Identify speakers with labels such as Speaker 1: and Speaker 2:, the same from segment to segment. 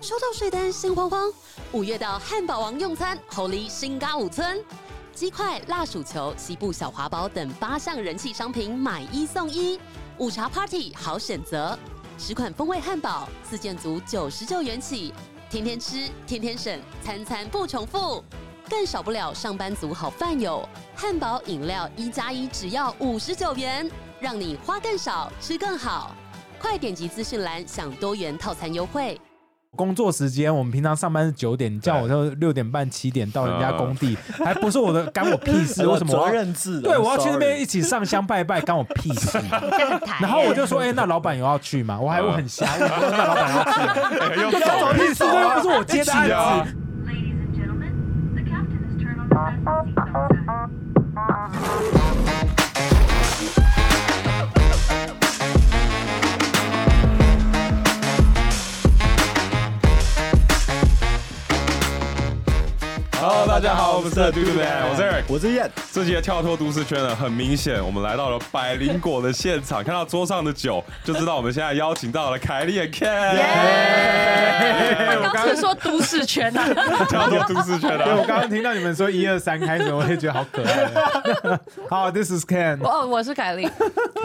Speaker 1: 收到税单心慌慌。五月到汉堡王用餐，侯梨新嘎五村。鸡块、辣薯球、西部小华堡等八项人气商品买一送一，午茶 party 好选择。十款风味汉堡，四件组九十九元起，天天吃，天天省，餐餐不重复。更少不了上班族好饭友，汉堡饮料一加一只要五十九元，让你花更少，吃更好。快点击资讯栏享多元套餐优惠。
Speaker 2: 工作时间，我们平常上班是九点，你叫我就六点半、七点到人家工地，还不是我的，干我屁 事？为什么我要
Speaker 3: 责任制？
Speaker 2: 对，我要去那
Speaker 3: sorry
Speaker 2: 边一起上香拜拜，干我屁事。
Speaker 4: 站台
Speaker 2: 然后我就说，哎、那老板有要去吗？我还我很瞎，我说那老板要去吗，
Speaker 5: 哎又
Speaker 2: 干
Speaker 5: 走
Speaker 2: 我
Speaker 5: 了
Speaker 2: 屁事？这又不是我接的
Speaker 5: 一起
Speaker 2: 案
Speaker 5: 啊
Speaker 2: 子。
Speaker 6: Ladies and gentlemen, the captain has turned on the fasten seatbelt sign.
Speaker 5: ！Hello，大家好，我们是嘟嘟
Speaker 3: 哎
Speaker 5: 男，我是 Eric。
Speaker 3: 我是燕。
Speaker 5: 这节跳脱都市圈呢，很明显，我们来到了百灵果的现场，看到桌上的酒，就知道我们现在邀请到了凯莉和 Ken。
Speaker 2: 哎
Speaker 4: 他刚才说都市圈呐、 啊，
Speaker 5: 跳脱都市圈
Speaker 2: 对，哎我
Speaker 5: 啊！
Speaker 2: 刚刚听到你们说一二三开始，我也觉得好可爱。好，This is Ken。
Speaker 4: 哦，我是凯莉，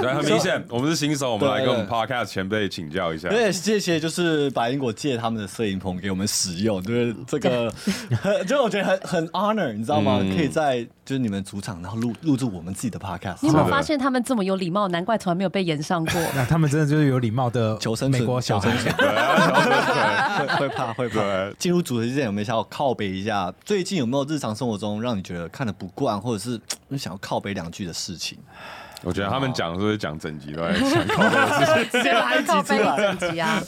Speaker 5: 对，很明显，我们是新手，我们来跟我们 podcast 前辈请教一下。
Speaker 3: 对，谢谢，就是百灵果借他们的摄影棚给我们使用，就是 这个，很就我觉得很很 honor，你知道
Speaker 5: 嗯
Speaker 3: 吗？可以在就是你们主场，然后录录制我们自己的 podcast，
Speaker 4: 你有没有
Speaker 5: 是
Speaker 4: 发现他们这么有礼貌？难怪从来没有被延上过。
Speaker 2: 那他们真的 就是有礼貌的
Speaker 3: 求生存
Speaker 2: 美国小
Speaker 3: 求
Speaker 2: 孩
Speaker 3: 生。存会 会怕会怕
Speaker 5: 对。
Speaker 3: 进入主题之前，有没有想要靠背一下？最近有没有日常生活中让你觉得看的不惯，或者是嘖想要靠背两句的事情？
Speaker 5: 我觉得他们讲是不是讲整集都在讲，
Speaker 4: 直接来靠背一整集啊！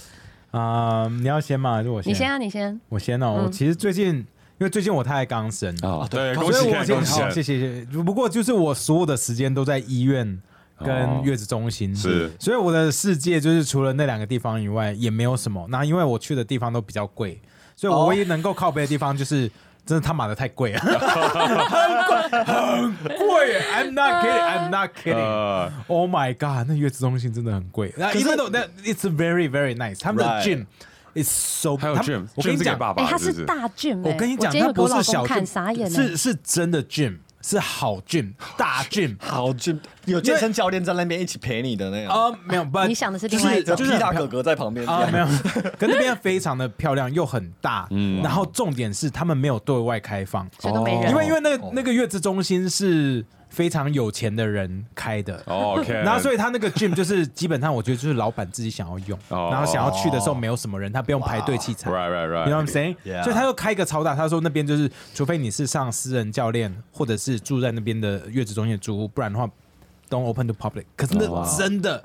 Speaker 2: 啊、你要先吗？还是我先？
Speaker 4: 你先啊，你先。
Speaker 2: 我先哦。我其实最近，因为最近我太太刚生
Speaker 5: 啊对，
Speaker 2: 所
Speaker 5: 恭喜
Speaker 2: 以我
Speaker 5: Ken，恭喜
Speaker 2: 好，谢
Speaker 5: Ken。
Speaker 2: 谢谢谢。不过就是我所有的时间都在医院跟月子中心，
Speaker 5: 是
Speaker 2: 所以我的世界就是除了那两个地方以外也没有什么。那因为我去的地方都比较贵，所以我唯一能够靠背的地方就是。真的他妈的太贵了， 很贵，很贵耶！I'm not kidding, I'm not kidding.
Speaker 5: 呃，
Speaker 2: Oh my god，那月子中心真的很贵。那
Speaker 3: 可是
Speaker 2: even though that it's very very nice，他们的
Speaker 3: Right。
Speaker 2: gym is so
Speaker 5: 还有
Speaker 2: 他们
Speaker 5: Jim，
Speaker 2: 我跟
Speaker 5: Jim
Speaker 2: 你
Speaker 5: 是给
Speaker 2: 讲，
Speaker 5: 爸
Speaker 4: 哎、
Speaker 5: 爸
Speaker 4: 他
Speaker 5: 的，是不
Speaker 4: 是
Speaker 5: 是？
Speaker 4: 大 gym，、
Speaker 2: 我跟你讲，
Speaker 4: 今天
Speaker 2: 它
Speaker 4: 有给我
Speaker 2: 不
Speaker 4: 老
Speaker 2: 是
Speaker 4: 公
Speaker 2: 小 gym，
Speaker 4: 看傻眼了、哦
Speaker 2: 是是真的 gym，是好 gym，大 gym
Speaker 3: 好，就有健身教练在那边一起陪你的那种，
Speaker 2: 啊，没有，不，
Speaker 4: 你想的是
Speaker 3: 就
Speaker 4: 另外一
Speaker 3: 是
Speaker 4: 种，
Speaker 3: 有
Speaker 2: 就是
Speaker 3: 皮大哥哥在旁边
Speaker 2: 啊，没有，可那边非常的漂亮又很大，嗯，然后重点是他们没有对外开放，
Speaker 4: 所以都没人。
Speaker 2: 因为因为那
Speaker 5: 哦
Speaker 2: 个那个月子中心是非常有钱的人开的。
Speaker 5: 哦，OK。
Speaker 2: 然后，所以他那个 gym 就是基本上，我觉得就是老板自己想要用，
Speaker 5: 哦
Speaker 2: 然后想要去的时候没有什么人，他不用排队器材。
Speaker 5: ，right right right，
Speaker 2: You know what I'm saying？、
Speaker 3: Yeah
Speaker 2: 所以他又开一个超大，他说那边就是，除非你是上私人教练，或者是住在那边的月子中心的租屋，不然的话，don't open to public。可是
Speaker 5: 哇
Speaker 2: 那真的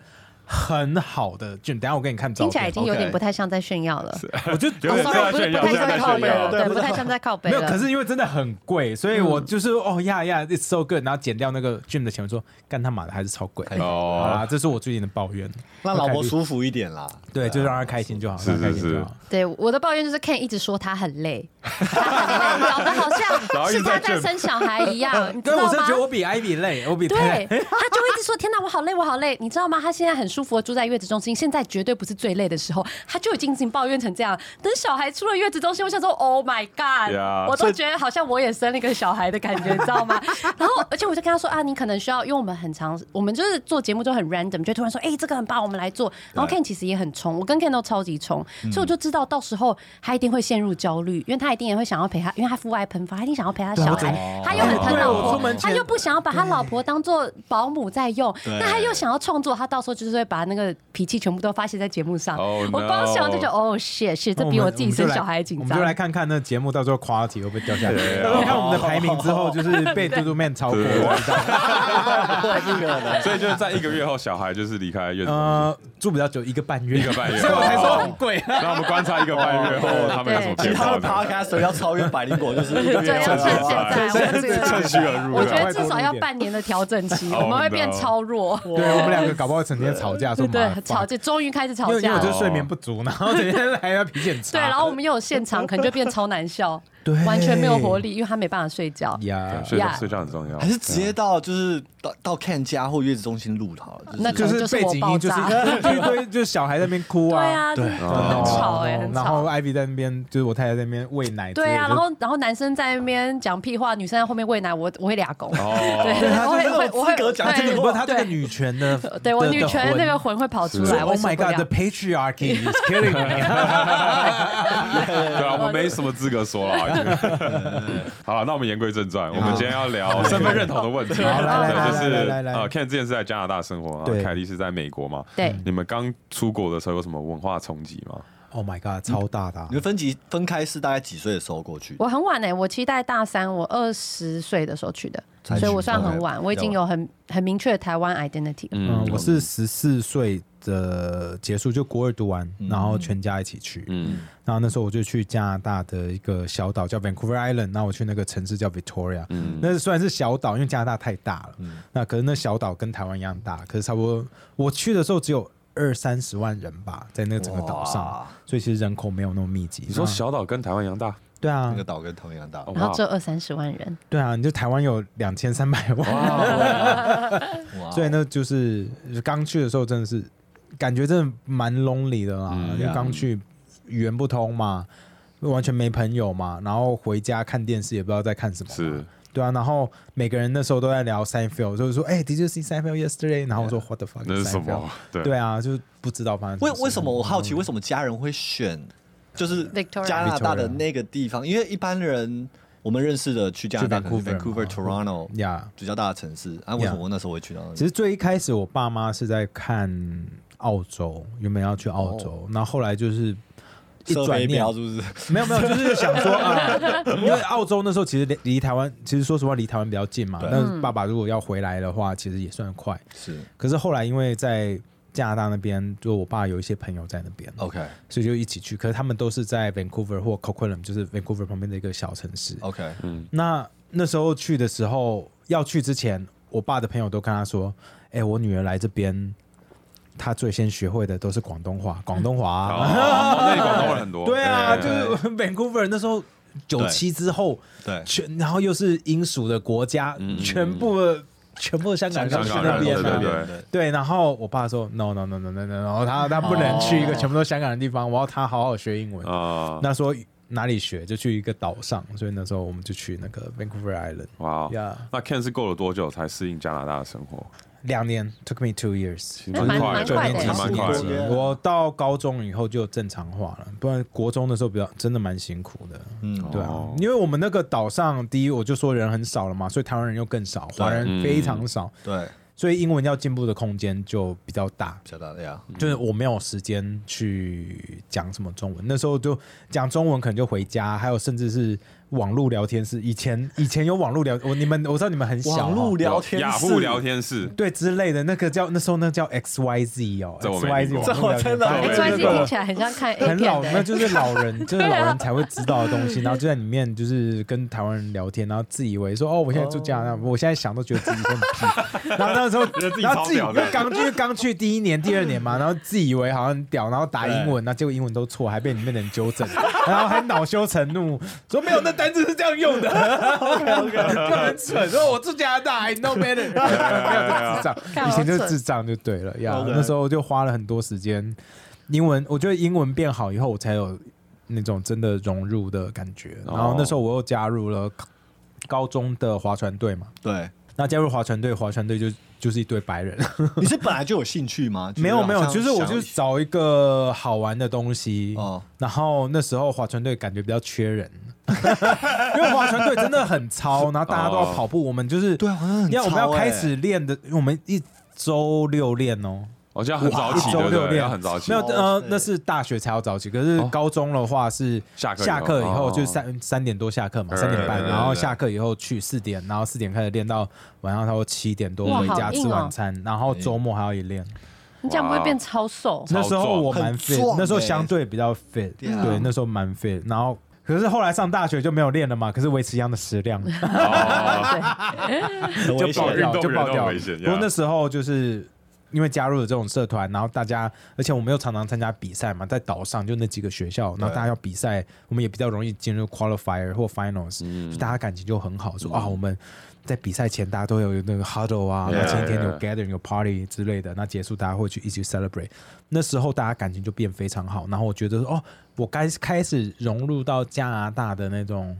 Speaker 2: 很好的 gym，等一下我给你看照片。
Speaker 4: 听起来已经有点
Speaker 2: 哦
Speaker 3: OK
Speaker 4: 不太像在炫耀了。
Speaker 2: 我就
Speaker 5: 有点
Speaker 4: 哦，sorry，不
Speaker 5: 在炫耀
Speaker 4: 是不太像
Speaker 5: 在
Speaker 4: 在靠
Speaker 5: 炫
Speaker 4: 背了，
Speaker 5: 耀
Speaker 4: 对，不太像在靠背
Speaker 2: 没有，
Speaker 4: 了。
Speaker 2: 可是因为真的很贵，所以我就是、哦呀呀，it's so good，然后减掉那个 gym 的钱，我说干他妈的还是超贵。
Speaker 3: 哎
Speaker 2: 好啦，
Speaker 5: 哦，
Speaker 2: 这是我最近的抱怨。
Speaker 3: 让老婆
Speaker 2: 说，
Speaker 3: 舒服一点啦。
Speaker 2: 对，就让她开心就好，
Speaker 5: 是
Speaker 2: 让她开心
Speaker 5: 是
Speaker 2: 就好。
Speaker 4: 对我的抱怨就是 Ken 一直说他很累，他很 累，搞得好
Speaker 5: 然后
Speaker 4: 像
Speaker 5: 一直
Speaker 4: 是
Speaker 5: 在
Speaker 4: 他在
Speaker 5: 卷
Speaker 4: 生小孩一样，你知
Speaker 2: 对，我
Speaker 4: 道
Speaker 2: 真的
Speaker 4: 吗
Speaker 2: 觉？得我比 Ivy 累，我比太
Speaker 4: 对，他就会一直说：“天哪，我好累，我好累。”你知道吗？他现在很舒服，住在月子中心，现在绝对不是最累的时候，他就已经已经抱怨成这样。等小孩出了月子中心，我想说：“Oh my god！”
Speaker 5: Yeah，
Speaker 4: 我
Speaker 5: 所
Speaker 4: 都
Speaker 5: 以
Speaker 4: 觉得好像我也生了一个小孩的感觉，你知道吗？然后，而且我就跟他说：“啊，你可能需要，因为我们很常，我们就是做节目就很 random，就突然说：‘哎、这个很棒，我们来做。’然后 Ken 其实也很冲，我跟 Ken 都超级冲，
Speaker 2: 嗯
Speaker 4: 所以我就知道到时候他一定会陷入焦虑，因为他一定也会想要陪他，因为他父爱喷发，他一定想要陪他小
Speaker 2: 对啊
Speaker 4: 孩，他又很疼
Speaker 2: 对
Speaker 4: 老
Speaker 2: 我
Speaker 4: 婆
Speaker 2: 出门，
Speaker 4: 他
Speaker 2: 前
Speaker 4: 又不想要把他老婆当做保姆在用，
Speaker 3: 对
Speaker 4: 那他又想要创作，他到时候就是会把那个脾气全部都发泄在节目上。
Speaker 5: Oh,
Speaker 4: 我
Speaker 5: no
Speaker 4: 光想就觉得哦，shit，是这
Speaker 2: 那
Speaker 4: 比
Speaker 2: 们
Speaker 4: 我自己生小孩紧
Speaker 2: 我们
Speaker 4: 张
Speaker 2: 就。来看看那节目到时候 quality 会不会掉下来。
Speaker 5: 对啊
Speaker 2: 然后看我们的排名之后，就是被嘟嘟 man 超过。
Speaker 5: 对
Speaker 2: 我知道
Speaker 5: 所以就是在一个月后，小孩就是离开月子中心。
Speaker 2: 呃，住比较久，一个半月，
Speaker 5: 一个半月
Speaker 2: 所以我才说
Speaker 4: 哦
Speaker 2: 很贵。
Speaker 5: 让我们观察一个半月后他们有什么
Speaker 3: 其
Speaker 5: 变
Speaker 3: 他
Speaker 5: 化
Speaker 3: 的。podcaster 要超越百灵果，就是一个
Speaker 4: 对，
Speaker 3: 月
Speaker 4: 要趁
Speaker 3: 后
Speaker 4: 现
Speaker 3: 啊
Speaker 4: 在，我这
Speaker 5: 趁
Speaker 4: 个
Speaker 5: 虚而入。
Speaker 4: 我觉得至少要半年的调整期，
Speaker 5: Oh,
Speaker 4: 我们会变
Speaker 5: no
Speaker 4: 超弱。
Speaker 2: 对我们两个搞不好整天吵架，说
Speaker 4: 对
Speaker 2: 妈
Speaker 4: 对，
Speaker 2: 的
Speaker 4: 吵架终于开始
Speaker 2: 因
Speaker 4: 吵
Speaker 2: 为因为
Speaker 4: 架
Speaker 5: 哦
Speaker 2: 我就
Speaker 4: 了。
Speaker 2: 是睡眠不足，然后整天还要脾气很差。
Speaker 4: 对，然后我们又有现场，可能就变超难笑。
Speaker 2: 对
Speaker 4: 完全没有活力，因为他没办法睡觉。
Speaker 2: 呀
Speaker 5: 啊睡觉
Speaker 4: Yeah
Speaker 5: 睡觉很重要，
Speaker 3: 还是直接到就是到到 Can 家或月子中心录好了，
Speaker 4: 那
Speaker 2: 就
Speaker 4: 可能
Speaker 2: 是
Speaker 4: 就是
Speaker 2: 背景音就是
Speaker 4: 我
Speaker 2: 一堆一堆就是小孩在那边哭
Speaker 4: 对
Speaker 2: 啊，
Speaker 4: 啊，
Speaker 3: 对
Speaker 4: 很
Speaker 5: 哦
Speaker 4: 吵哎，很
Speaker 2: 然后
Speaker 4: 吵。
Speaker 2: 艾比在那边，就是我太太在那边喂奶之类的。
Speaker 4: 对啊，然后然后男生在那边讲屁话，女生在后面喂奶，我我会俩拱。
Speaker 5: 哦，
Speaker 4: 对，
Speaker 3: 他
Speaker 4: 我
Speaker 3: 就
Speaker 4: 会
Speaker 3: 是
Speaker 4: 我会
Speaker 3: 有
Speaker 4: 我会
Speaker 3: 资格讲这
Speaker 2: 啊这
Speaker 3: 个
Speaker 4: 对
Speaker 2: 个不是他这个
Speaker 4: 对
Speaker 2: 女权的，
Speaker 4: 对我
Speaker 2: 的
Speaker 4: 女权那个。魂会跑出
Speaker 2: 的魂
Speaker 4: 来。
Speaker 2: 说 Oh
Speaker 4: 我
Speaker 2: my
Speaker 4: 受不
Speaker 2: God, the
Speaker 4: 了。
Speaker 2: patriarchy is killing me！
Speaker 5: 对啊，我们没什么资格说 了。 好了，那我们言归正传，我们今天要聊身份认同的问题。
Speaker 2: 好来
Speaker 5: 对
Speaker 2: 来
Speaker 5: 就是
Speaker 2: 来来来来
Speaker 5: 呃，Ken 之前是在加拿大生活，然
Speaker 2: 对
Speaker 5: 后凯莉是在美国嘛？
Speaker 4: 对
Speaker 5: 你们刚出国的时候有什么文化冲击吗？
Speaker 2: Oh my god，超大的啊
Speaker 3: 你们分级分开是大概几岁的时候过去？
Speaker 4: 我很晚哎、我期待大三，我二十岁的时候去的，
Speaker 3: 才
Speaker 4: 所
Speaker 3: 去
Speaker 4: 以我算很晚，
Speaker 3: OK，
Speaker 4: 我已经有很很明确的台湾 identity 了。
Speaker 2: 嗯
Speaker 5: 嗯，
Speaker 2: 我是十四岁的结束，就国二读完，然后全家一起去。
Speaker 5: 嗯
Speaker 2: 然后那时候我就去加拿大的一个小岛叫 Vancouver Island，那我去那个城市叫 Victoria。
Speaker 5: 嗯
Speaker 2: 那虽然是小岛，因为加拿大太大了，那可是那小岛跟台湾一样大，可是差不多我去的时候只有二三十万人吧，在那个整个岛上
Speaker 3: 哇，
Speaker 2: 所以其实人口没有那么密集。
Speaker 5: 你说
Speaker 2: 那
Speaker 5: 小岛跟台湾一样大？
Speaker 2: 对
Speaker 3: 那
Speaker 2: 啊
Speaker 3: 个，岛跟同样大，
Speaker 5: 哦
Speaker 4: 然后只有二三十万人，
Speaker 2: 对啊，你就台湾有两千三百
Speaker 5: 哦
Speaker 2: 万，
Speaker 3: 哇
Speaker 2: 所以呢，就是刚去的时候真的是感觉真的蛮 lonely 的啦，
Speaker 5: 嗯
Speaker 2: 因为刚去语言不通嘛，完全没朋友嘛，然后回家看电视也不知道在看什么嘛，
Speaker 5: 是
Speaker 2: 对啊，然后每个人那时候都在聊 Seinfeld，就是说，哎、d i d you see Seinfeld yesterday？然后我说，What the fuck？
Speaker 5: 那是什 么？？对
Speaker 2: 对啊，就是不知道发生
Speaker 3: 为
Speaker 2: 事
Speaker 3: 为什么我好奇
Speaker 2: 嗯
Speaker 3: 为什么家人会选就是
Speaker 4: Victoria
Speaker 3: 加拿大的那个地方？因为一般人我们认识的去加拿大
Speaker 2: 去
Speaker 3: 可能是
Speaker 2: Vancouver 嘛
Speaker 3: Vancouver、Toronto
Speaker 2: 呀
Speaker 3: 比较大的城市啊，为什么我那时候会去到那里？
Speaker 2: 其实最一开始我爸妈是在看澳洲，原本要去澳
Speaker 5: 哦
Speaker 2: 洲，然后后来就是一
Speaker 3: 射
Speaker 2: 转
Speaker 3: 飞
Speaker 2: 念
Speaker 3: 镖，是不是？
Speaker 2: 没有没有，就是想说啊，因为澳洲那时候其实离离台湾，其实说实话离台湾比较近嘛。
Speaker 3: 对
Speaker 2: 那爸爸如果要回来的话，其实也算快。
Speaker 3: 是
Speaker 2: 可 是后来因为在加拿大那边，就我爸有一些朋友在那边，
Speaker 3: OK
Speaker 2: 所以就一起去。可是他们都是在 Vancouver 或 Coquitlam，就是 Vancouver 旁边的一个小城市。
Speaker 3: OK，
Speaker 2: 那那时候去的时候，要去之前，我爸的朋友都跟他说：“哎、我女儿来这边，她最先学会的都是广东话，广东话啊、
Speaker 5: 哦那里广东人很多。
Speaker 2: 对啊，
Speaker 5: 对
Speaker 2: 就是 Vancouver 那时候九七之后，
Speaker 3: 对
Speaker 2: 全然后又是英属的国家，
Speaker 5: 嗯
Speaker 2: 全部的全部的香港
Speaker 5: 港
Speaker 2: 人去
Speaker 5: 人
Speaker 2: 那边啊
Speaker 5: 对
Speaker 2: 嘛
Speaker 5: 对对
Speaker 2: 对，然后我爸说 no no no no no no，然后他
Speaker 5: 哦
Speaker 2: 他不能去一个全部都香港人的地方，我要他好好学英文。
Speaker 5: 啊，
Speaker 2: 那说哪里学就去一个岛上，所以那时候我们就去那个 Vancouver Island。
Speaker 5: 哇
Speaker 2: 呀，
Speaker 5: 那 Ken 是过了多久才适应加拿大的生活？
Speaker 2: 两年，took me two years，
Speaker 5: 其实
Speaker 4: 那蛮
Speaker 5: 快的，
Speaker 4: 蛮
Speaker 5: 九
Speaker 4: 快
Speaker 5: 年
Speaker 4: 的
Speaker 5: 其实蛮快
Speaker 3: 差不多
Speaker 5: 的。
Speaker 2: 我到高中以后就正常化了，不然国中的时候比较真的蛮辛苦的。
Speaker 3: 嗯，
Speaker 2: 对啊
Speaker 5: 哦，
Speaker 2: 因为我们那个岛上，第一我就说人很少了嘛，所以台湾人又更少，华人非常少，
Speaker 3: 对，
Speaker 2: 所以英文要进步的空间就比较大。
Speaker 3: 比较大的呀。
Speaker 5: 嗯
Speaker 2: 就是我没有时间去讲什么中文，那时候就讲中文可能就回家，还有甚至是网络聊天室。以前以前有网络聊，我你们我知道你们很小哦、
Speaker 3: 网络聊天室，
Speaker 5: 雅虎聊天室，
Speaker 2: 对之类的那个叫那时候那叫 X Y Z 哦
Speaker 5: 这我
Speaker 2: ，X
Speaker 5: 没
Speaker 2: Y
Speaker 5: 听
Speaker 2: Z
Speaker 5: 过
Speaker 2: 网络聊
Speaker 3: 这我
Speaker 2: 天
Speaker 3: 真的
Speaker 2: 室
Speaker 3: 没对对
Speaker 4: x Y Z
Speaker 3: 对
Speaker 4: 听起来很像看 A
Speaker 2: 很老，那
Speaker 4: 片的、欸
Speaker 2: 就是老人，就是老人才会知道的东西。然后就在里面，就是跟台湾人聊天，然后自以为说哦，我现在住加拿大，我现在想都觉得自己很屁。然后那时候
Speaker 5: 觉得自，己
Speaker 2: 然
Speaker 5: 超
Speaker 2: 后自己
Speaker 5: 屌的
Speaker 2: 又刚去刚去第一年、第二年嘛，然后自以为好像很屌，然后打英文，那结果英文都错，还被里面的人纠正，然后还恼羞成怒，说没有，那单字是这样用 的，就很蠢。说我住加拿大，I know
Speaker 5: 啊
Speaker 2: better，没有这智障，以前就是智障就对了呀。
Speaker 3: OK
Speaker 2: 那时候就花了很多时间。英文，我觉得英文变好以后，我才有那种真的融入的感觉。
Speaker 5: 哦
Speaker 2: 然后那时候我又加入了高高中的划船队嘛，
Speaker 3: 对，
Speaker 2: 那加入划船队，划船队就就是一堆白 人，
Speaker 3: 你是本来就有兴趣吗？
Speaker 2: 没有没有，就是我就是是找一个好玩的东西。
Speaker 3: 哦
Speaker 2: 然后那时候划船队感觉比较缺 人，因为划船队真的很糙，然后大家都要跑步，我们就是
Speaker 3: 哦对啊好像很
Speaker 2: 你看我们要
Speaker 3: 糙欸
Speaker 2: 开始练的，我们一周六练哦。
Speaker 5: 我记得很早起，
Speaker 2: 一
Speaker 5: 对
Speaker 2: 周
Speaker 5: 不
Speaker 2: 六
Speaker 5: 对？
Speaker 2: 练
Speaker 5: 要很早起
Speaker 2: 没有，呃
Speaker 3: 对，
Speaker 2: 那是大学才要早起，可是
Speaker 5: 哦
Speaker 2: 高中的话是
Speaker 5: 下课以后
Speaker 2: 下课以后
Speaker 5: 哦
Speaker 2: 就三三点多下课嘛，
Speaker 5: 对
Speaker 2: 三点半，
Speaker 5: 对对
Speaker 2: 然后
Speaker 3: 对
Speaker 2: 下课以后去四点，然后四点开始练到晚上差不多七点多
Speaker 4: 哇
Speaker 2: 回家
Speaker 4: 好硬
Speaker 2: 吃
Speaker 4: 哦
Speaker 2: 晚餐，然后周末还要一练。
Speaker 4: 你这样不会变超瘦？
Speaker 2: 那时候我
Speaker 3: 很
Speaker 2: 蛮 fit，
Speaker 3: 壮
Speaker 2: 那时候
Speaker 3: 欸
Speaker 2: 相对比较 fit，
Speaker 3: 对啊
Speaker 2: 对，那时候蛮 fit，然后。可是后来上大学就没有练了嘛，可是维持一样的食量，
Speaker 5: 哦
Speaker 4: 对，
Speaker 3: 很
Speaker 2: 就
Speaker 3: 危
Speaker 2: 爆
Speaker 3: 险
Speaker 5: 运
Speaker 2: 掉，
Speaker 5: 动
Speaker 2: 就
Speaker 5: 员
Speaker 2: 爆
Speaker 5: 都很
Speaker 2: 掉。
Speaker 5: 危险
Speaker 2: 不过
Speaker 5: 呀
Speaker 2: 那时候就是因为加入了这种社团，然后大家，而且我们又常常参加比赛嘛，在岛上就那几个学校，然后大家要比赛，我们也比较容易进入 qualifier 或 finals，、就
Speaker 5: 嗯
Speaker 2: 大家感情就很好，说啊，我们在比赛前大家都有那个 huddle 啊，然后前一天有 gathering 有 party 之类的，那结束大家会去一起 celebrate，那时候大家感情就变非常好，然后我觉得说哦，我该开始融入到加拿大的那种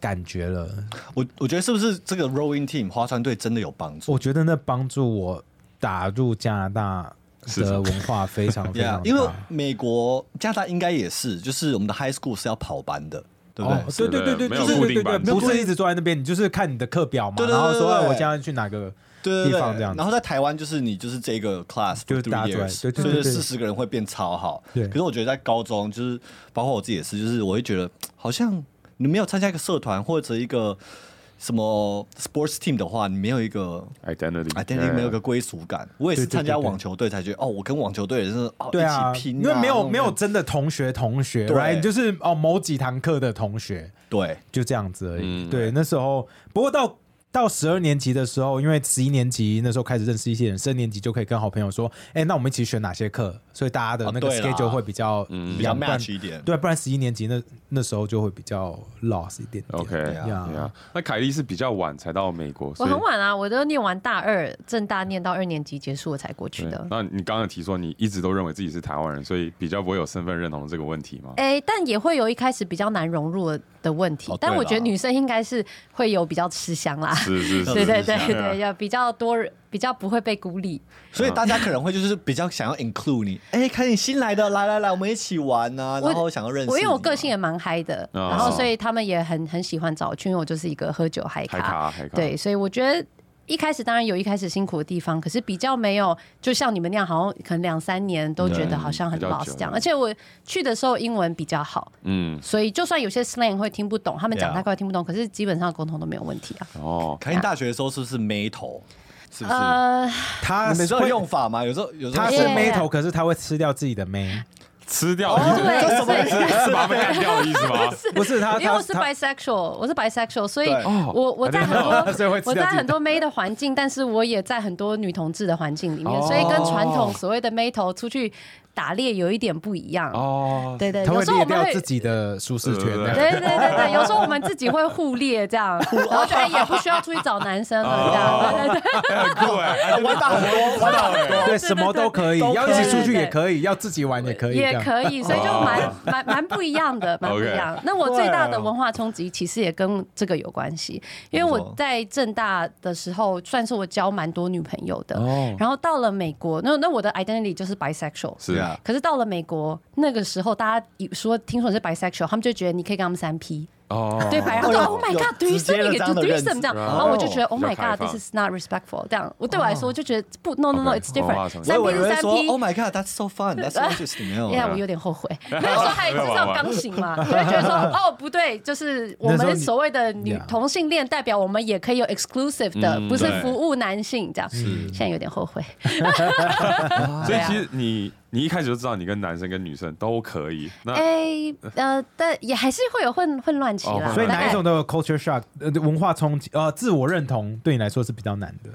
Speaker 2: 感觉了，
Speaker 3: 我我觉得是不是这个 rowing team 划船队真的有帮助
Speaker 2: 我觉得那帮助我打入加拿大的文化非 常非常
Speaker 3: ？Yeah，
Speaker 2: 大，
Speaker 3: 因为美国、加拿大应该也是，就是我们的 high school 是要跑班的，对不对？
Speaker 2: 哦，对对对对，
Speaker 5: 对没有
Speaker 2: 就是
Speaker 5: 固定
Speaker 2: 对对
Speaker 5: 版
Speaker 2: 对不是一直坐在那边，你就是看你的课表嘛，
Speaker 3: 对对对
Speaker 2: 然后
Speaker 3: 对
Speaker 2: 说
Speaker 3: 对
Speaker 2: 哎
Speaker 3: 对哦
Speaker 2: 我现在去哪个
Speaker 3: 对
Speaker 2: 地
Speaker 3: 对对
Speaker 2: 方这样子
Speaker 3: 然后在台湾就是你就是这个 class
Speaker 2: 就
Speaker 3: for
Speaker 2: 是
Speaker 3: three
Speaker 2: 大家都来
Speaker 3: years，
Speaker 2: 对对
Speaker 3: 所以
Speaker 2: 对对
Speaker 3: 四十个人会变超好。
Speaker 2: 对
Speaker 3: 可是我觉得在高中就是包括我自己也是，就是我会觉得好像你没有参加一个社团或者一个什么 sports team 的话，你没有一个
Speaker 5: identity
Speaker 3: identity 没有一个归属感。我也
Speaker 2: 对
Speaker 3: 是
Speaker 2: 对对
Speaker 3: 参加
Speaker 2: 对
Speaker 3: 网球队才觉得哦，我跟网球队也是哦
Speaker 2: 对啊，
Speaker 3: 一起拼
Speaker 2: 因
Speaker 3: 啊，
Speaker 2: 为没
Speaker 3: 那
Speaker 2: 有
Speaker 3: 种
Speaker 2: 没有真的同学同学
Speaker 3: 对
Speaker 2: ，right？就是哦某几堂课的同学
Speaker 3: 对
Speaker 2: 就这样子而已。
Speaker 5: 嗯
Speaker 2: 对，那时候不过到。到十二年级的时候，因为十一年级那时候开始认识一些人，十二年级就可以跟好朋友说，哎、那我们一起选哪些课，所以大家的那个
Speaker 3: 哦对啦
Speaker 2: schedule 会比较
Speaker 5: 嗯
Speaker 2: 一
Speaker 3: 比较
Speaker 2: 样不然
Speaker 3: match 一点。
Speaker 2: 对，不然十一年级那那时候就会比较 lost 一点点。
Speaker 5: OK
Speaker 3: 对啊
Speaker 5: 对啊，那凯莉是比较晚才到美国，
Speaker 4: 我
Speaker 5: 所以
Speaker 4: 很晚啊，我都念完大二，正大念到二年级结束我才过去
Speaker 5: 对
Speaker 4: 的。
Speaker 5: 那你刚刚有提说你一直都认为自己是台湾人，所以比较不会有身份认同这个问题吗？
Speaker 4: 哎、但也会有一开始比较难融入的问题，
Speaker 3: 哦对
Speaker 4: 但我
Speaker 3: 啦
Speaker 4: 觉得女生应该是会有比较吃香啦，
Speaker 5: 是是是，
Speaker 4: 对对
Speaker 5: 是
Speaker 4: 对
Speaker 5: 是
Speaker 4: 对，要比较多人，比较不会被孤立。
Speaker 3: 所
Speaker 2: 嗯
Speaker 3: 以大家可能会就是比较想要 include 你，哎、看你新来的，来来来，我们一起玩啊，
Speaker 4: 我
Speaker 3: 然后想要认识你啊。
Speaker 4: 我因为我个性也蛮嗨的，
Speaker 5: 哦
Speaker 4: 然后所以他们也很很喜欢找我去，因为我就是一个喝酒嗨
Speaker 5: 海卡海卡，
Speaker 4: 对，所以我觉得。一开始当然有一开始辛苦的地方，可是比较没有，就像你们那样，好像可能两三年都觉得好像很
Speaker 5: 嗯比较久
Speaker 4: lost 这样。而且我去的时候英文比较好，
Speaker 5: 嗯，
Speaker 4: 所以就算有些 slang 会听不懂，他们讲
Speaker 3: Yeah
Speaker 4: 太快听不懂，可是基本上沟通都没有问题啊。
Speaker 5: 哦，
Speaker 3: 凯英大学的时候是不是眉头？是不是？
Speaker 4: 呃，
Speaker 2: 他
Speaker 3: 你们
Speaker 2: 是
Speaker 3: 知道
Speaker 2: 会
Speaker 3: 用法吗？有时候有时候
Speaker 2: 他
Speaker 4: 对
Speaker 2: 是
Speaker 4: 啊
Speaker 2: 妹头，可是他会吃掉自己的 妹，
Speaker 5: 吃掉
Speaker 4: 哦对，
Speaker 3: 这什么
Speaker 4: 所以
Speaker 3: 意 思？
Speaker 5: 是把他们干掉的意思吗？
Speaker 2: 不是他，
Speaker 4: 因为我
Speaker 2: 他
Speaker 4: 是
Speaker 2: 他
Speaker 4: bisexual，我是 bisexual，所以
Speaker 3: 对
Speaker 5: 哦
Speaker 4: 我我在很
Speaker 2: 那 所以会吃掉
Speaker 4: 多我在
Speaker 2: 自己
Speaker 4: 很多妹的环境，但是我也在很多女同志的环境里面，
Speaker 5: 哦
Speaker 4: 所以跟传统所谓的妹头出去打猎有一点不一样。
Speaker 5: 哦，
Speaker 4: 对对，
Speaker 2: 他
Speaker 4: 有
Speaker 2: 会
Speaker 4: 时候我
Speaker 2: 裂掉
Speaker 4: 们会
Speaker 2: 自。己的舒适圈
Speaker 5: 对对对
Speaker 2: 这样。
Speaker 4: 对对对对，有时候我们自己会互猎 这样，然后就哎也不需要出去找男生了
Speaker 2: 哦
Speaker 4: 这样。 对对对
Speaker 5: 哎很酷哎，
Speaker 3: 哎玩到很多，玩到很多。
Speaker 2: 对，什么都可以，
Speaker 3: 都可以
Speaker 2: 要一起出去也可以，要自己玩也可以，这
Speaker 4: 也
Speaker 2: 样
Speaker 4: 可以，所以就
Speaker 5: 哦
Speaker 4: 蛮蛮蛮不一样的，蛮不一样。那我最
Speaker 3: 啊
Speaker 4: 大的文化冲击其实也跟这个有关系，因为我在正大的时候，算是我交蛮多女朋友的。
Speaker 5: 哦
Speaker 4: 然后到了美国，那那我的 identity 就是 bisexual。
Speaker 5: 是
Speaker 3: 对啊
Speaker 4: 可是到了美国那个时候，大家以说听说你是 bisexual，他们就觉得你可以跟他们三 P，、
Speaker 5: 哦，
Speaker 4: 对白人
Speaker 3: 哦
Speaker 4: 说
Speaker 3: 有
Speaker 4: Oh my
Speaker 3: 有
Speaker 4: God，
Speaker 3: 直接
Speaker 4: threesome
Speaker 3: 的
Speaker 4: 也
Speaker 3: 这
Speaker 4: do
Speaker 3: 样的认知
Speaker 4: threesome 这样，
Speaker 5: 哦
Speaker 4: 然后我就觉得 Oh my
Speaker 5: 比较开
Speaker 4: God
Speaker 5: 放
Speaker 4: this is not respectful 这样，我对我来
Speaker 3: 哦
Speaker 4: 说我就觉得不 No
Speaker 5: OK，
Speaker 4: no no，it's
Speaker 5: 哦哇我
Speaker 3: 我
Speaker 4: different，三
Speaker 3: 以
Speaker 4: P
Speaker 3: 为你
Speaker 4: 是
Speaker 3: 会
Speaker 4: 三
Speaker 3: 说
Speaker 4: P
Speaker 3: Oh。my God, that's so fun, that's so interesting. 没
Speaker 5: 哦
Speaker 3: 有
Speaker 4: Yeah，我有点后 悔。那时候还知道钢琴嘛，就会觉得说，哦，不对，就是我
Speaker 2: 那时候
Speaker 4: 们
Speaker 2: 你
Speaker 4: 所谓的女
Speaker 2: Yeah
Speaker 4: 同性恋，代表我们也可以有 exclusive 的，
Speaker 5: 嗯
Speaker 4: 不是
Speaker 3: 对
Speaker 4: 服务男性这样。现在有点后悔。
Speaker 5: 所以其实你你一开始就知道你跟男生跟女生都可以，那
Speaker 4: 哎，呃，但也还是会有混混乱期
Speaker 5: 哦
Speaker 4: 啦。
Speaker 5: 混
Speaker 2: 所以
Speaker 4: 大概
Speaker 2: 哪一种都有 culture shock，呃，文化冲击，呃，自我认同对你来说是比较难的，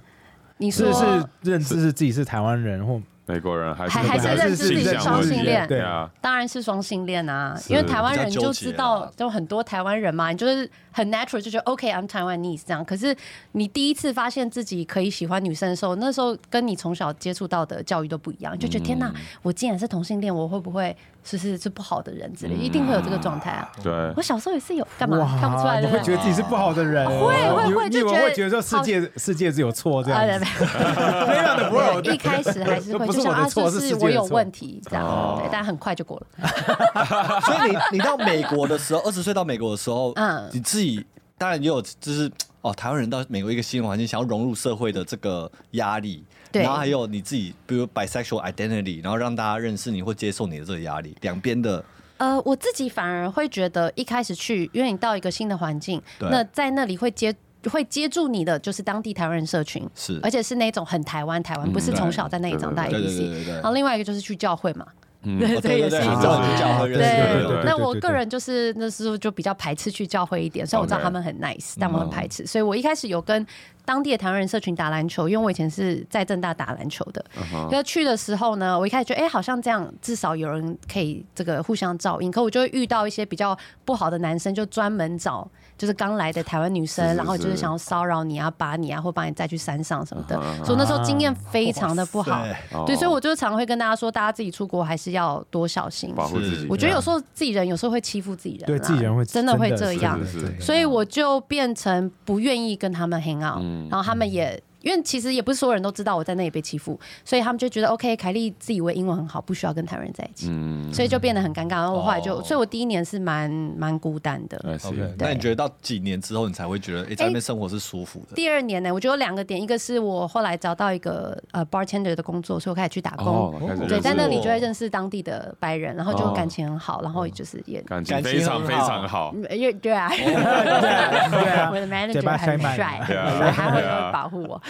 Speaker 4: 你说
Speaker 2: 是是认知是自己是台湾人或
Speaker 5: 美国人还是
Speaker 4: 还还
Speaker 2: 是认知自己
Speaker 5: 性
Speaker 2: 是
Speaker 5: 向
Speaker 2: 双
Speaker 5: 问题
Speaker 2: 性恋
Speaker 5: 对啊，
Speaker 4: 当然是双性恋啊，
Speaker 5: 是
Speaker 4: 因为台湾人
Speaker 3: 比较纠
Speaker 4: 就
Speaker 3: 结啊
Speaker 4: 知道，就很多台湾人嘛，你就是很 natural 就觉得哦 OK，I'm、Taiwanese 这样。可是你第一次发现自己可以喜欢女生的时候，那时候跟你从小接触到的教育都不一样，就觉得、天哪，
Speaker 2: 嗯
Speaker 4: 我既然是同性恋，我会不会就是是不好的人之类，一定会有这个状态啊。
Speaker 5: 对
Speaker 4: 我，小时候也是有，干嘛
Speaker 2: 哇，
Speaker 4: 看不出来
Speaker 2: 你
Speaker 4: 对
Speaker 2: 会
Speaker 4: 不
Speaker 2: 觉
Speaker 4: 对？
Speaker 2: 得自己是不好的人，
Speaker 4: 会
Speaker 2: 你
Speaker 4: 会
Speaker 2: 你以
Speaker 4: 就
Speaker 2: 为
Speaker 4: 觉得
Speaker 2: 会觉得说世界世界只有错这样
Speaker 4: 啊，对
Speaker 2: 子，
Speaker 4: 对
Speaker 2: 没有的 world，
Speaker 4: 对，一开始还是
Speaker 2: 这
Speaker 4: 会，
Speaker 2: 不是
Speaker 4: 就像
Speaker 2: 我的
Speaker 4: 啊，
Speaker 2: 错
Speaker 4: 就是
Speaker 2: 世
Speaker 4: 是
Speaker 2: 界的
Speaker 4: 我有
Speaker 2: 错
Speaker 4: 问题这样，
Speaker 5: 哦
Speaker 4: 对，但很快就过了。
Speaker 3: 所以你你到美国的时候，二十岁到美国的时候，
Speaker 4: 嗯
Speaker 3: 你自己当然也有就是哦，台湾人到美国一个新的环境，想要融入社会的这个压力。
Speaker 4: 对
Speaker 3: 然后还有你自己，比如 bisexual identity，然后让大家认识你或接受你的这个压力，两边的
Speaker 4: 呃，我自己反而会觉得一开始去，因为你到一个新的环境，
Speaker 3: 对
Speaker 4: 那在那里会接。会接住你的就是当地台湾人社群，
Speaker 3: 是
Speaker 4: 而且是那种很台湾台湾，不是从小在那里长大
Speaker 3: 对对
Speaker 4: ABC
Speaker 3: 对对对。
Speaker 4: 然后另外一个就是去教会嘛， 对，
Speaker 3: 哦
Speaker 4: 这也
Speaker 3: 对对 对，
Speaker 4: 是一
Speaker 3: 这
Speaker 4: 种。
Speaker 3: 种教会认识
Speaker 5: 对
Speaker 4: 对
Speaker 5: 对对，
Speaker 4: 那
Speaker 2: 啊对
Speaker 4: 我
Speaker 2: 对
Speaker 4: 个
Speaker 2: 对
Speaker 4: 人就是那时候就比较排斥去教会一点，虽然我知道
Speaker 5: OK
Speaker 4: 他们很 nice，但我很
Speaker 3: 嗯
Speaker 4: 排斥，所以我一开始有跟当地的台湾人社群打篮球，因为我以前是在正大打篮球的。
Speaker 5: 嗯啊
Speaker 4: 可是去的时候呢，我一开始觉得哎、好像这样至少有人可以这个互相照应，可我就会遇到一些比较不好的男生，就专门找就是刚来的台湾女生，
Speaker 5: 是是
Speaker 4: 然后就是
Speaker 5: 是
Speaker 4: 想要骚扰你啊、把你啊，或把你载去山上什么
Speaker 5: 啊
Speaker 4: 的。所以那时候经验非常的不好
Speaker 3: 哇塞。
Speaker 5: 哦
Speaker 4: 对，所以我就常会跟大家说，大家自己出国还是要多小心。
Speaker 5: 保护自己。啊
Speaker 4: 我觉得有时候自己人有时候会欺负自己人啦，啊
Speaker 2: 对自己啊人会
Speaker 4: 真的会这样
Speaker 5: 是，是是
Speaker 4: 所以我就变成不愿意跟他们 hang out，、然
Speaker 5: 嗯
Speaker 4: 后他们也。因为其实也不是所有人都知道我在那里被欺负，所以他们就觉得 OK，凯莉自以为英文很好，不需要跟台湾人在一
Speaker 5: 嗯
Speaker 4: 起，所以就变得很尴尬。然后我后来就，
Speaker 3: 哦
Speaker 4: 所以我第一年是蛮蛮孤单的。
Speaker 5: I see
Speaker 3: OK，那你觉得到几年之后，你才会觉得，哎，在那边生活是舒服的？
Speaker 4: 第二年呢，我觉得有两个点，一个是我后来找到一个呃 bartender 的工作，所以我开始去打工。
Speaker 5: 哦，开始认识哦
Speaker 4: 对，在那里就会
Speaker 3: 哦
Speaker 4: 认识当地的白人，然后就感情很好，然后就是也
Speaker 5: 感情非常非常好。
Speaker 4: 嗯因为对啊，
Speaker 2: 哦啊
Speaker 4: 我的
Speaker 2: 嘴
Speaker 4: manager
Speaker 2: 巴塞
Speaker 4: 很
Speaker 2: 满
Speaker 4: 帅，
Speaker 5: 对啊
Speaker 4: 所以还会
Speaker 5: 对啊
Speaker 4: 保护我。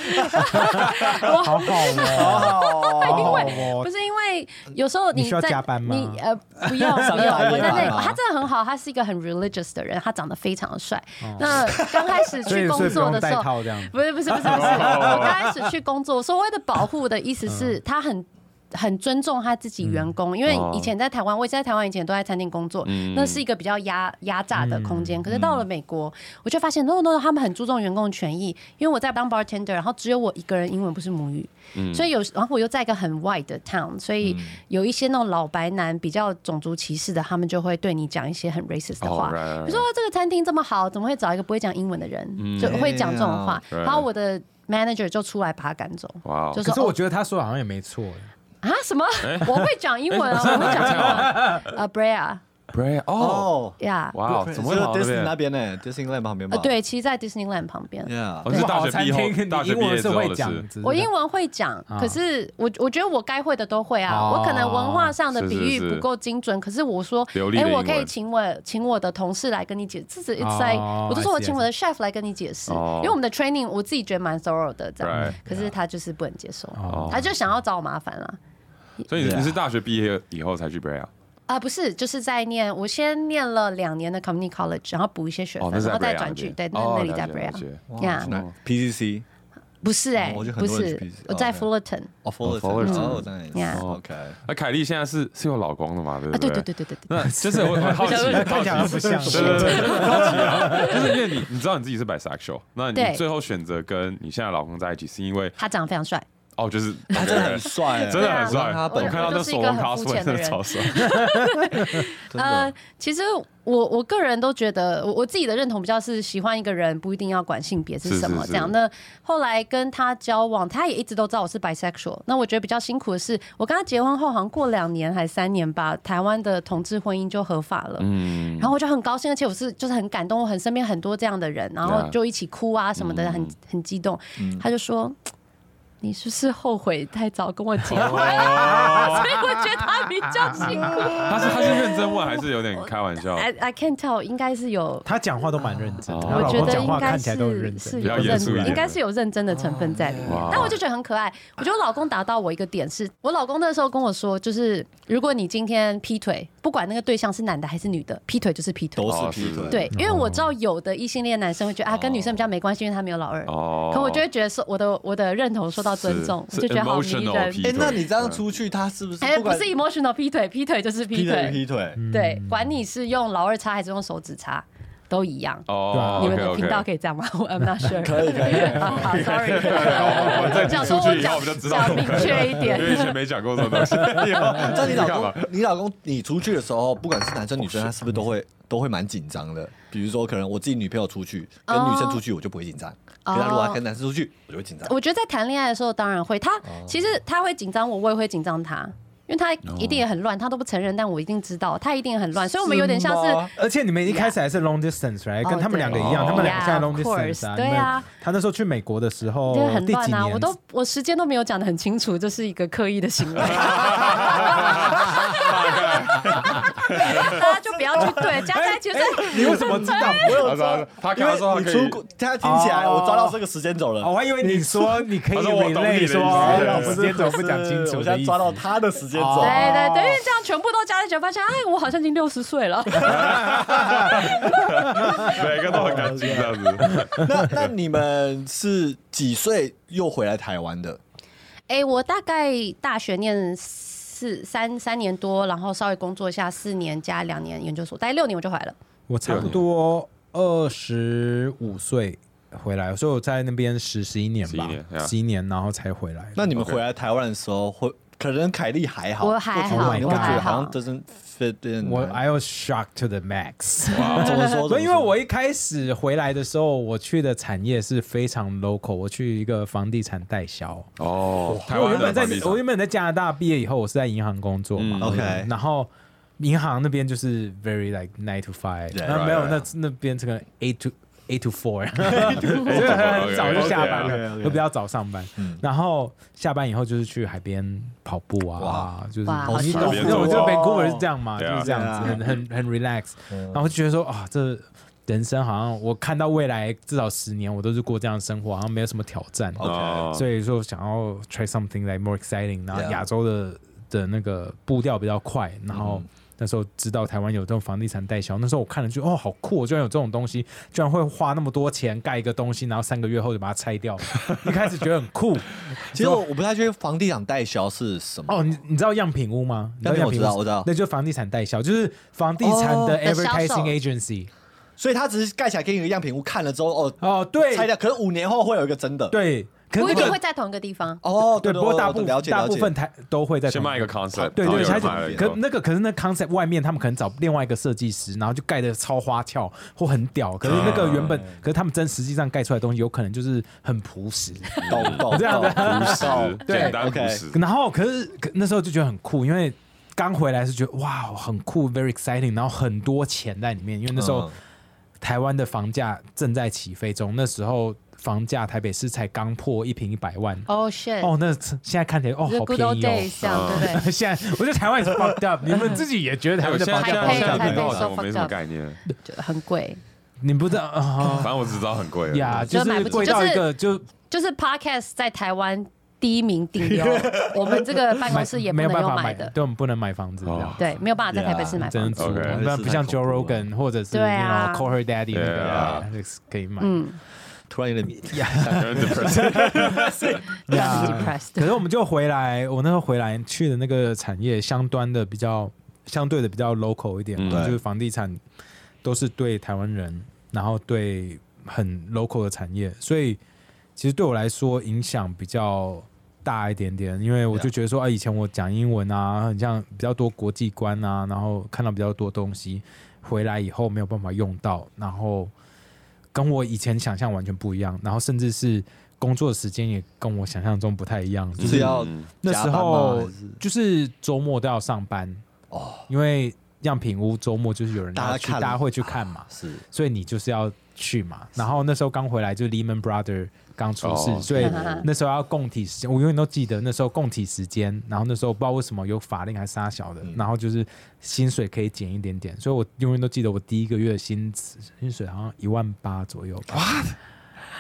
Speaker 2: 好好 哦，好好
Speaker 4: 不
Speaker 2: 哦，
Speaker 4: 是因为有时候
Speaker 2: 你需要
Speaker 4: 在
Speaker 2: 加班吗
Speaker 4: 你呃，不用
Speaker 3: 上
Speaker 4: 不用，
Speaker 3: 大夜
Speaker 4: 我在那
Speaker 3: 班
Speaker 4: 里
Speaker 3: 吗，
Speaker 4: 他真的很好，他是一个很 religious 的人，他长得非常的帅。那刚开始
Speaker 2: 所以
Speaker 4: 去
Speaker 2: 哦 所
Speaker 4: 工
Speaker 2: 以不
Speaker 4: 作
Speaker 2: 用
Speaker 4: 的
Speaker 2: 带
Speaker 4: 时候，
Speaker 2: 套这样。
Speaker 4: 不是不是不是不是，我刚开始去工作，所谓的保护的意思是他很。很尊重他自己员工，因为以前在台湾，我以前在台湾以前都在餐厅工作，那是一个比较压压榨的空间。可是到了美国，我就发现 no no，他们很注重员工的权益。因为我在当 bartender，然后只有我一个人英文不是母语，所以有然后我又在一个很 white 的 town，所以有一些那种老白男比较种族歧视的，他们就会对你讲一些很 racist 的话。
Speaker 5: 哦
Speaker 4: 比如说这个餐厅这么好，怎么会找一个不会讲英文的人，
Speaker 5: 嗯
Speaker 4: 就会讲这种话。
Speaker 5: Yeah, right.
Speaker 4: 然后我的 manager 就出来把他赶走，
Speaker 5: 哇哦哎
Speaker 4: 就
Speaker 2: 可
Speaker 4: 说
Speaker 2: 是我
Speaker 4: 哦
Speaker 2: 觉得他说的好像也没错，欸
Speaker 4: 啊什么，我会讲英文啊，我会讲 英文，呃 b r e a
Speaker 5: ，Bray，哦，
Speaker 3: 哦，
Speaker 4: 呀，yeah
Speaker 5: 哇哦，怎么会跑到那
Speaker 3: Disney 那
Speaker 5: 边？
Speaker 3: 边呢？Disneyland 旁边吧
Speaker 4: 呃？对，其实，在 Disneyland 旁边。
Speaker 3: ，Yeah，
Speaker 5: 哦，是大
Speaker 2: 不
Speaker 5: 学毕
Speaker 2: 好餐
Speaker 5: 业
Speaker 2: 厅
Speaker 5: 后，大
Speaker 2: 你
Speaker 5: 学
Speaker 2: 英
Speaker 5: 毕业
Speaker 2: 文
Speaker 5: 之
Speaker 2: 是
Speaker 5: 后
Speaker 2: 会
Speaker 5: 的事
Speaker 2: 讲，，只是
Speaker 4: 我英文会讲，可是我我觉得我该会的都会啊，
Speaker 2: 哦
Speaker 4: 我可能文化上的比喻
Speaker 5: 是是是
Speaker 4: 不够精准，可是我说
Speaker 5: 流，利的
Speaker 4: 哎，
Speaker 5: 英文
Speaker 4: 我可以请我请我的同事来跟你解，这是 it's
Speaker 2: 哦
Speaker 4: like，我就说
Speaker 2: I see,
Speaker 4: 我请我的 chef 来跟你解释，
Speaker 5: 哦
Speaker 4: 因为我们的 training 我自己觉得蛮 thorough 的这样
Speaker 5: Right，
Speaker 4: 可是他就是不能接受，他就想要找我麻烦啊了。
Speaker 5: 所以你你是大学毕业以后才去 Bray 啊？
Speaker 4: 啊、不是，就是在念，我先念了两年的 community college，然后补一些学分，
Speaker 5: 哦，那是
Speaker 4: 然
Speaker 5: 在 Bray
Speaker 4: 后再
Speaker 5: 啊
Speaker 4: 转去，对，那、
Speaker 5: 哦
Speaker 4: 那里在啊
Speaker 5: 了解
Speaker 4: Brea，
Speaker 5: 了解
Speaker 4: 呀、
Speaker 3: 哦那 PCC
Speaker 4: 不是哎、
Speaker 3: 哦我觉得很
Speaker 4: 不
Speaker 3: 多人
Speaker 4: 是
Speaker 3: 去 PCC，
Speaker 4: 我在
Speaker 3: 哦
Speaker 4: Fullerton，
Speaker 3: 哦
Speaker 5: ，Fullerton
Speaker 3: ，Fullerton，哦
Speaker 4: Yeah
Speaker 5: Oh
Speaker 3: ，nice，OK，
Speaker 5: 那凯莉现在是是有老公了嘛？对
Speaker 4: 啊，
Speaker 5: 不
Speaker 4: 对
Speaker 5: 对？
Speaker 4: 对对对对对，
Speaker 5: 那就是 我很好奇，
Speaker 2: 看起来好像不像
Speaker 5: 对对对，对 好奇啊，就是因为你你知道你自己是 bisexual，那你
Speaker 4: 对
Speaker 5: 最后选择跟你现在老公在一起，是因为
Speaker 4: 他长得非常帅，
Speaker 5: 哦，就是
Speaker 3: 他真的很帅，
Speaker 5: 真的很
Speaker 4: 对
Speaker 5: 帅，
Speaker 4: 啊
Speaker 5: 我
Speaker 4: 我
Speaker 5: 看到那
Speaker 4: 就是一
Speaker 5: 索
Speaker 4: 个
Speaker 5: 隆
Speaker 4: 很肤
Speaker 5: cosplay
Speaker 4: 浅的
Speaker 5: 真的
Speaker 4: 人
Speaker 5: 超 帅，
Speaker 3: 真
Speaker 4: 呃
Speaker 3: 的，，
Speaker 4: 其实我我个人都觉得，我我自己的认同比较是喜欢一个人不一定要管性别是什么
Speaker 5: 是是是
Speaker 4: 这样。那后来跟他交往，他也一直都知道我是 bisexual。那我觉得比较辛苦的是，我跟他结婚后好像过两年还三年吧，台湾的同志婚姻就合法了。
Speaker 5: 嗯，
Speaker 4: 然后我就很高兴，而且我是就是很感动，我很身边很多这样的人，然后
Speaker 5: Yeah
Speaker 4: 就一起哭啊什么的，很很激动。他就说：“你是不是后悔太早跟我结婚？” 所以我觉得他比较辛苦。
Speaker 5: 他是他是认真问还是有点开玩笑？
Speaker 4: I I can't tell，应该是有，
Speaker 2: 他讲话都蛮认真，
Speaker 5: 哦
Speaker 2: 的，
Speaker 5: 我
Speaker 2: 我
Speaker 4: 我
Speaker 2: 老
Speaker 4: 觉
Speaker 2: 公
Speaker 4: 得
Speaker 2: 讲
Speaker 4: 应
Speaker 2: 话
Speaker 4: 该
Speaker 2: 看起来都很认
Speaker 4: 是是
Speaker 2: 真，
Speaker 5: 比较
Speaker 4: 有
Speaker 5: 严肃一
Speaker 4: 认，
Speaker 5: 点
Speaker 4: 应该是有认真的成分在里面
Speaker 5: 哇。
Speaker 4: 但我就觉得很可爱。我觉得我老公达到我一个点是，我老公那时候跟我说，就是如果你今天劈腿，不管那个对象是男的还是女的，劈腿就是劈腿
Speaker 3: 都。
Speaker 5: 哦
Speaker 3: 是劈腿，
Speaker 4: 对，因为我知道
Speaker 5: 嗯
Speaker 4: 有的异性恋男生会觉得啊，跟女生比较没关系，因为他没有老二。
Speaker 5: 哦，
Speaker 4: 可我就会觉得说，我的我的认同受到尊重，
Speaker 5: 是
Speaker 4: 我就觉得好迷
Speaker 5: emotional
Speaker 4: 人
Speaker 5: 劈。腿
Speaker 3: 哎，那你这样出去，他是不是
Speaker 4: 哎，不
Speaker 3: 管
Speaker 4: 是 emotional 劈腿，劈腿就是劈
Speaker 3: 劈腿
Speaker 4: 腿。
Speaker 3: 劈腿？
Speaker 4: 对，
Speaker 5: 嗯
Speaker 4: 管你是用老二插还是用手指插，都一样。
Speaker 2: 啊
Speaker 5: 哦，
Speaker 4: 你们的
Speaker 5: OK，OK
Speaker 4: 频 道可以这样吗？ 我 I'm not sure。可
Speaker 3: 以可以
Speaker 4: 好好，sorry。
Speaker 5: 哦我再
Speaker 4: 讲
Speaker 5: 讲
Speaker 4: 说
Speaker 5: 出
Speaker 4: 我
Speaker 5: 去以后，我
Speaker 4: 讲
Speaker 5: 们就知道
Speaker 4: 讲明确一
Speaker 5: 因为以
Speaker 4: 点。
Speaker 5: 前没讲过这种东 西。
Speaker 2: 哦
Speaker 3: 那 你
Speaker 5: 干
Speaker 3: 老
Speaker 5: 嘛
Speaker 3: 公，你老公，你出去的时候，不管是男生女生，他是不是都会都会蛮紧张的？比如说，可能我自己女朋友出去，跟
Speaker 4: 哦
Speaker 3: 女生出去，我就不会紧张；
Speaker 4: 哦
Speaker 3: 跟他如果他跟男生出去，我就会紧张。
Speaker 4: 我觉得在谈恋爱的时候，当然会，他其实他会紧张我，我也会紧张他。因为他一定也很乱，他都不承认，但我一定知道，他一定也很乱，所以我们有点像
Speaker 3: 是
Speaker 4: 是
Speaker 3: 吗
Speaker 2: 而且你们一开始还是 long distance，right？
Speaker 4: 哦
Speaker 2: 跟他们两个一样，
Speaker 5: 对
Speaker 2: 他们两个现在
Speaker 4: Yeah,
Speaker 2: long
Speaker 4: of
Speaker 2: distance
Speaker 4: course，
Speaker 2: 啊。
Speaker 4: 对
Speaker 2: 你
Speaker 4: 啊
Speaker 2: 们他那时候去美国的时候
Speaker 4: 对，，很
Speaker 2: 第几
Speaker 4: 乱啊！
Speaker 2: 年？
Speaker 4: 我都我时间都没有讲 的很清楚，这是一个刻意的行为。大家就不要去对，加在一起就是
Speaker 2: 哎你为什么知道？
Speaker 3: 我有
Speaker 5: 他说
Speaker 3: 抓，
Speaker 5: 他
Speaker 3: 因
Speaker 5: 他说
Speaker 3: 为
Speaker 5: 他可
Speaker 3: 你出
Speaker 5: 以
Speaker 3: 国，他听起来
Speaker 2: 哦
Speaker 3: 我抓到这个时间走
Speaker 2: 哦
Speaker 3: 了。
Speaker 2: 我还以为你说你可以
Speaker 5: 他说我懂你的
Speaker 2: relay
Speaker 5: 意思
Speaker 2: 说
Speaker 5: 对
Speaker 2: 哦
Speaker 5: 对
Speaker 2: 时间怎么不讲清楚
Speaker 3: 我
Speaker 2: 的
Speaker 3: 现在
Speaker 2: 意思
Speaker 3: 抓。到他的时间
Speaker 2: 哦
Speaker 3: 走
Speaker 4: 对。对对，因为这样全部都加在一起，发现哎，我好像已经六十岁了。
Speaker 5: 每个都很干净这样子。
Speaker 3: 那那你们是几岁又回来台湾的？
Speaker 4: 哎、我大概大学念四三三年多，然后稍微工作一下四年加两年研究所，大概六年我就回来了。
Speaker 2: 我差不多二十五岁回来，所以我在那边十十一年吧
Speaker 5: 11年，yeah
Speaker 2: 十一年，然后才回来。
Speaker 3: 那你们
Speaker 5: OK
Speaker 3: 回来台湾的时候，会可能凯莉还好，
Speaker 4: 我还
Speaker 2: 好
Speaker 3: 你会
Speaker 2: 我
Speaker 3: 觉
Speaker 2: 还
Speaker 3: 得好
Speaker 4: 好
Speaker 3: 像 doesn't fit in。
Speaker 2: 我 I was shocked to the max。
Speaker 3: 哇，怎么说？
Speaker 2: 所以，因为
Speaker 3: 怎么说
Speaker 2: 我一开始回来的时候，我去的产业是非常 local，我去一个房地产代销。
Speaker 5: 哦，台
Speaker 2: 我
Speaker 5: 湾
Speaker 2: 原
Speaker 5: 的
Speaker 2: 本在
Speaker 5: 房地产
Speaker 2: 我原本在加拿大毕业以后，我是在银行工作嘛。
Speaker 5: 嗯
Speaker 3: OK
Speaker 2: 然后银行那边就是 very like nine to five，
Speaker 3: Yeah,
Speaker 2: 那没有
Speaker 5: right,
Speaker 2: 那
Speaker 5: right.
Speaker 2: 那边这个 eight to eight to four，就是 很早就下班
Speaker 3: Okay, okay,
Speaker 2: 了，
Speaker 3: okay.
Speaker 2: 都比较早上班。
Speaker 5: 嗯
Speaker 2: 然后下班以后就是去海边跑步啊，就是
Speaker 4: 哇好
Speaker 2: 你
Speaker 4: 爽
Speaker 2: 懂
Speaker 5: 海边
Speaker 2: 那我觉得
Speaker 3: 走
Speaker 2: Vancouver 是这样嘛，就
Speaker 5: 对啊
Speaker 2: 是这样子，
Speaker 3: 对啊
Speaker 2: 很很很 relax，然
Speaker 5: 嗯
Speaker 2: 后就觉得说啊这。人生好像我看到未来至少十年，我都是过这样的生活，好像没有什么挑战。
Speaker 5: 哦，
Speaker 2: 所以说想要 try something like more exciting，然后
Speaker 3: 啊 Yeah. 嗯
Speaker 2: 亚洲的的那个步调比较快，然后那时候知道台湾有这种房地产代销，那时候我看了就哦好酷哦，居然有这种东西，居然会花那么多钱盖一个东西，然后三个月后就把它拆掉， 一开始觉得很酷
Speaker 3: 其实我我不太确定房地产代销是什么。
Speaker 2: 哦。你你知道样品屋吗？你
Speaker 3: 样品屋我知道我知道
Speaker 2: 那就是房地产代销，就是房地产的
Speaker 3: 哦
Speaker 2: advertising
Speaker 4: 销售
Speaker 2: agency。
Speaker 3: 所以他只是盖起来给你一个样品屋，看了之后哦
Speaker 2: 哦，对
Speaker 3: 拆掉。可是五年后会有一个真的。
Speaker 2: 对，可是
Speaker 4: 不
Speaker 2: 那
Speaker 4: 一定
Speaker 2: 个
Speaker 4: 会在同一个地方。
Speaker 3: 哦，
Speaker 2: 对，
Speaker 3: 对，
Speaker 2: 不过
Speaker 3: 对
Speaker 2: 大
Speaker 3: 对
Speaker 2: 部
Speaker 3: 了解
Speaker 2: 大
Speaker 3: 了
Speaker 2: 部
Speaker 3: 解。
Speaker 2: 分台都会在
Speaker 5: 先
Speaker 2: 同
Speaker 5: 卖一个 concept，
Speaker 2: 对
Speaker 5: 然后
Speaker 2: 对，
Speaker 5: 有
Speaker 2: 他
Speaker 5: 人
Speaker 2: 就
Speaker 5: 买了以后
Speaker 2: 可那个可是那 concept 外面他们可能找另外一个设计师，然后就盖的超花俏或很屌，可是那
Speaker 5: 啊
Speaker 2: 个原本、可是他们真实际上盖出来的东西有可能就是很朴实。
Speaker 3: 懂懂懂
Speaker 2: 这样的
Speaker 5: 朴实，
Speaker 2: 对
Speaker 5: 简单
Speaker 3: 哦 OK
Speaker 5: 朴实。
Speaker 2: 然后可是可那时候就觉得很酷，因为刚回来是觉得哇很酷，very exciting，然后很多钱在里面，因为那时候
Speaker 3: 嗯
Speaker 2: 台湾的房价正在起飞中，那时候房价台北市才刚破一平一百万。
Speaker 4: 哦、shit！
Speaker 2: 哦，那现在看起来哦，
Speaker 4: 就是
Speaker 2: 好
Speaker 4: good
Speaker 2: 便
Speaker 4: old
Speaker 2: 宜哦
Speaker 4: days，。这样对不 对？
Speaker 2: 现在我觉得台湾也是 fucked up，你们自己也觉得台
Speaker 5: 哎我
Speaker 2: 湾
Speaker 5: 现
Speaker 2: 的
Speaker 5: 在
Speaker 2: 房
Speaker 5: 现
Speaker 2: 价 fucked
Speaker 5: 在现
Speaker 2: up
Speaker 5: 在
Speaker 4: 台
Speaker 5: 听
Speaker 4: 北
Speaker 5: 到好
Speaker 4: so
Speaker 5: 像我没什
Speaker 4: fucked
Speaker 5: 么
Speaker 4: up
Speaker 5: 概念，
Speaker 4: 就很贵，
Speaker 2: 你不知道啊
Speaker 5: 反正我只知道很贵而已。
Speaker 2: 呀，
Speaker 4: 就是买不起
Speaker 2: 贵到一个就
Speaker 4: 就是 podcast 在台湾第一名顶流，我们这个办公室也不
Speaker 2: 没有
Speaker 4: 能
Speaker 2: 办
Speaker 4: 用
Speaker 2: 法
Speaker 4: 买
Speaker 2: 买
Speaker 4: 的，
Speaker 2: 对我们不能买房子这样
Speaker 5: 哦。
Speaker 4: 对，没有办法在台北市买
Speaker 2: 真
Speaker 4: 房
Speaker 2: 的
Speaker 4: 子。
Speaker 2: 租，
Speaker 5: OK
Speaker 2: 那不像
Speaker 3: 这是太
Speaker 2: Joe
Speaker 3: 恐怖了
Speaker 2: Rogan 或者是
Speaker 4: 对啊
Speaker 2: you know, Call Her Daddy 那个
Speaker 5: Yeah
Speaker 2: 啊那个是可以买。
Speaker 4: 嗯
Speaker 3: 突然有点
Speaker 5: 有点 depressed
Speaker 4: ，I'm
Speaker 2: Yeah
Speaker 4: 啊 depressed。
Speaker 2: 可是我们就回来，我那时候回来去的那个产业相端的比较相对的比较 local 一点嘛，
Speaker 3: 嗯
Speaker 2: 就是房地产都是对台湾人，然后对很 local 的产业，所以其实对我来说影响比较大一点点，因为我就觉得说啊，以前我讲英文啊，很像比较多国际观啊，然后看到比较多东西，回来以后没有办法用到，然后跟我以前想象完全不一样，然后甚至是工作时间也跟我想象中不太一样，就是
Speaker 3: 是要
Speaker 5: 嗯
Speaker 2: 那时候
Speaker 3: 加班吗还是
Speaker 2: 就是周末都要上班哦，因为样品屋周末就是有人
Speaker 3: 大家
Speaker 2: 要去，
Speaker 3: 看
Speaker 2: 大家会去看嘛，
Speaker 3: 是
Speaker 2: 所以你就是要去嘛。然后那时候刚回来，就 Lehman Brother 刚出事，
Speaker 5: 哦
Speaker 2: 所 以那时候要供体时间，我永远都记得那时候供体时间。然后那时候不知道为什么有法令还是啥小的，然后就是薪水可以减一点点，所以我永远都记得我第一个月薪资薪水好像一万八左右吧。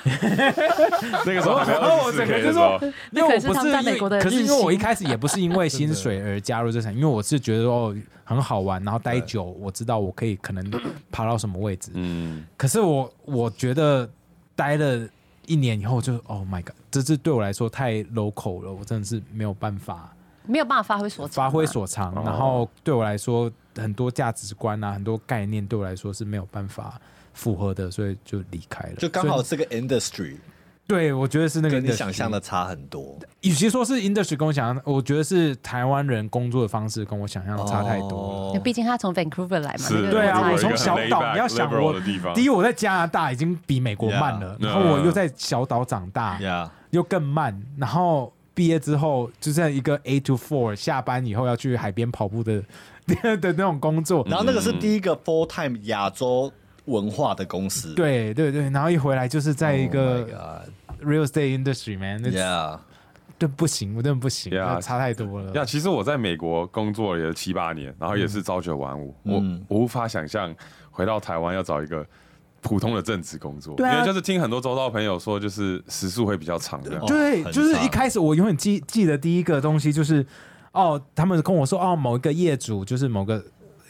Speaker 5: 那个时候还没有
Speaker 2: 然后我
Speaker 5: 24
Speaker 2: 整个
Speaker 5: K
Speaker 2: 哦就
Speaker 5: 的时
Speaker 2: 说
Speaker 5: 候，，
Speaker 2: 因为我
Speaker 4: 那可是
Speaker 2: 不
Speaker 4: 他
Speaker 2: 是
Speaker 4: 们在
Speaker 2: 因为
Speaker 4: 美国的
Speaker 2: 可是因为
Speaker 4: 日薪
Speaker 2: 我一开始也不是因为薪水而加入这场，因为我是觉得哦很好玩，然后待久，我知道我可以可能爬到什么位置。
Speaker 5: 嗯，
Speaker 2: 可是我我觉得待了一年以后就，Oh my God，这是对我来说太 local 了，我真的是没有办法
Speaker 4: 没有办法发挥所长啊，
Speaker 2: 发挥所长。然后对我来说，很多价值观啊，很多概念对我来说是没有办法符合的，所以就离开了。
Speaker 3: 就刚好
Speaker 2: 所以
Speaker 3: 这个 industry
Speaker 2: 对我觉得是那个
Speaker 3: 跟你想象
Speaker 2: 的。
Speaker 3: 的差很多。
Speaker 2: 与其说是 industry 跟我想象，我觉得是台湾人工作的方式跟我想象的差太多了。
Speaker 3: 哦
Speaker 4: 毕竟他从 Vancouver 来嘛，
Speaker 5: 是
Speaker 4: 那个
Speaker 2: 对啊，
Speaker 4: 差异
Speaker 2: 我
Speaker 5: 有一个
Speaker 2: 从小
Speaker 5: 很 laid
Speaker 2: 岛，
Speaker 5: back
Speaker 2: 你要想
Speaker 5: liberal
Speaker 2: 我
Speaker 5: 的地，方
Speaker 2: 第一我在加拿大已经比美国慢了
Speaker 5: Yeah 嗯
Speaker 2: 然后我又在小岛长大
Speaker 3: Yeah
Speaker 2: 又更慢，然后毕业之后就在一个 eight to four 下班以后要去海边跑步的 的那种工作，
Speaker 3: 然后那个是第一个 full time 亚洲文化的公司。
Speaker 2: 对对对，然后一回来就是在一
Speaker 3: Oh my
Speaker 2: 个 real estate industry man，那
Speaker 3: God，Yeah，
Speaker 2: 对不行，我真的不行
Speaker 5: Yeah
Speaker 2: 差太多了。
Speaker 5: 呀，其实我在美国工作了也七八年，然后也是朝九晚五，
Speaker 3: 嗯
Speaker 5: 我我无法想象回到台湾要找一个普通的正职工作，
Speaker 2: 对啊
Speaker 5: 因为就是听很多周遭朋友说，就是时速会比较长这样。
Speaker 2: 对，
Speaker 3: 哦很
Speaker 2: 就是
Speaker 3: 长
Speaker 2: 一开始我永远记记得第一个东西就是，哦，他们跟我说，哦，某一个业主就是某个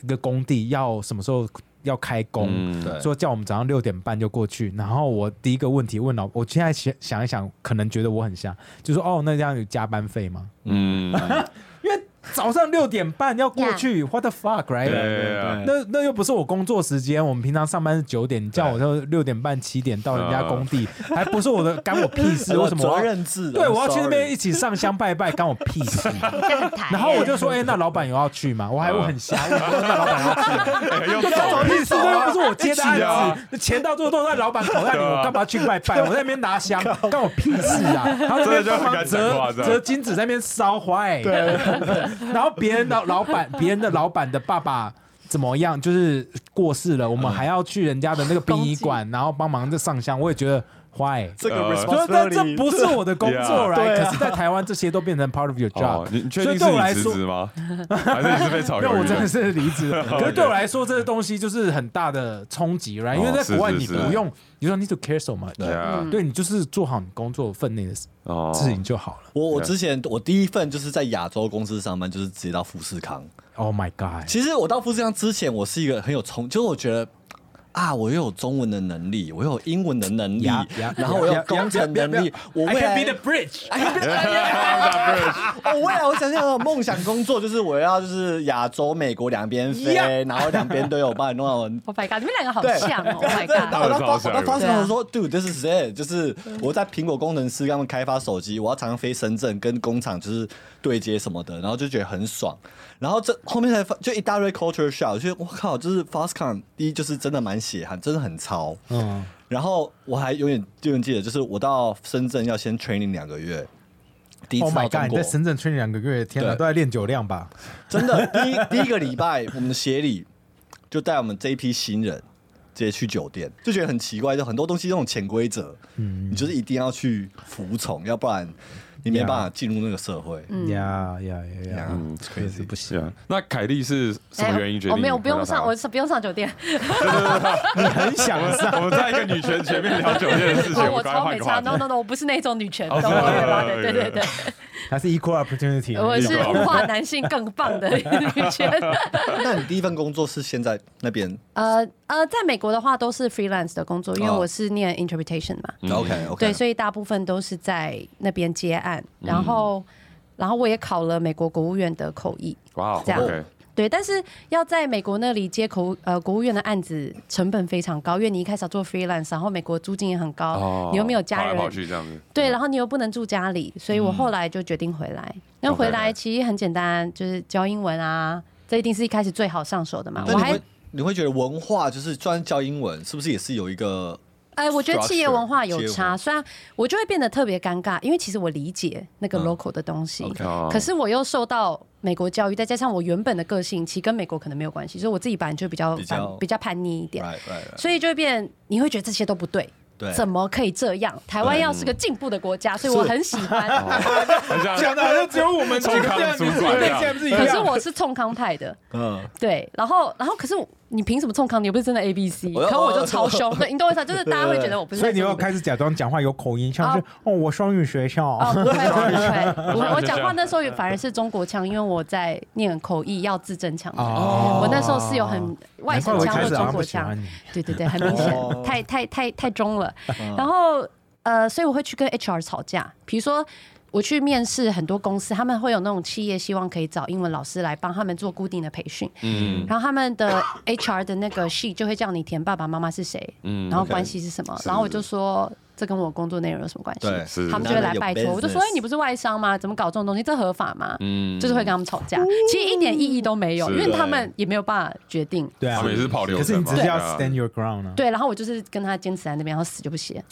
Speaker 2: 一个工地要什么时候要开工，
Speaker 5: 嗯
Speaker 3: 对
Speaker 2: 说叫我们早上六点半就过去。然后我第一个问题问老，我现在想想一想，可能觉得我很像，就说哦，那这样有加班费吗？
Speaker 5: 嗯，
Speaker 2: 因为早上六点半要过去，what the fuck，right？
Speaker 5: 对啊
Speaker 3: 对
Speaker 2: 那那又不是我工作时间，我们平常上班是九点，你叫我就六点半七点到人家工地，还不是我的，干我屁 事？为什么我
Speaker 3: 啊哎责
Speaker 2: 要
Speaker 3: 任制？
Speaker 2: 对，
Speaker 3: I'm
Speaker 2: 我要去那
Speaker 3: sorry
Speaker 2: 边一起上香拜拜，干我屁 事。然后我就说，哎、那老板有要去吗？我还我很 瞎，我说那老板要去吗？
Speaker 5: 哎又
Speaker 2: 干
Speaker 5: 走
Speaker 2: 我
Speaker 5: 了
Speaker 2: 屁事，这又不是我接的
Speaker 5: 一起
Speaker 2: 案
Speaker 5: 啊
Speaker 2: 子，那钱到最后都在老板口袋里，
Speaker 5: 对啊
Speaker 2: 我干嘛去拜拜？我在那边拿香， 干我屁事啊！然后在那边
Speaker 5: 真的就
Speaker 2: 帮
Speaker 5: 很
Speaker 2: 忙
Speaker 5: 敢讲话
Speaker 2: 折
Speaker 5: 这样
Speaker 2: 折金纸，在那边烧哎坏。 对，然后别人的老板，别人的老板的爸爸。怎么样？就是过世了，我们还要去人家的那个殡仪 馆，然后帮忙这上香。我也觉得哎坏，
Speaker 3: 这个
Speaker 5: 呃
Speaker 3: responsibility，
Speaker 2: 就是但这不是我的工作
Speaker 5: Yeah
Speaker 2: ，right？
Speaker 3: 对啊
Speaker 2: 可是，在台湾这些都变成 part of your
Speaker 5: 哦
Speaker 2: job，，
Speaker 5: 你你确
Speaker 2: 所
Speaker 5: 定
Speaker 2: 以
Speaker 5: 是
Speaker 2: 对我
Speaker 5: 你
Speaker 2: 来
Speaker 5: 辞
Speaker 2: 说，
Speaker 5: 职吗？ 哦还是你是被 炒
Speaker 2: 没有，
Speaker 5: 鱿
Speaker 2: 我
Speaker 5: 鱼
Speaker 2: 真的
Speaker 5: 的？
Speaker 2: 是离 职。可是对我来说，这个东西就是很大的冲击，right？因为
Speaker 5: 哦
Speaker 2: 在国外
Speaker 5: 是
Speaker 2: 你
Speaker 5: 是
Speaker 2: 不用，你说 need to care so much，
Speaker 3: 嗯
Speaker 5: Yeah，
Speaker 2: 对你就是做好你工作分内的事
Speaker 5: 哦
Speaker 2: 事情就好了。
Speaker 3: 我我
Speaker 5: 对
Speaker 3: 之前我第一份就是在亚洲公司上班，就是直接到富士康。
Speaker 2: Oh my god！
Speaker 3: 其实我到富士康之前，我是一个很有冲，就是我觉得。啊！我又有中文的能力，我又有英文的能力
Speaker 2: Yeah, yeah,
Speaker 3: 然后我
Speaker 2: yeah,
Speaker 3: 有
Speaker 2: yeah,
Speaker 3: 工程能力
Speaker 2: yeah,，
Speaker 3: 我未来哎
Speaker 2: I can be the bridge。
Speaker 3: I can be the- Yeah, yeah, yeah. 我未来我想象的梦想工作就是我要就是亚洲、美国两边飞
Speaker 2: Yeah
Speaker 3: 然后两边都有帮你弄好。
Speaker 4: Oh my god，你们两个好
Speaker 3: 对
Speaker 4: 像哦！Oh my
Speaker 3: 对，然后
Speaker 4: god，
Speaker 3: 我
Speaker 5: 超
Speaker 3: 到发
Speaker 5: 吓
Speaker 3: 我
Speaker 5: 人
Speaker 3: 到发现我说，Dude, this is it，就是我在苹果工程师他们开发手机，我要常常飞深圳跟工厂就是对接什么的，然后就觉得很爽。然后这后面才发就一大堆 culture shock，就是我靠，就是 Fastcon 第一就是真的蛮血汗，真的很超。
Speaker 2: 嗯，
Speaker 3: 然后我还永远永远记得，就是我到深圳要先 training 两个月，第一
Speaker 2: Oh
Speaker 3: 次
Speaker 2: my
Speaker 3: 到
Speaker 2: god！
Speaker 3: 中
Speaker 2: 你
Speaker 3: 国
Speaker 2: 在，深圳吹两个月，天哪，
Speaker 3: 对
Speaker 2: 都在练酒量吧？
Speaker 3: 真的第一第一个礼拜，我们的协理就带我们这一批新人直接去酒店，就觉得很奇怪，就很多东西那种潜规则，
Speaker 4: 嗯
Speaker 3: 你就是一定要去服从，要不然你没办法进入那个社会。
Speaker 2: 呀呀呀呀！
Speaker 3: 嗯
Speaker 2: 这个是 不
Speaker 5: 是
Speaker 2: 行。
Speaker 5: 啊，那凯莉是什么原因决定？
Speaker 4: 哎哦我没有，不用上，我是不用上酒店，
Speaker 2: 你很想上，
Speaker 5: 我们在一个女权前面聊酒店的事情，
Speaker 4: 我
Speaker 5: 刚才
Speaker 4: 超
Speaker 5: 换
Speaker 4: 没
Speaker 5: 一个
Speaker 4: 差
Speaker 5: 话
Speaker 4: ，no
Speaker 5: 题。
Speaker 4: no no，我不是那种女权，
Speaker 5: 哦
Speaker 4: 懂我
Speaker 5: 是
Speaker 4: 对吧？
Speaker 5: 对
Speaker 4: 对
Speaker 5: 对
Speaker 4: 对对，
Speaker 2: 还是 equal opportunity？
Speaker 4: 我是物化男性更棒的 女权。
Speaker 3: 那你第一份工作是现在那边
Speaker 4: 呃呃，在美国的话都是 freelance 的工作，因为
Speaker 3: 哦
Speaker 4: 我是念 interpretation 嘛，
Speaker 3: ？OK OK，
Speaker 4: 嗯对，所以大部分都是在那边接案，然后、
Speaker 5: 嗯
Speaker 4: 然后我也考了美国国务院的口译，
Speaker 5: 哇
Speaker 4: 这样
Speaker 5: 哦，OK，
Speaker 4: 对，但是要在美国那里接口呃国务院的案子，成本非常高，因为你一开始要做 freelance，然后美国租金也很高，
Speaker 5: 哦
Speaker 4: 你又没有家
Speaker 5: 跑来
Speaker 4: 人，
Speaker 5: 跑去这样子，
Speaker 3: 嗯
Speaker 4: 对，然后你又不能住家里，所以我后来就决定回来。那
Speaker 5: OK
Speaker 4: 回来其实很简单，就是教英文啊，这一定是一开始最好上手的嘛。
Speaker 3: 那
Speaker 4: 我
Speaker 3: 你
Speaker 4: 还
Speaker 3: 会你会觉得文化就是专教英文，是不是也是有一个
Speaker 4: 哎，我觉得企业
Speaker 3: structure，
Speaker 4: 文化有
Speaker 3: 企业文
Speaker 4: 差，
Speaker 3: 化
Speaker 4: 虽然我就会变得特别尴尬，因为其实我理解那个
Speaker 3: 嗯
Speaker 4: local 的东西，
Speaker 3: OK
Speaker 5: 哦
Speaker 4: 可是我又受到美国教育，再加上我原本的个性，其实跟美国可能没有关系，所以我自己本来就比较
Speaker 3: 比
Speaker 4: 反
Speaker 3: 较
Speaker 4: 比较叛逆一点，
Speaker 3: right right right？
Speaker 4: 所以就会变，你会觉得这些都不对。
Speaker 3: 对
Speaker 4: 怎么可以这样？台湾要是个进步的国家，所以我很喜 欢。
Speaker 3: 哦
Speaker 5: 很像
Speaker 2: 讲的好像只有我们
Speaker 5: 冲康主管
Speaker 2: 对，
Speaker 5: 一样
Speaker 2: 现在不是一样？
Speaker 4: 可是我是冲康派的，
Speaker 3: 嗯，
Speaker 4: 对。然后，然后可是我你凭什么冲康？你又不是真的 A B C，
Speaker 3: 我要
Speaker 4: 可我就超凶。对，你懂我意思啊？就是大家会觉得我不是
Speaker 2: 所
Speaker 4: 在
Speaker 2: 以你
Speaker 4: 做
Speaker 2: 要
Speaker 4: 美国。
Speaker 2: 开始假装讲话有口音，像是
Speaker 4: 啊
Speaker 2: 哦，我双语学校。
Speaker 4: 哦，不会不会不 会，
Speaker 5: 这样
Speaker 4: 我我讲话那时候也反而是中国腔，因为我在念口译要字正腔圆。
Speaker 2: 哦
Speaker 4: 我那时候是有很外省腔或中国腔，
Speaker 2: 啊
Speaker 4: 对对对，很明显，
Speaker 2: 哦
Speaker 4: 太太太太中了。
Speaker 2: 嗯
Speaker 4: 然后呃，所以我会去跟 HR 吵架，比如说。我去面试很多公司，他们会有那种企业希望可以找英文老师来帮他们做固定的培训，
Speaker 5: 嗯
Speaker 4: 然后他们的 HR 的那个 sheet 就会叫你填爸爸妈妈是谁，
Speaker 5: 嗯
Speaker 4: 然后
Speaker 3: OK
Speaker 4: 关系是什么，
Speaker 5: 是
Speaker 4: 然后我就说这跟我工作内容有什么关系？
Speaker 3: 对
Speaker 5: 是
Speaker 4: 他们就会来
Speaker 3: 那有
Speaker 4: 拜托，我就说
Speaker 3: business
Speaker 4: 哎，你不是外商吗？怎么搞这种东西？这合法吗？
Speaker 5: 嗯
Speaker 4: 就是会跟他们吵架，其实一点意义都没有，
Speaker 5: 是
Speaker 4: 因为他们也没有办法决定。
Speaker 2: 对啊，
Speaker 5: 他们也是跑流
Speaker 2: 可是
Speaker 5: 程
Speaker 2: 你
Speaker 5: 嘛，
Speaker 2: 只是要
Speaker 5: 对啊
Speaker 2: stand your ground 啊。
Speaker 4: 对，然后我就是跟他坚持在那边，然后死就不写。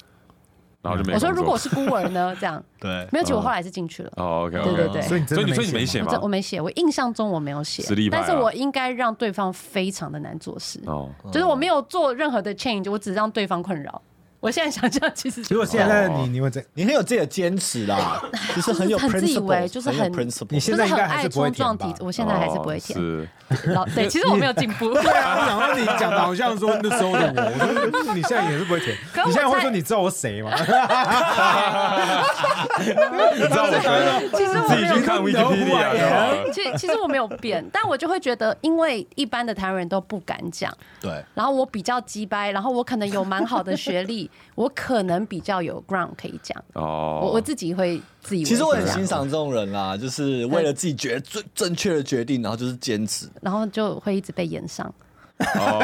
Speaker 5: 然后就没工
Speaker 4: 我
Speaker 5: 作。
Speaker 4: 说如果是孤儿呢？这 样
Speaker 3: 对，
Speaker 4: 没有，结果我后来还是进去了。
Speaker 5: 哦，OK，
Speaker 4: 对对对
Speaker 2: 所以你真的
Speaker 5: 所以你所以你
Speaker 2: 没
Speaker 5: 没
Speaker 2: 写
Speaker 5: 写
Speaker 4: 我这我
Speaker 5: 吗？
Speaker 4: 没写，我印象中我没有写
Speaker 5: 实力，派
Speaker 4: 但
Speaker 5: 啊
Speaker 4: 是我应该让对方非常的难做事，
Speaker 5: 哦，
Speaker 4: 就是我没有做任何的 change，我只让对方困扰。我现在想象其实
Speaker 2: 如果现在的你，
Speaker 5: 哦
Speaker 2: 你会怎？
Speaker 3: 你很有自己的坚持啦，就是很有
Speaker 4: 就是很自以
Speaker 3: principle，
Speaker 4: 为就是
Speaker 3: 有
Speaker 4: 很
Speaker 3: principle。
Speaker 2: 你现在应
Speaker 4: 很
Speaker 2: 该还
Speaker 4: 爱
Speaker 2: 是不会
Speaker 4: 冲
Speaker 2: 填
Speaker 4: 撞
Speaker 2: 吧
Speaker 4: 体质，？我现在还是不会
Speaker 5: 哦
Speaker 4: 填。
Speaker 5: 是
Speaker 4: 老对，其实我没有进步。
Speaker 2: 对啊，我想到你讲的好像说那时候的我，我 说你现在也是不会填
Speaker 4: 可，我
Speaker 2: 你现在会
Speaker 4: 才
Speaker 2: 说你知道我谁 吗？
Speaker 5: 你知道 我觉得
Speaker 4: 其实我
Speaker 5: 自己
Speaker 4: 没有
Speaker 5: 去看 Wikipedia 就好了。
Speaker 4: 其实其实我没有变，但我就会觉得，因为一般的台湾人都不敢讲，
Speaker 3: 对，
Speaker 4: 然后我比较鸡掰，然后我可能有蛮好的学历， 我可能比较有 ground 可以讲，
Speaker 5: 哦，
Speaker 4: 我我自己会自以为
Speaker 3: 其实我很
Speaker 4: 是这样
Speaker 3: 欣赏这种人啦，就是为了自己决最正确的决定，然后就是坚持。
Speaker 4: 然后就会一直被延上。
Speaker 5: 哦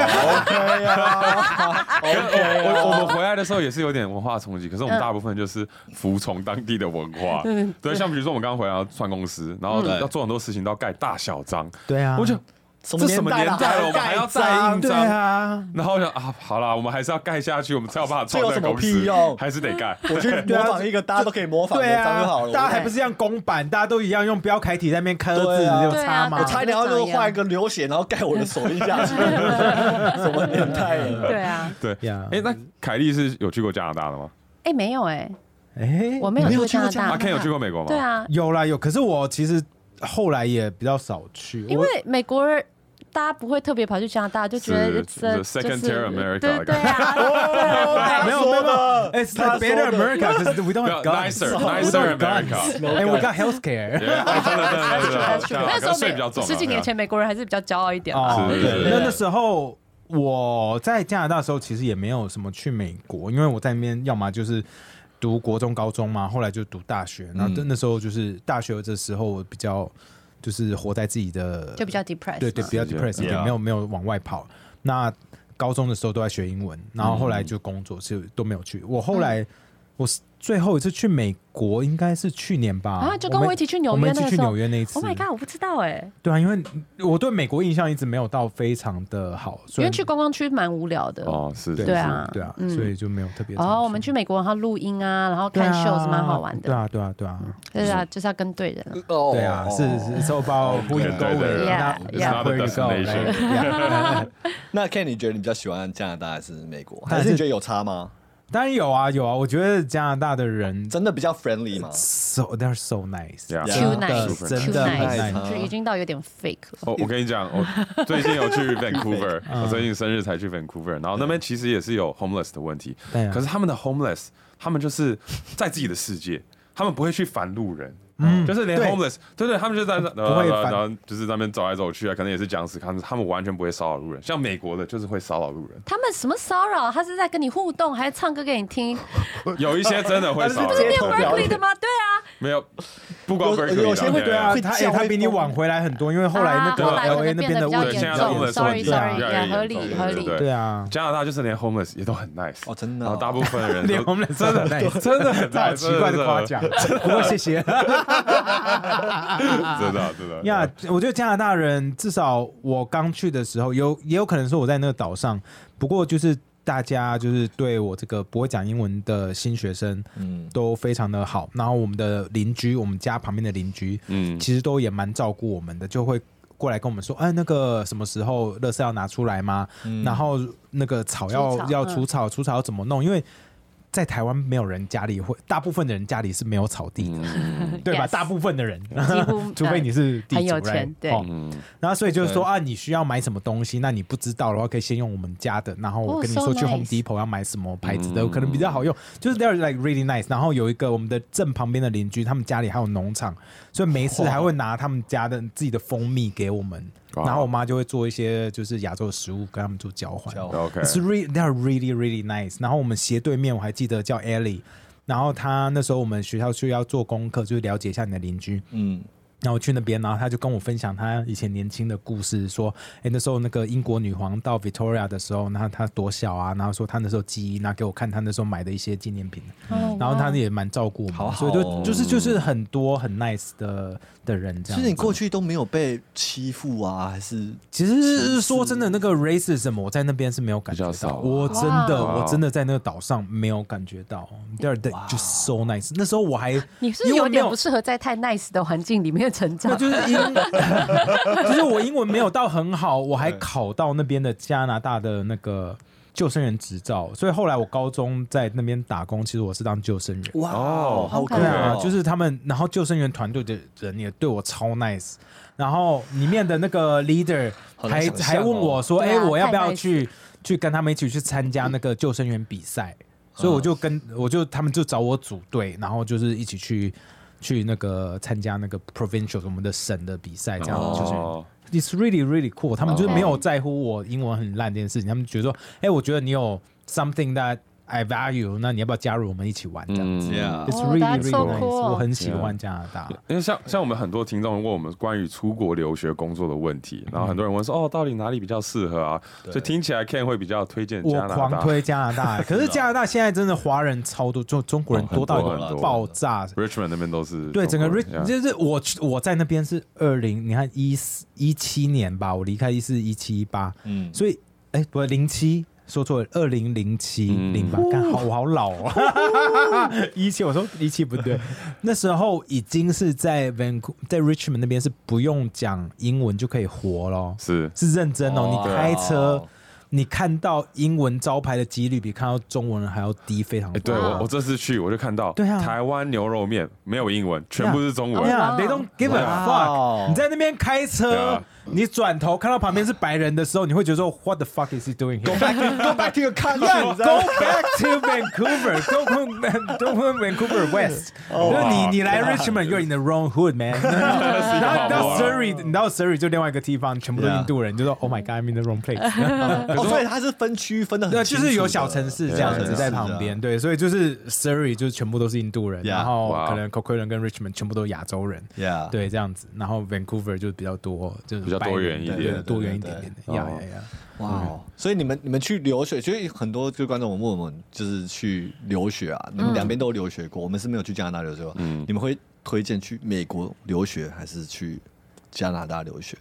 Speaker 3: OK 啊，OK
Speaker 5: 我我们回来的时候也是有点文化冲击，可是
Speaker 4: 嗯
Speaker 5: 我们大部分就是服从当地的文化。对，像比如说我们刚刚回来要创公司，然后
Speaker 3: 嗯
Speaker 5: 要做很多事情都要盖大小章。
Speaker 2: 对啊
Speaker 5: 我
Speaker 4: 嗯
Speaker 5: 就
Speaker 3: 什
Speaker 5: 这什么年代了，我们还要盖印
Speaker 2: 对
Speaker 5: 章？
Speaker 2: 啊，
Speaker 5: 然后我想啊，好啦，我们还是要盖下去，我们才有办法创
Speaker 3: 这有
Speaker 5: 这
Speaker 3: 什
Speaker 5: 个
Speaker 3: 么
Speaker 5: 公
Speaker 3: 屁
Speaker 5: 司
Speaker 3: 用，
Speaker 5: 还是得盖。
Speaker 3: 我去模仿一个大家都可以模仿的
Speaker 2: 对
Speaker 3: 章就
Speaker 2: 啊
Speaker 3: 好了。，
Speaker 2: 大家
Speaker 3: 我
Speaker 2: 还不是一样公版，大家都一样用标楷体在那边刻字，
Speaker 3: 对啊
Speaker 2: 你有差吗
Speaker 4: 对
Speaker 3: 我？
Speaker 4: 啊
Speaker 3: 差一点要就画一个流血，然后盖我的手印下去，什么年代了？
Speaker 4: 对啊，
Speaker 5: 对，
Speaker 2: 呀
Speaker 5: 哎，那凯莉是有去过加拿大的吗？
Speaker 4: 哎、没有哎、
Speaker 2: 哎
Speaker 4: 我没有
Speaker 3: 你没有
Speaker 4: 去过
Speaker 3: 去过加
Speaker 4: 加
Speaker 3: 拿
Speaker 4: 拿
Speaker 5: 阿
Speaker 4: 大。
Speaker 5: Ken 有去过美国吗？
Speaker 4: 对，啊，
Speaker 2: 有啦有，可是我其实后来也比较少去，
Speaker 4: 因
Speaker 2: 我
Speaker 4: 为美国人大家不会特别跑去加拿大，就觉得
Speaker 5: 是
Speaker 4: it's a-
Speaker 5: the second
Speaker 4: 就是
Speaker 5: tier America
Speaker 4: 对对 啊，
Speaker 2: 没有没有没有，It's the
Speaker 3: 他说
Speaker 2: better
Speaker 3: 的
Speaker 2: America，就是 we
Speaker 5: 没
Speaker 2: don't
Speaker 5: 有
Speaker 2: have
Speaker 5: nicer
Speaker 2: guns，we
Speaker 5: nicer
Speaker 2: don't have
Speaker 5: America。
Speaker 2: guns，哎，we got healthcare。
Speaker 5: Yeah，真的真的真的 真的
Speaker 4: 那时候
Speaker 5: 睡比较重啊，
Speaker 4: 美十几年前美国人还是比较骄傲 一点嘛。
Speaker 2: 哦，
Speaker 5: 是
Speaker 2: 对
Speaker 5: 是
Speaker 2: 那
Speaker 3: 是
Speaker 2: 那时候我在加拿大的时候，其实也没有什么去美国，因为我在那边要么就是读国中、高中嘛，后来就读大学。然后
Speaker 5: 嗯
Speaker 2: 那那时候就是大学的时候，我比较就是活在自己的，
Speaker 4: 就比较 depressed，
Speaker 2: 对对，
Speaker 4: 嘛
Speaker 2: 比较
Speaker 5: 是
Speaker 2: depressed 一点，
Speaker 3: Yeah
Speaker 2: 没有没有往外跑。那高中的时候都在学英文，然后后来就工作，就都没有去。我后来我是最后一次去美国应该是去年吧，
Speaker 4: 啊就跟
Speaker 2: 们
Speaker 4: 我一起去
Speaker 2: 我
Speaker 4: 纽约
Speaker 2: 们一起
Speaker 4: 那个
Speaker 2: 去
Speaker 4: 时候
Speaker 2: 纽约那一次。
Speaker 4: Oh my god！我不知道哎，
Speaker 2: 对啊，因为我对美国印象一直没有到非常的好，所
Speaker 4: 因
Speaker 2: 以
Speaker 4: 为去观光区蛮无聊的。
Speaker 5: 哦，是
Speaker 2: 对
Speaker 5: 是
Speaker 4: 对
Speaker 5: 是
Speaker 4: 啊
Speaker 2: 对啊，
Speaker 4: 嗯
Speaker 2: 所以就没有特别常。
Speaker 4: 哦，我们去美国然后录音啊，然后
Speaker 2: 对
Speaker 4: 看
Speaker 2: 啊
Speaker 4: 秀是蛮好玩
Speaker 2: 对
Speaker 4: 的。
Speaker 2: 啊，对啊，对啊，
Speaker 4: 对啊，就是要跟对人了。
Speaker 3: 哦
Speaker 2: 对啊，是是，so about who you go
Speaker 5: 对对
Speaker 2: with，
Speaker 5: 对
Speaker 2: not-
Speaker 4: It's
Speaker 2: not where
Speaker 5: not the
Speaker 2: you go，
Speaker 5: destination
Speaker 2: right？Yeah
Speaker 3: 那 Ken，你觉得你比较喜欢加拿大还是美国？
Speaker 2: 但
Speaker 3: 还
Speaker 2: 是
Speaker 3: 是你觉得有差吗？
Speaker 2: 当然有啊，有啊，我觉得加拿大的人
Speaker 3: 真的比较 friendly
Speaker 2: 呃
Speaker 3: 吗？
Speaker 4: 啊
Speaker 2: so they're so nice，
Speaker 5: Yeah
Speaker 3: Yeah
Speaker 4: Too
Speaker 2: 呃真的
Speaker 4: nice，too
Speaker 2: 真的很
Speaker 4: nice，
Speaker 2: nice。
Speaker 4: 就已经到有点 fake 了。
Speaker 5: 我哦我跟你讲，我最近 有去 Vancouver，我
Speaker 2: 嗯
Speaker 5: 最近生日才去 Vancouver，然后那边其实也是有 homeless 的问题
Speaker 2: 对啊，
Speaker 5: 可是他们的 homeless，他们就是在自己的世界，他们不会去烦路人。就是连
Speaker 2: 嗯对
Speaker 5: homeless，对对，他们就在那，
Speaker 2: 不会
Speaker 5: 呃
Speaker 2: 烦
Speaker 5: 然后就是在那边走来走去啊，可能也是讲死他们，他们完全不会骚扰路人。像美国的，就是会骚扰路人，
Speaker 4: 他们什么骚扰？他是在跟你互动，还是唱歌给 你听？
Speaker 5: 有一些真的会骚
Speaker 3: 不
Speaker 5: 扰
Speaker 3: 是
Speaker 4: 念
Speaker 3: 街，头表
Speaker 4: Berkeley
Speaker 3: 演
Speaker 4: 的吗？对啊，
Speaker 5: 没有，不光
Speaker 3: 有
Speaker 5: Berkeley
Speaker 3: 有些
Speaker 5: 啊
Speaker 3: 会
Speaker 2: 对啊，
Speaker 3: 会
Speaker 2: 他
Speaker 3: 叫
Speaker 2: 哎，他
Speaker 3: 会
Speaker 2: 比你
Speaker 3: 疯
Speaker 2: 晚回来很多，因为后来那
Speaker 4: 啊后
Speaker 2: 个
Speaker 4: 来可
Speaker 2: L
Speaker 4: 能
Speaker 2: A 那边的
Speaker 4: 变得
Speaker 2: 问
Speaker 4: 比
Speaker 5: 对，
Speaker 2: 题
Speaker 4: 较
Speaker 5: 现在
Speaker 4: 严
Speaker 2: 比
Speaker 4: 重
Speaker 2: 较
Speaker 5: homeless
Speaker 2: 严
Speaker 4: Sorry，
Speaker 5: 问
Speaker 2: 重，
Speaker 5: 题
Speaker 2: 对啊
Speaker 5: 越
Speaker 4: sorry，
Speaker 5: 来越严重
Speaker 4: 合理
Speaker 5: 对对
Speaker 4: 合理
Speaker 5: 对
Speaker 2: 对 啊，
Speaker 5: 加拿大就是连 homeless 也都很 nice
Speaker 3: 哦真的哦
Speaker 5: 然后大部分人都
Speaker 2: 连 homeless
Speaker 5: 真
Speaker 2: 都很
Speaker 5: 的
Speaker 2: nice
Speaker 5: 真的很
Speaker 2: 这好
Speaker 5: nice，
Speaker 2: 奇怪
Speaker 5: 真
Speaker 2: 啊的夸奖，不过谢谢。
Speaker 5: 真的真的
Speaker 2: 呀我觉得加拿大人至少我刚去的时候，有也有可能说我在那个岛上，不过就是大家就是对我这个不会讲英文的新学生
Speaker 3: 嗯，
Speaker 2: 都非常的好，然后我们的邻居，我们家旁边的邻居，
Speaker 5: 嗯
Speaker 2: 其实都也蛮照顾我们的，就会过来跟我们说，哎，那个什么时候垃圾要拿出来吗？
Speaker 5: 嗯
Speaker 2: 然后那个草要
Speaker 4: 除草
Speaker 2: 要
Speaker 4: 嗯
Speaker 2: 除草，除草要怎么弄？因为在台湾没有人家里会，大部分的人家里是没有草地的，
Speaker 5: 嗯
Speaker 2: 对吧
Speaker 4: Yes
Speaker 2: 大部分的人，
Speaker 4: 几 乎
Speaker 2: 除非你是地主
Speaker 4: 呃很有钱
Speaker 2: right？
Speaker 4: 对
Speaker 2: 哦
Speaker 5: 嗯，
Speaker 2: 然后所以就是说
Speaker 3: 对
Speaker 2: 啊，你需要买什么东西，那你不知道的话，可以先用我们家的。然后我
Speaker 4: 哦
Speaker 2: 跟你
Speaker 4: so
Speaker 2: 说去
Speaker 4: nice
Speaker 2: Home Depot 要买什么牌子的，
Speaker 5: 嗯
Speaker 2: 可能比较好用。就是 they're like really nice。然后有一个我们的正旁边的邻居，他们家里还有农场，所以每一次还会拿他们家的自己的蜂蜜给我们。
Speaker 5: 哇
Speaker 2: 然后我妈就会做一些就是亚洲的食物跟他们做交换。
Speaker 3: 交换
Speaker 5: OK，
Speaker 2: It's really they're really really nice。然后我们斜对面我还记得叫 Ellie，然后她那时候我们学校去要做功课，就是了解一下你的邻居。
Speaker 3: 嗯，
Speaker 2: 然后我去那边，然后他就跟我分享他以前年轻的故事，说，哎，那时候那个英国女皇到 Victoria 的时候，然后她多小啊，然后说她那时候记忆，然后给我看她那时候买的一些纪念品，
Speaker 4: 哦
Speaker 2: 然后她也蛮照顾我们，
Speaker 3: 哦好
Speaker 2: 所
Speaker 3: 好哦
Speaker 2: 以就就是就是很多很 nice 的的人这
Speaker 3: 其
Speaker 2: 样
Speaker 3: 实
Speaker 2: 子。
Speaker 3: 你过去都没有被欺负啊，还是
Speaker 2: 其实说真的，那个 racism 我在那边是没有感觉
Speaker 5: 比较
Speaker 2: 到，
Speaker 5: 少啊
Speaker 2: 我真的
Speaker 5: 哇
Speaker 2: 我真的在那个岛上没有感觉到，对对，就 so nice。那时候我还
Speaker 4: 你是
Speaker 2: 因为
Speaker 4: 有
Speaker 2: 没
Speaker 4: 点不适合在太 nice 的环境里面成
Speaker 2: 那
Speaker 4: 长。
Speaker 2: 就是 英，就是我英文没有到很好，我还考到那边的加拿大的那个救生员执照，所以后来我高中在那边打工，其实我是当救生员。
Speaker 3: 哇
Speaker 5: 哦
Speaker 3: 好酷
Speaker 2: 对啊
Speaker 3: 哦，，
Speaker 2: 就是他们，然后救生员团队的人也对我超 nice，然后里面的那个 leader
Speaker 3: 好难
Speaker 2: 还、
Speaker 3: 想象
Speaker 2: 还问我说，哎、
Speaker 4: 对啊
Speaker 2: 我要不
Speaker 4: 太
Speaker 2: 要
Speaker 4: nice
Speaker 2: 去去跟他们一起去参加那个救生员比赛？所以我就跟我就他们就找我组队，然后就是一起去去那个参加那个 provincial 我们的省的比赛，这样子就是。
Speaker 5: 哦
Speaker 2: It's really really cool。他们就是
Speaker 4: Okay
Speaker 2: 没有在乎我英文很烂这件事情，他们觉得说，哎、我觉得你有 something that I value，那你要不要加入我们一起玩这样子、
Speaker 5: 嗯
Speaker 3: Yeah
Speaker 2: i t s
Speaker 4: Oh,
Speaker 2: really
Speaker 4: that's
Speaker 2: really
Speaker 4: so
Speaker 2: nice，、
Speaker 4: cool
Speaker 2: 我很喜欢加拿大。
Speaker 5: 因为像像我们很多听众问我们关于出国留学工作的问题，
Speaker 2: 嗯
Speaker 5: 然后很多人问说哦，到底哪里比较适合啊？所以听起来 Ken 会比较推荐加
Speaker 2: 我
Speaker 5: 拿大。啊
Speaker 2: 狂推加拿大，可是加拿大现在真的华人超多，中中国人
Speaker 5: 哦很
Speaker 2: 多到一
Speaker 5: 多
Speaker 2: 个
Speaker 5: 很多
Speaker 2: 爆炸。
Speaker 5: Richmond 那边都是
Speaker 2: 对，整个
Speaker 5: 啊中
Speaker 2: r
Speaker 5: 国
Speaker 2: i
Speaker 5: 人 yeah
Speaker 2: 就是我去我在那边是二零，你看一四一七年吧，我离开一四一七一八，
Speaker 3: 嗯，
Speaker 2: 所以哎、不是零七，说错了，二零零七
Speaker 5: 嗯
Speaker 2: 零八，干好我好老哦， 一七我说一七不对，那时候已经是在 Van 在 Richmond 那边是不用讲英文就可以活咯，
Speaker 5: 是
Speaker 2: 是认真哦，
Speaker 3: 哇
Speaker 2: 你开车。
Speaker 5: 啊
Speaker 2: 你看到英文招牌的几率比看到中文还要低非常
Speaker 5: 哎，
Speaker 2: 多。
Speaker 5: 对我我这次去我就看到，
Speaker 2: 对啊
Speaker 5: 台湾牛肉面没有英文，全部是中
Speaker 2: 对
Speaker 5: 文。
Speaker 2: 啊，They don't give a
Speaker 3: 哇
Speaker 2: fuck。你在那边开
Speaker 5: 对
Speaker 2: 车
Speaker 5: 啊，
Speaker 2: 你转头看到旁边是白人的时候，你会觉得说 What the fuck is he doing here？
Speaker 3: Go back to your
Speaker 2: Yeah,
Speaker 3: country，
Speaker 2: go back to Vancouver. Don't come, don't come Vancouver West. 就是你你来 Richmond, you're in the wrong hood, man. 然后你
Speaker 5: 啊
Speaker 2: 到 Surrey，你到 Surrey 就另外一个地方，全部都印度人，你就说 Oh my God, I'm in the wrong place.
Speaker 3: 哦，所以它是分区分的很
Speaker 2: 对，啊就
Speaker 3: 清楚的，啊
Speaker 2: 是有小城
Speaker 5: 啊
Speaker 2: 市这样子在旁边，对，所以就是 Surrey 就是全部都是印度人，
Speaker 3: Yeah，
Speaker 2: 然后
Speaker 5: 哇
Speaker 2: 可能 Coquitlam 跟 Richmond 全部都是亚洲人。
Speaker 3: ，Yeah，
Speaker 2: 对，这样子，然后 Vancouver 就比较多，就是
Speaker 5: 比较
Speaker 2: 白
Speaker 5: 多
Speaker 2: 人
Speaker 5: 元一
Speaker 2: 对
Speaker 5: 点
Speaker 2: 对多元一
Speaker 3: 对
Speaker 2: 点
Speaker 3: 对
Speaker 2: 点的，
Speaker 5: 对
Speaker 2: 呀
Speaker 5: 哦
Speaker 2: 呀呀！
Speaker 3: 哇
Speaker 2: 嗯
Speaker 3: 哦！所以你们你们去留学，所以很多就观众我问我们，就是去留学啊，
Speaker 2: 嗯
Speaker 3: 你们两边都有留学过，我们是没有去加拿大留学过，
Speaker 5: 嗯
Speaker 3: 你们会推荐去美国留学还是去加拿大留学？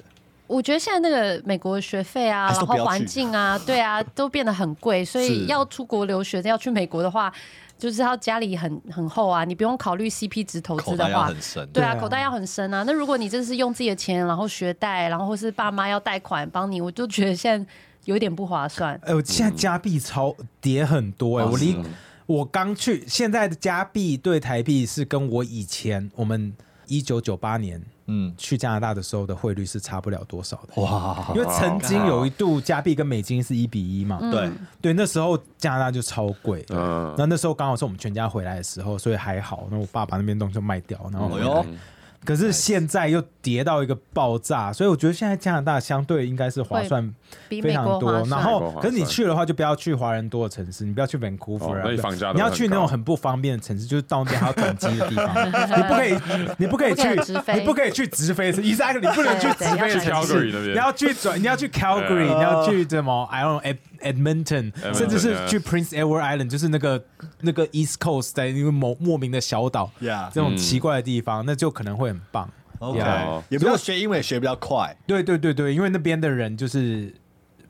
Speaker 4: 我觉得现在那个美国学费啊，
Speaker 3: 还是
Speaker 4: 然
Speaker 3: 都不要
Speaker 4: 后环境啊，对啊，都变得很贵，所以
Speaker 3: 是
Speaker 4: 要出国留学，要去美国的话，就是要家里很很厚啊，你不用考虑 CP 值投
Speaker 3: 口
Speaker 4: 资的
Speaker 3: 袋要
Speaker 4: 话
Speaker 3: 很。深，
Speaker 4: 对啊，
Speaker 2: 对啊
Speaker 4: 口袋要很深啊。那如果你真是用自己的钱，然后学贷，然后或是爸妈要贷款帮你，我就觉得现在有点不划算。
Speaker 2: 哎，我现在加币超跌很多哎、
Speaker 3: 哦
Speaker 2: 我
Speaker 3: 是
Speaker 2: 离
Speaker 3: 吗
Speaker 2: 我刚去，现在的加币对台币是跟我以前我们一九九八年
Speaker 3: 嗯，
Speaker 2: 去加拿大的时候的汇率是差不了多少的，
Speaker 3: 哇，
Speaker 2: 因为曾经有一度加币跟美金是一比一嘛，
Speaker 3: 对，
Speaker 2: 对，那时候加拿大就超贵，
Speaker 5: 嗯
Speaker 2: 那那时候刚好是我们全家回来的时候，所以还好，那我爸把那边东西就卖掉，然后
Speaker 3: 哎
Speaker 2: 回来
Speaker 3: 呦，
Speaker 5: 嗯
Speaker 2: 可是现在又跌到一个爆炸，所以我觉得现在加拿大相对应该是划算
Speaker 4: 比
Speaker 2: 非
Speaker 4: 美
Speaker 2: 常
Speaker 4: 国
Speaker 2: 多
Speaker 4: 划。
Speaker 2: 然
Speaker 4: 算。
Speaker 5: 美国
Speaker 2: 后
Speaker 5: 划，算
Speaker 2: 可是你去的话，就不要去华人多的城市，你不要去 Vancouver
Speaker 5: 哦
Speaker 2: 啊，
Speaker 5: 那
Speaker 2: 对
Speaker 5: 里房价都
Speaker 2: 你要
Speaker 5: 很
Speaker 2: 去那
Speaker 5: 高
Speaker 2: 种很不方便的城市，就是到那边还要转机的地方，你不可以，你不可以
Speaker 4: 不可以
Speaker 2: 去
Speaker 4: 直，飞
Speaker 2: 你不可以 去直飞，是 exactly，你不能去直飞的城市，
Speaker 5: 对对对要转
Speaker 2: 你要去
Speaker 5: 机去 Calgary 那边
Speaker 2: 转，你要去 Calgary，
Speaker 5: 对
Speaker 2: 你要去什么 I don't know Ed- Edmonton，
Speaker 5: Edmonton，
Speaker 2: 甚至是
Speaker 5: 对
Speaker 2: 去 Prince Edward Island，就是那个那个 East Coast 在一个某莫名的小岛。
Speaker 3: 呀
Speaker 2: 这种奇怪的地方，那就可能会很棒。
Speaker 3: ，OK，
Speaker 5: 嗯 Yeah
Speaker 3: 也不用学英文也学比较快，
Speaker 2: 对对对对，因为那边的人就是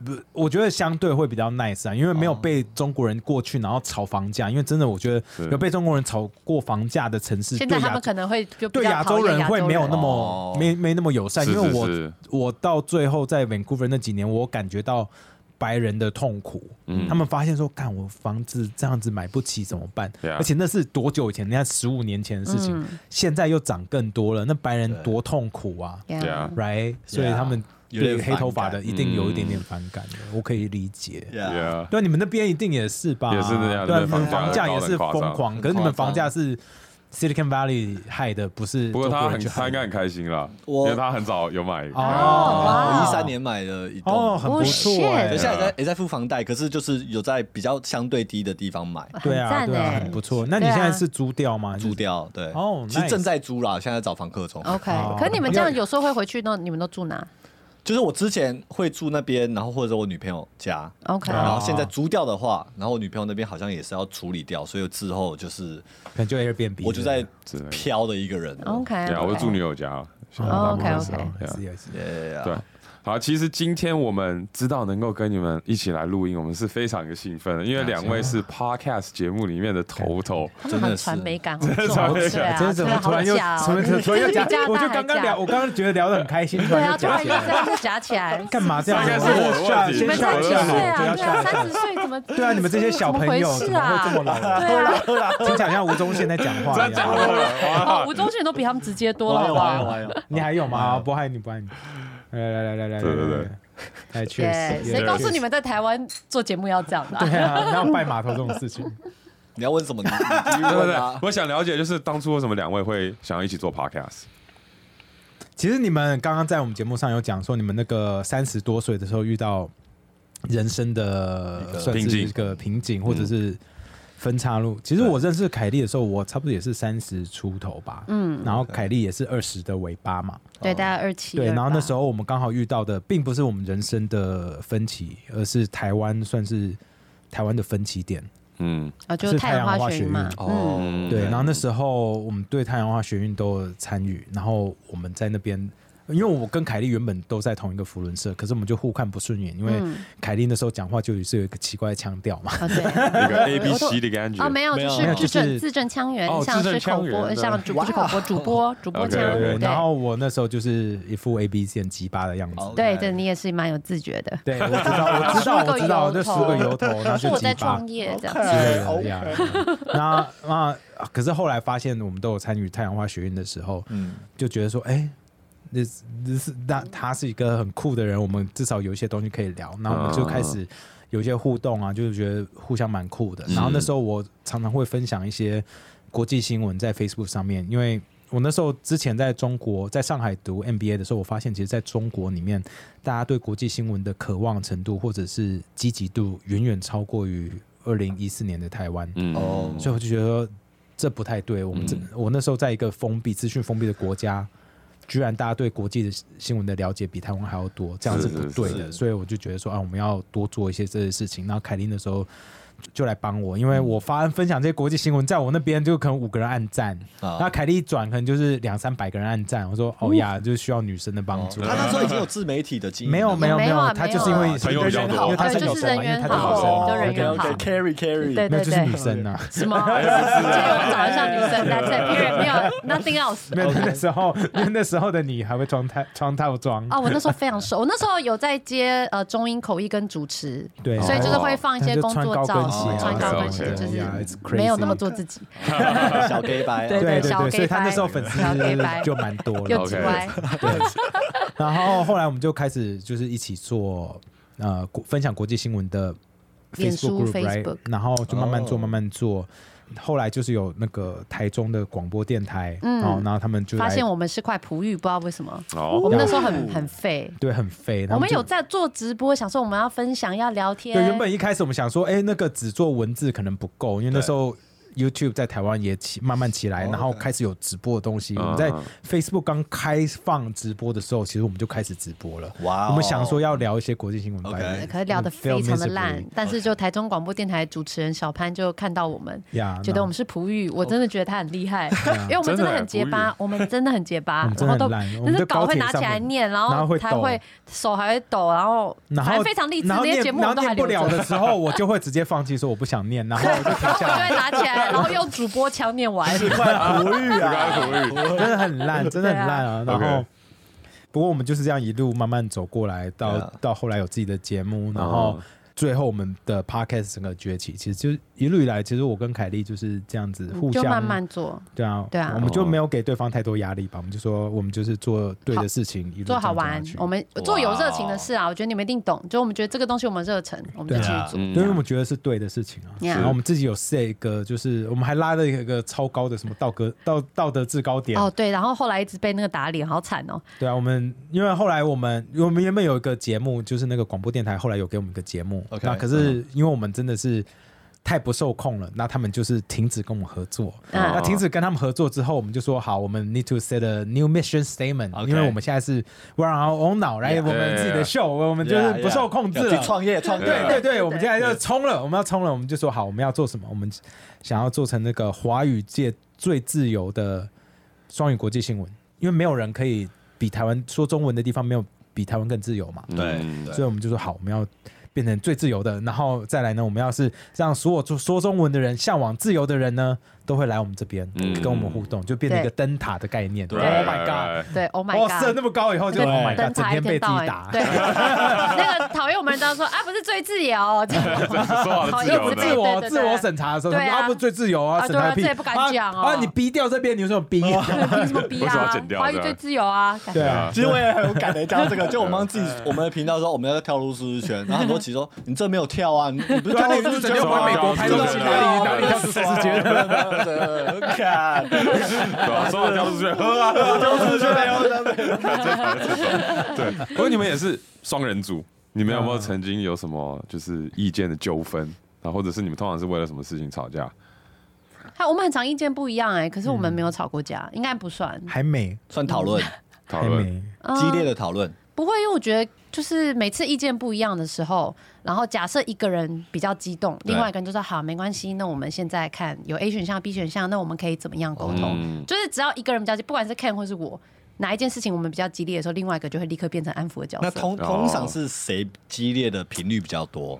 Speaker 2: 不，我觉得相对会比较 nice 啊，因为没有
Speaker 5: 哦
Speaker 2: 被中国人过去然后炒房价，因为真的我觉得有被中国人炒过房价的 城市，
Speaker 4: 现
Speaker 2: 对
Speaker 4: 在他
Speaker 2: 亚
Speaker 4: 们可能会就比
Speaker 2: 对
Speaker 4: 较
Speaker 2: 亚
Speaker 4: 讨
Speaker 2: 洲
Speaker 4: 厌
Speaker 2: 人会没有那么、
Speaker 3: 哦
Speaker 2: 没没那么友善，
Speaker 5: 是
Speaker 2: 因为我
Speaker 5: 是是
Speaker 2: 我到最后在 Vancouver 那几年，我感觉到白人的痛苦。
Speaker 5: 嗯
Speaker 2: 他们发现说，干我房子这样子买不起怎么办
Speaker 5: Yeah
Speaker 2: 而且那是多久以前？你看十五年前的事情、
Speaker 4: 嗯
Speaker 2: 现在又涨更多了，那白人
Speaker 3: 对
Speaker 2: 多痛苦啊
Speaker 5: 对啊
Speaker 4: Yeah，
Speaker 2: ，right？所以他们
Speaker 3: 有点
Speaker 2: 对黑头发的
Speaker 3: 反
Speaker 2: 一定有一点点反感的，我可以理解。
Speaker 3: 呀，
Speaker 5: 嗯 Yeah，
Speaker 2: 对，啊你们那边一定也是吧？
Speaker 5: 也是那样
Speaker 2: 对啊，
Speaker 5: 那边
Speaker 2: 你们
Speaker 5: 房
Speaker 2: 房
Speaker 5: 价
Speaker 2: 价也
Speaker 5: 高得
Speaker 2: 是
Speaker 5: 很夸张
Speaker 2: 疯狂，可是你们房价是 Silicon Valley 害的，不是
Speaker 5: 不
Speaker 2: 中
Speaker 5: 过
Speaker 2: 国
Speaker 5: 他
Speaker 2: 人
Speaker 5: 很
Speaker 2: 去害
Speaker 5: 他
Speaker 2: 的？
Speaker 5: 应该很开心啦，因
Speaker 3: 我
Speaker 5: 为他很早有买。
Speaker 2: 哦
Speaker 4: 哇
Speaker 3: 我一三年买的一栋，
Speaker 2: 哦，很不错哎、
Speaker 4: Oh,
Speaker 3: 所以
Speaker 4: 对
Speaker 3: 现在也在也在付房贷，可是就是有在比较相对低的地方买，
Speaker 2: 对啊，
Speaker 4: 很
Speaker 2: 对
Speaker 4: 赞
Speaker 2: 啊，
Speaker 4: 哎
Speaker 2: 很不错。那你
Speaker 4: 对啊
Speaker 2: 现在是租掉吗？
Speaker 3: 租。掉，对，
Speaker 2: 哦
Speaker 3: 其实
Speaker 2: nice
Speaker 3: 正在租啦，现在找房客中。
Speaker 4: OK，
Speaker 2: 哦
Speaker 4: 可你们这样有时候会回去，那你们都住哪
Speaker 3: 就是我之前会住那边，然后或者我女朋友家，
Speaker 4: ？OK，
Speaker 3: 然
Speaker 2: 啊
Speaker 3: 后现在租掉的话，然后我女朋友那边好像也是要处理掉，所以之后就是
Speaker 2: 可能就 Airbnb。
Speaker 3: 我就在
Speaker 5: 之类的
Speaker 3: 飘的一个人。
Speaker 4: OK，
Speaker 5: 对啊，我是住女友家，想要
Speaker 4: 哦
Speaker 5: 大部分的时候
Speaker 4: OK，OK
Speaker 5: 对啊
Speaker 2: 是也是。
Speaker 3: 对
Speaker 5: 对，好，其实今天我们知道能够跟你们一起来录音，我们是非常的兴奋的，因为两位是 podcast 节目里面的头头。
Speaker 4: 他
Speaker 3: 真的
Speaker 4: 们很
Speaker 3: 是
Speaker 4: 传 媒感很
Speaker 2: 哦
Speaker 4: 重，
Speaker 5: 传媒感
Speaker 4: 对啊，
Speaker 2: 这是怎么突然又
Speaker 4: 对啊
Speaker 2: 怎么 突然又讲
Speaker 4: 比加拿？大
Speaker 2: 我就刚刚
Speaker 4: 还
Speaker 2: 聊，
Speaker 4: 假
Speaker 2: 我刚刚觉得聊得很开心，突
Speaker 4: 对
Speaker 2: 然
Speaker 4: 啊，
Speaker 2: 又
Speaker 4: 突
Speaker 2: 讲
Speaker 4: 然
Speaker 2: 起
Speaker 4: 又这
Speaker 2: 来，
Speaker 4: 样夹起来，
Speaker 2: 干嘛这样？
Speaker 5: 大概是我的问题
Speaker 4: 你
Speaker 2: 先
Speaker 4: 们
Speaker 2: 下
Speaker 4: 才
Speaker 5: 我
Speaker 4: 几
Speaker 5: 的
Speaker 4: 岁
Speaker 5: 问题
Speaker 2: 下，我就
Speaker 4: 啊？对啊，
Speaker 2: 要下
Speaker 4: 三十岁你们
Speaker 2: 对啊，你们这些小朋友
Speaker 4: 怎
Speaker 2: 怎
Speaker 4: 么
Speaker 2: 么
Speaker 4: 回
Speaker 2: 会这
Speaker 4: 事
Speaker 2: 么
Speaker 4: 啊？
Speaker 2: 老啊？
Speaker 4: 对啊，
Speaker 2: 听起来像吴宗宪在讲
Speaker 5: 这
Speaker 2: 话
Speaker 5: 样
Speaker 2: 一
Speaker 5: 讲
Speaker 2: 样。
Speaker 5: 好了，
Speaker 4: 哦，吴宗宪都比他们直接多了，好不
Speaker 3: 完了
Speaker 4: 好？
Speaker 3: 完了，
Speaker 2: 你还有吗？啊不害你，不害你。来来来来来，
Speaker 5: 对对对
Speaker 2: 来，哎，确
Speaker 4: 耶，
Speaker 2: 实，
Speaker 4: 谁告诉你
Speaker 2: 们？
Speaker 4: 们在台湾做节目要这样的啊？
Speaker 2: 对啊，哪有拜码头这种事情？
Speaker 3: 你要问什么？你你继续
Speaker 5: 对对
Speaker 3: 问
Speaker 5: 对
Speaker 3: 啊，。
Speaker 5: 我想了解就是当初为什么两位会想要一起做 podcast？
Speaker 2: 其实你们刚刚在我们节目上有讲说，你们那个三十多岁的时候遇到人生
Speaker 3: 一个
Speaker 2: 的算
Speaker 5: 瓶
Speaker 2: 是
Speaker 5: 颈
Speaker 2: 一个瓶颈，或者是分岔路。其实我认识凯莉的时候，我差不多也是三十出头吧，嗯，然后凯莉也是二十的尾巴嘛，
Speaker 4: 对，大概二七。
Speaker 2: 对，然后那时
Speaker 4: 候
Speaker 2: 候我们刚好遇到的，并不是我们人生的分歧，而是台湾算是台湾的分歧点。
Speaker 5: 嗯，
Speaker 4: 啊，就是太阳
Speaker 2: 太阳
Speaker 4: 花
Speaker 2: 花
Speaker 4: 学
Speaker 2: 学
Speaker 4: 运嘛
Speaker 2: 运，
Speaker 4: 嗯，
Speaker 5: 嗯
Speaker 2: 对，然后那时候我们对太阳花学运都有参与，然后我们在那边，因为我跟凯莉原本都在同一个福伦社，可是我们就互看不顺眼，因为
Speaker 4: 嗯
Speaker 2: 凯莉那时候讲话就是有一个奇怪的腔调嘛。
Speaker 4: 啊对，
Speaker 5: 一个 A B C 的感觉
Speaker 4: 哦，没有，
Speaker 3: 没有
Speaker 4: 就
Speaker 3: 没
Speaker 4: 是
Speaker 3: 有
Speaker 4: 字
Speaker 2: 就
Speaker 4: 正
Speaker 2: 是
Speaker 4: 字正腔圆
Speaker 5: 哦，
Speaker 4: 像
Speaker 5: 字
Speaker 4: 是
Speaker 5: 正腔
Speaker 4: 口
Speaker 5: 圆
Speaker 4: 播，
Speaker 5: 对
Speaker 4: 像主不是口播，主播主播
Speaker 5: OK，
Speaker 4: 腔，
Speaker 5: OK，
Speaker 4: 对
Speaker 2: 然后我那时候就是一副 A B C 很鸡巴的样子。
Speaker 5: 哦
Speaker 3: 好
Speaker 4: 对对，你也是蛮有自觉的。
Speaker 2: 对，我知道，我知道，我知道，我就梳个油头，然后
Speaker 4: 是
Speaker 2: 就
Speaker 4: 我
Speaker 2: 鸡
Speaker 4: 在
Speaker 2: 巴
Speaker 4: 创。业这样。
Speaker 2: 对
Speaker 3: OK，
Speaker 2: 呀，那那可是后来发现，我们都有参与太阳花学运的时候，
Speaker 3: 嗯，
Speaker 2: 就觉得说，哎、这这是那他是一个很酷的人，我们至少有一些东西可以聊，然后我们就开始有一些互动啊，就是觉得互相蛮酷的。然后那时候我常常会分享一些国际新闻在 Facebook 上面，因为我那时候之前在中国在上海读 MBA 的时候，我发现其实在中国里面，大家对国际新闻的渴望程度或者是积极度，远远超过于二零一四年的台湾。
Speaker 5: 嗯
Speaker 3: 哦
Speaker 2: 所以我就觉得说这不太对。我们这、我那时候在一个封闭、资讯封闭的国家，居然大家对国际的新闻的了解比台湾还要多，这样是不对
Speaker 3: 是
Speaker 2: 的。
Speaker 3: 是
Speaker 2: 所以我就觉得说啊，我们要多做一些这些事情。然后凯琳的时候。就就来帮我，因为我发分享这些国际新闻，在我那边就可能五个人按赞，
Speaker 3: 啊
Speaker 2: 那凯莉一转可能就是两三百个人按赞。我说哦呀，就是需要女生的帮助。
Speaker 3: 他那时候已经有自媒体的经营了，
Speaker 2: 没有没有
Speaker 4: 没有啊
Speaker 2: 他
Speaker 4: 没有
Speaker 2: 就是因为
Speaker 4: 啊
Speaker 5: 朋友比较
Speaker 2: 因
Speaker 5: 多
Speaker 2: 为他
Speaker 4: 对
Speaker 2: 女
Speaker 4: 就是
Speaker 2: 生嘛，
Speaker 4: 人
Speaker 2: 因为
Speaker 4: 缘
Speaker 2: 他
Speaker 4: 好
Speaker 2: 是
Speaker 4: 就
Speaker 2: 女
Speaker 4: 人
Speaker 2: 生，
Speaker 4: 缘好
Speaker 3: OK，carry carry，
Speaker 4: 对
Speaker 2: 没
Speaker 4: 对
Speaker 2: 有就是女
Speaker 4: 对，
Speaker 2: 生啊呐。
Speaker 4: 什么？就长得像女生，但是 period 没有 nothing else。
Speaker 2: 没有那时候，因为那时候的你还会穿套穿套装
Speaker 4: 啊，我那时候非常瘦，我那时候有在接呃中英口译跟主持，
Speaker 2: 对
Speaker 4: 所以就是会放一些工作照，
Speaker 2: 哦
Speaker 4: 穿高跟鞋
Speaker 5: 哦
Speaker 4: 就是
Speaker 2: Yeah, it's crazy
Speaker 4: 没有那么做自己，
Speaker 3: 小 gay 白，
Speaker 4: 对
Speaker 2: 对对
Speaker 4: 小
Speaker 2: 对，所
Speaker 4: gay
Speaker 2: 以他那
Speaker 4: 掰
Speaker 2: 时候粉丝
Speaker 4: 小 gay 掰
Speaker 2: 就蛮多了
Speaker 4: 又。
Speaker 5: OK
Speaker 4: 几歪，
Speaker 2: 然后后来我们就开始就是一起做呃国分享国际新闻的
Speaker 4: 脸书
Speaker 2: Facebook group
Speaker 4: Facebook
Speaker 2: right，然后就慢慢做
Speaker 3: 哦
Speaker 2: 慢慢做。后来就是有那个台中的广播电台，
Speaker 4: 嗯
Speaker 2: 哦，然后他们就
Speaker 4: 发
Speaker 2: 来
Speaker 4: 现我们是块璞玉，不知道为什么，我
Speaker 5: 哦，
Speaker 4: 们那时候很很废，
Speaker 2: 对很肥，然后
Speaker 4: 我们
Speaker 2: 就
Speaker 4: 有在做直播，想说我们要分享要聊天，
Speaker 2: 对，原本一开始我们想说，哎、那个只做文字可能不够，因为那时候 YouTube 在台湾也起慢慢起来，
Speaker 3: 哦啊
Speaker 2: 然后
Speaker 3: OK
Speaker 2: 开始有直播的东西。
Speaker 5: 嗯
Speaker 2: 我们在 Facebook 刚开放直播的时候，其实我们就开始直播了。
Speaker 3: 哇哦
Speaker 2: 我们想说要聊一些国际新闻
Speaker 3: OK
Speaker 2: 版，
Speaker 4: 呃可是聊得非常的烂
Speaker 2: fail，miserably，
Speaker 4: 但是就台中广播电台主持人小潘就看到我们
Speaker 2: Yeah，
Speaker 4: 觉得我们是璞玉，
Speaker 2: 哦
Speaker 4: 我真的觉得他很厉 害，
Speaker 2: 啊
Speaker 4: 因为我们真的很结
Speaker 5: 真的
Speaker 4: 巴，我们真的很结巴
Speaker 2: 我们，真
Speaker 4: 然
Speaker 2: 的
Speaker 4: 后
Speaker 2: 很
Speaker 4: 都
Speaker 2: 烂我
Speaker 4: 但
Speaker 2: 们
Speaker 4: 是
Speaker 2: 在
Speaker 4: 稿
Speaker 2: 高
Speaker 4: 会
Speaker 2: 铁
Speaker 4: 拿起
Speaker 2: 上
Speaker 4: 来
Speaker 2: 面
Speaker 4: 念，然
Speaker 2: 然后
Speaker 4: 后
Speaker 2: 会
Speaker 4: 他
Speaker 2: 抖
Speaker 4: 会手还会抖，然后
Speaker 2: 然
Speaker 4: 反
Speaker 2: 后
Speaker 4: 正非常励志，
Speaker 2: 然后
Speaker 4: 那些
Speaker 2: 念
Speaker 4: 节目
Speaker 2: 然后
Speaker 4: 我都还
Speaker 2: 念不
Speaker 4: 留着。
Speaker 2: 了的 时候，我就会直接放弃，说我不想念，然后我就停
Speaker 4: 我就
Speaker 2: 下来
Speaker 4: 会。拿起来，然后用主播腔念完。
Speaker 3: 快哺育啊，
Speaker 2: 真的很烂，真的很烂啊。
Speaker 5: 对
Speaker 2: 然
Speaker 5: 啊
Speaker 2: 后
Speaker 5: OK，
Speaker 2: 不过我们就是这样一路慢慢走过来，到、
Speaker 3: 对啊
Speaker 2: 到后来有自己的节目，然后
Speaker 5: 哦
Speaker 2: 最后我们的 podcast 整个崛起，其实就是一路以来，其实我跟凯莉就是这样子 互
Speaker 4: 嗯就
Speaker 2: 相
Speaker 4: 慢慢做，
Speaker 2: 对啊，
Speaker 4: 对啊
Speaker 2: 我们就没有给对方太多压力吧，我们就说我们就是做对的事情，一路
Speaker 4: 做好玩
Speaker 2: 这样走下，去哦
Speaker 4: 我们做有热情的事啊，我觉得你们一定懂。就我们觉得这个东西我们热忱，我们就
Speaker 2: 对
Speaker 4: 继续
Speaker 2: 啊
Speaker 4: 做。
Speaker 5: 嗯
Speaker 2: 因为我们觉得是对的事情啊，
Speaker 4: Yeah
Speaker 2: 然后我们自己有 set 一个，就是我们还拉了一个超高的什么道格道道德制高点
Speaker 4: 哦，对，然后后来一直被那个打脸，好惨哦。
Speaker 2: 对啊，我们因为后来我们我们原本有一个节目，就是那个广播电台后来有给我们一个节目
Speaker 3: OK，嗯
Speaker 2: 那可是因为我们真的是。太不受控了，那他们就是停止跟我们合
Speaker 3: 哦
Speaker 2: 作。
Speaker 4: 嗯
Speaker 2: 那停止跟他们合作之后，我们就说好，我们 need to set a new mission statement，、
Speaker 3: OK
Speaker 2: 因为我们现在是 we're on our own now，来
Speaker 3: Yeah
Speaker 2: 我们自己
Speaker 5: yeah，yeah
Speaker 2: 的 show，我们就是不受控制了。
Speaker 3: 要去创业创
Speaker 2: 对
Speaker 3: 业，
Speaker 2: 对
Speaker 4: 对对
Speaker 2: 对，我们现在就冲了，我们要冲了，我们就说好，我们要做什么？我们想要做成那个华语界最自由的双语国际新闻，因为没有人可以比台湾说中文的地方没有比台湾更自由嘛，
Speaker 5: 嗯
Speaker 3: 对对
Speaker 2: 所以我们就说好，我们要变成最自由的。然后再来呢，我们要是让所有说说中文的人、向往自由的人呢，都会来我们这边、
Speaker 5: 嗯
Speaker 2: 跟我们互动，就变成一个灯塔的概念。
Speaker 3: 对
Speaker 2: Oh my god！
Speaker 5: god！
Speaker 4: 对，Oh
Speaker 2: 哇，
Speaker 4: my
Speaker 2: 射
Speaker 4: God
Speaker 2: 那。么高以后就
Speaker 4: 那
Speaker 2: Oh
Speaker 4: 个
Speaker 2: my
Speaker 4: 灯
Speaker 2: god，整
Speaker 4: 塔一
Speaker 2: 天被自
Speaker 4: 天到
Speaker 2: 己
Speaker 4: 晚
Speaker 2: 打。
Speaker 4: 对， 那个讨厌我们人都说啊，不是最自由，这
Speaker 5: 说好的自由
Speaker 4: 对
Speaker 5: 呢
Speaker 2: 自我
Speaker 4: 对对对
Speaker 2: 自我审查的时候，
Speaker 4: 对啊
Speaker 2: 他不是最自由啊，
Speaker 4: 啊
Speaker 2: 审
Speaker 4: 对啊
Speaker 2: 查屁，
Speaker 4: 这也不敢讲哦
Speaker 2: 啊！啊你逼掉这边，你有什么逼？
Speaker 4: 凭什么逼
Speaker 5: 为什么
Speaker 4: 啊
Speaker 5: 要剪？掉
Speaker 4: 华语
Speaker 5: 对
Speaker 4: 最自由啊，
Speaker 2: 对啊，
Speaker 3: 其实我也很有感的，讲到这个，就我们帮自己我们的频道说我们要跳入舒适圈，然后很多其说你这没有跳啊，你你不是
Speaker 2: 对啊
Speaker 3: 跳
Speaker 2: 那
Speaker 3: 入
Speaker 2: 个就
Speaker 3: 舒适
Speaker 2: 整
Speaker 3: 圈
Speaker 2: 天
Speaker 3: 吗，
Speaker 2: 往美国拍
Speaker 5: 到
Speaker 3: 对啊
Speaker 5: 去
Speaker 3: 对
Speaker 5: 哪
Speaker 3: 啊
Speaker 5: 里哪里
Speaker 3: 跳舒适圈，看，
Speaker 5: 对啊，说好掉 出去，呵啊，
Speaker 3: 跳舒适圈没有的。
Speaker 5: 对，不过你们也是双人组，你们有没有曾经有什么就是意见的纠纷？然后或者是你们通常是为了什么事情吵架？
Speaker 4: 还我们很常意见不一样哎，可是我们没有吵过架，应该不算
Speaker 2: 嗯还没，
Speaker 3: 算讨论，
Speaker 5: 讨
Speaker 2: 还
Speaker 5: 论
Speaker 2: 没，
Speaker 3: 激烈的讨论，
Speaker 4: 不会，因为我觉得就是每次意见不一样的时候，然后假设一个人比较激动，
Speaker 3: 对
Speaker 4: 另外一个人就说好，没关系，那我们现在看有 A 选项、B 选项，那我们可以怎么样沟通？
Speaker 5: 嗯
Speaker 4: 就是只要一个人比较激，不管是 Ken 或是我，哪一件事情我们比较激烈的时候，另外一个就会立刻变成安抚的角
Speaker 3: 那
Speaker 4: 色。
Speaker 3: 通通常是谁激烈的频率比较多？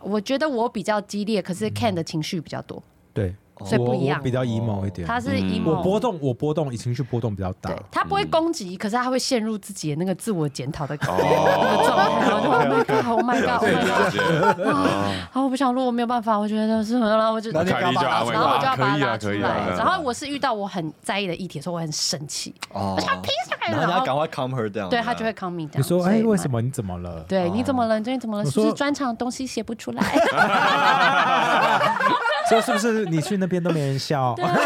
Speaker 4: 我觉得我比较激烈，可是 Ken 的情绪比较多，
Speaker 2: 对，
Speaker 4: 哦所以不
Speaker 2: 我
Speaker 4: 一样
Speaker 2: 我比较 emo 一点，
Speaker 4: 他是
Speaker 5: 嗯
Speaker 4: emo，、
Speaker 2: 我波动，我波动，情绪波动比较大
Speaker 4: 对。他不会攻击，可是他会陷入自己的那个自我检讨的那个状态，然后就 Oh my God，Oh my
Speaker 5: 哦
Speaker 4: God，Oh
Speaker 5: 对
Speaker 4: my God。
Speaker 5: 了解，
Speaker 4: 啊，我不想录，我没有办法，我觉得是，然后我就
Speaker 3: 那你
Speaker 4: 然
Speaker 5: 凯莉就安慰
Speaker 4: 后我就
Speaker 5: 他，
Speaker 4: 要
Speaker 5: 可
Speaker 4: 把他
Speaker 5: 以啊，
Speaker 4: 拉出
Speaker 5: 可
Speaker 4: 来。
Speaker 5: 以啊。
Speaker 4: 然后我是遇到我很在意的议题的时候，我很生气，
Speaker 3: 哦，然后
Speaker 4: 然
Speaker 3: 你要赶
Speaker 4: 后
Speaker 3: 快 calm her down，
Speaker 5: 嗯
Speaker 4: 对他就会 calm me down。
Speaker 2: 你说，哎，为什
Speaker 4: 么？
Speaker 2: 么你怎么了？
Speaker 4: 对，你怎么了？你最近怎么了？
Speaker 2: 啊我
Speaker 4: 是不是
Speaker 2: 说
Speaker 4: 专场东西写不出来？
Speaker 2: 说是不是你去那边都没人笑？
Speaker 4: 啊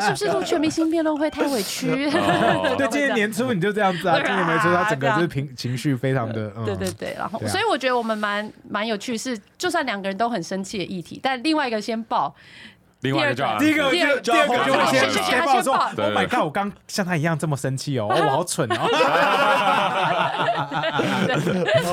Speaker 4: 是不是录全明星辩论会太 委屈？
Speaker 5: 哦
Speaker 2: 对，今年年初你就这样子啊，今年年初他整个就是情情绪非常的，嗯
Speaker 4: 对对对，然后
Speaker 2: 对啊
Speaker 4: 所以我觉得我们蛮蛮有趣，是就算两个人都很生气的议题，但另外一个先爆，
Speaker 5: 另外一个
Speaker 4: 第
Speaker 5: 就
Speaker 4: 二个
Speaker 2: 第一个
Speaker 4: 第
Speaker 2: 就
Speaker 4: 二
Speaker 2: 第二个就会
Speaker 5: 第二
Speaker 2: 先先
Speaker 5: 个先
Speaker 2: 先
Speaker 4: 先
Speaker 2: 报说
Speaker 4: 报
Speaker 2: ，Oh my god，我刚像他一样这么生气哦，哦我好蠢 哦。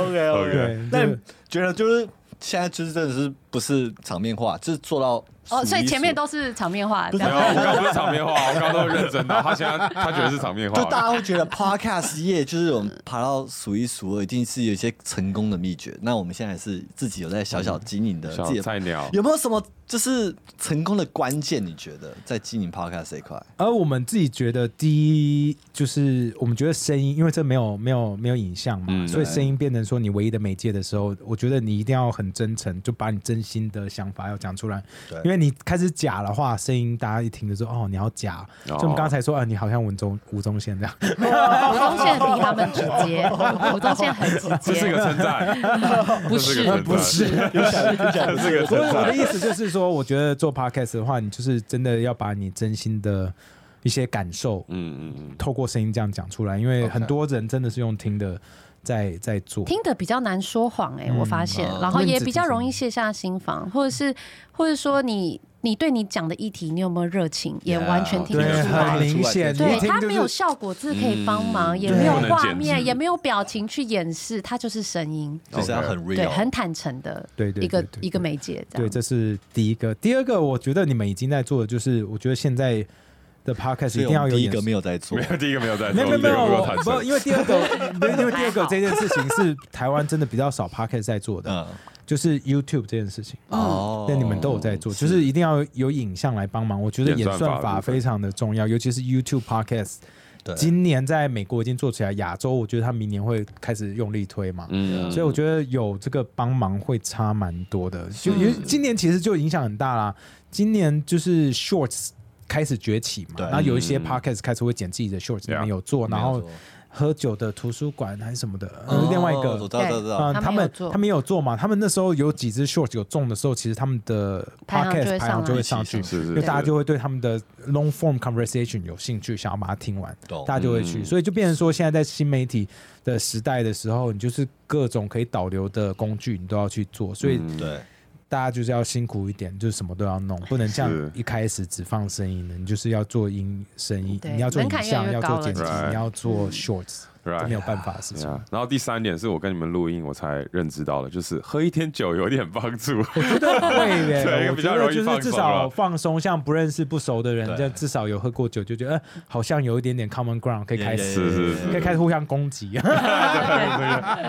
Speaker 3: OK OK。
Speaker 2: 对，
Speaker 3: 那
Speaker 2: 那
Speaker 3: 你觉得就是现在就是真的是不是场面化，就是做到数
Speaker 4: 哦，
Speaker 3: 一
Speaker 4: 所以前面
Speaker 3: 数
Speaker 4: 都是场面话，
Speaker 3: 不
Speaker 4: 这
Speaker 3: 是
Speaker 5: 没有，
Speaker 4: 样
Speaker 2: 啊
Speaker 5: 我刚刚不是场面话，我刚刚都是认真的。他现在他觉得是场面
Speaker 3: 就大
Speaker 5: 话，
Speaker 3: 家会觉得 podcast 业就是我们爬到数一数二，一定是有一些成功的秘诀。那我们现在也是自己有在小小经营的
Speaker 5: 小
Speaker 3: 自己的
Speaker 5: 菜鸟
Speaker 3: 有没有什么就是成功的关键？你觉得在经营 podcast 这一块？
Speaker 2: 而我们自己觉得，第一就是我们觉得声音，因为这没有没有没有影像嘛，
Speaker 5: 嗯
Speaker 2: 所以声音变成说你唯一的媒介的时候，我觉得你一定要很真诚，就把你真心的想法要讲出来
Speaker 3: 对。
Speaker 2: 因为你开始假的话，声音大家一听就说哦你要假，
Speaker 5: 哦
Speaker 2: 所以我们刚才说啊你好像文中吴宗宪这 样，
Speaker 4: 吴宗宪比他们直接， 吴宗宪很直
Speaker 5: 这是一
Speaker 4: 接，
Speaker 5: 个称赞，不
Speaker 2: 呃不是，
Speaker 5: 这是一个
Speaker 2: 所以
Speaker 5: 称
Speaker 2: 我的
Speaker 5: 赞。
Speaker 2: 意思就是说，我觉得做 podcast 的话，你就是真的要把你真心的一些感受，
Speaker 5: 嗯嗯嗯，
Speaker 2: 透过声音这样讲出来，因为
Speaker 3: OK
Speaker 2: 很多人真的是用听的在在做。
Speaker 4: 听得比较难说谎哎、
Speaker 2: 嗯
Speaker 4: 我发现，
Speaker 2: 啊
Speaker 3: 哦
Speaker 4: 然后也比较容易卸下心防，或者是或者说你你对你讲的议题，你有没有热情，也
Speaker 3: Yeah，
Speaker 4: 完全听
Speaker 2: 对
Speaker 4: 得，出来
Speaker 2: 很。明显，你一
Speaker 4: 对
Speaker 2: 听
Speaker 4: 他没有
Speaker 2: 就是
Speaker 4: 效果字可以帮忙，
Speaker 5: 嗯
Speaker 4: 也没有
Speaker 5: 对
Speaker 4: 画
Speaker 5: 不能剪
Speaker 4: 面，
Speaker 5: 辑
Speaker 4: 也没有表情去掩饰，它就是声音，
Speaker 3: 就是要很 real，
Speaker 4: 对，很坦诚的
Speaker 2: 对对
Speaker 4: 一个
Speaker 2: 对对对
Speaker 4: 一个媒介这
Speaker 2: 对，
Speaker 4: 样。
Speaker 2: 这是第一个。第二个，我觉得你们已经在做的就是，我觉得现在的 podcast
Speaker 3: 所
Speaker 2: 一定
Speaker 3: 以我
Speaker 2: 要有
Speaker 3: 们第一
Speaker 2: 演
Speaker 3: 个没有在做
Speaker 5: 没，有第一个没有在，
Speaker 2: 没有没有没有，
Speaker 5: 我
Speaker 2: 我
Speaker 5: 坦
Speaker 2: 不，
Speaker 5: 诚。
Speaker 2: 因为第二个，没有因为第二个这件事情是台湾真的比较少 podcast 在做的，
Speaker 3: 嗯，
Speaker 2: 就是 YouTube 这件事情。
Speaker 3: 哦
Speaker 2: 那你们都有在做，就是一定要有影像来帮忙。我觉得
Speaker 5: 演
Speaker 2: 演
Speaker 5: 算法
Speaker 2: 算法
Speaker 5: 部分
Speaker 2: 非常的重要，尤其是 YouTube podcast。
Speaker 3: 对
Speaker 2: 今年在美国已经做起来，亚洲我觉得他明年会开始用力推嘛，
Speaker 5: 嗯
Speaker 2: 所以我觉得有这个帮忙会差蛮多的。就
Speaker 3: 嗯
Speaker 2: 因为今年其实就影响很大啦，今年就是 Shorts 开始崛起嘛，
Speaker 3: 对
Speaker 2: 然后有一些
Speaker 5: 嗯
Speaker 2: podcast 开始会剪自己的 Shorts，你
Speaker 5: Yeah，
Speaker 2: 们有做，然
Speaker 3: 没有
Speaker 2: 后
Speaker 3: 做
Speaker 2: 喝酒的图书馆还是什么的，呃另外一
Speaker 3: 哦我
Speaker 2: 个
Speaker 3: 知。道知道知道
Speaker 2: 嗯，
Speaker 4: 他
Speaker 2: 他
Speaker 4: 们有
Speaker 2: 们
Speaker 4: 做
Speaker 2: 他们有做嘛？他们那时候有几支 short 有中的时候，其实他们的
Speaker 4: 排行就会
Speaker 2: podcast 排行就会上去，
Speaker 3: 上
Speaker 5: 是
Speaker 2: 因
Speaker 5: 是
Speaker 2: 为大家就会对他们的 long form conversation 有兴趣，想要把它听完，
Speaker 3: 懂
Speaker 2: 大家就会去。
Speaker 5: 嗯
Speaker 2: 所以就变成说，现在在新媒体的时代的时候，你就是各种可以导流的工具，你都要去做。所以
Speaker 3: 对，
Speaker 2: 大家就是要辛苦一点，就是什么都要弄，不能像
Speaker 5: 是
Speaker 2: 一开始只放声音的，你就是要做音声音，
Speaker 4: 对
Speaker 2: 你要做
Speaker 4: 门槛
Speaker 2: 影
Speaker 4: 越来
Speaker 2: 像，
Speaker 4: 越
Speaker 2: 要做
Speaker 4: 高了嗯
Speaker 2: 剪辑
Speaker 5: 其实，
Speaker 2: 你要做 shorts。这
Speaker 5: right
Speaker 2: 没有办法的事情。
Speaker 5: Yeah，然后第三点是我跟你们录音，我才认知到了，就是喝一天酒有点帮助。
Speaker 2: 会耶，
Speaker 5: 对
Speaker 2: 我
Speaker 5: 比
Speaker 2: 觉
Speaker 5: 较
Speaker 2: 得
Speaker 5: 容易
Speaker 2: 就是
Speaker 5: 放
Speaker 2: 至
Speaker 5: 松
Speaker 2: 少
Speaker 5: 了
Speaker 2: 放松，像不认识不熟的人，
Speaker 3: 对
Speaker 2: 就至少有喝过酒，就觉得、呃、好像有一点点 common ground 可以开始，
Speaker 5: 是是是
Speaker 2: 可以开始互相攻击。啊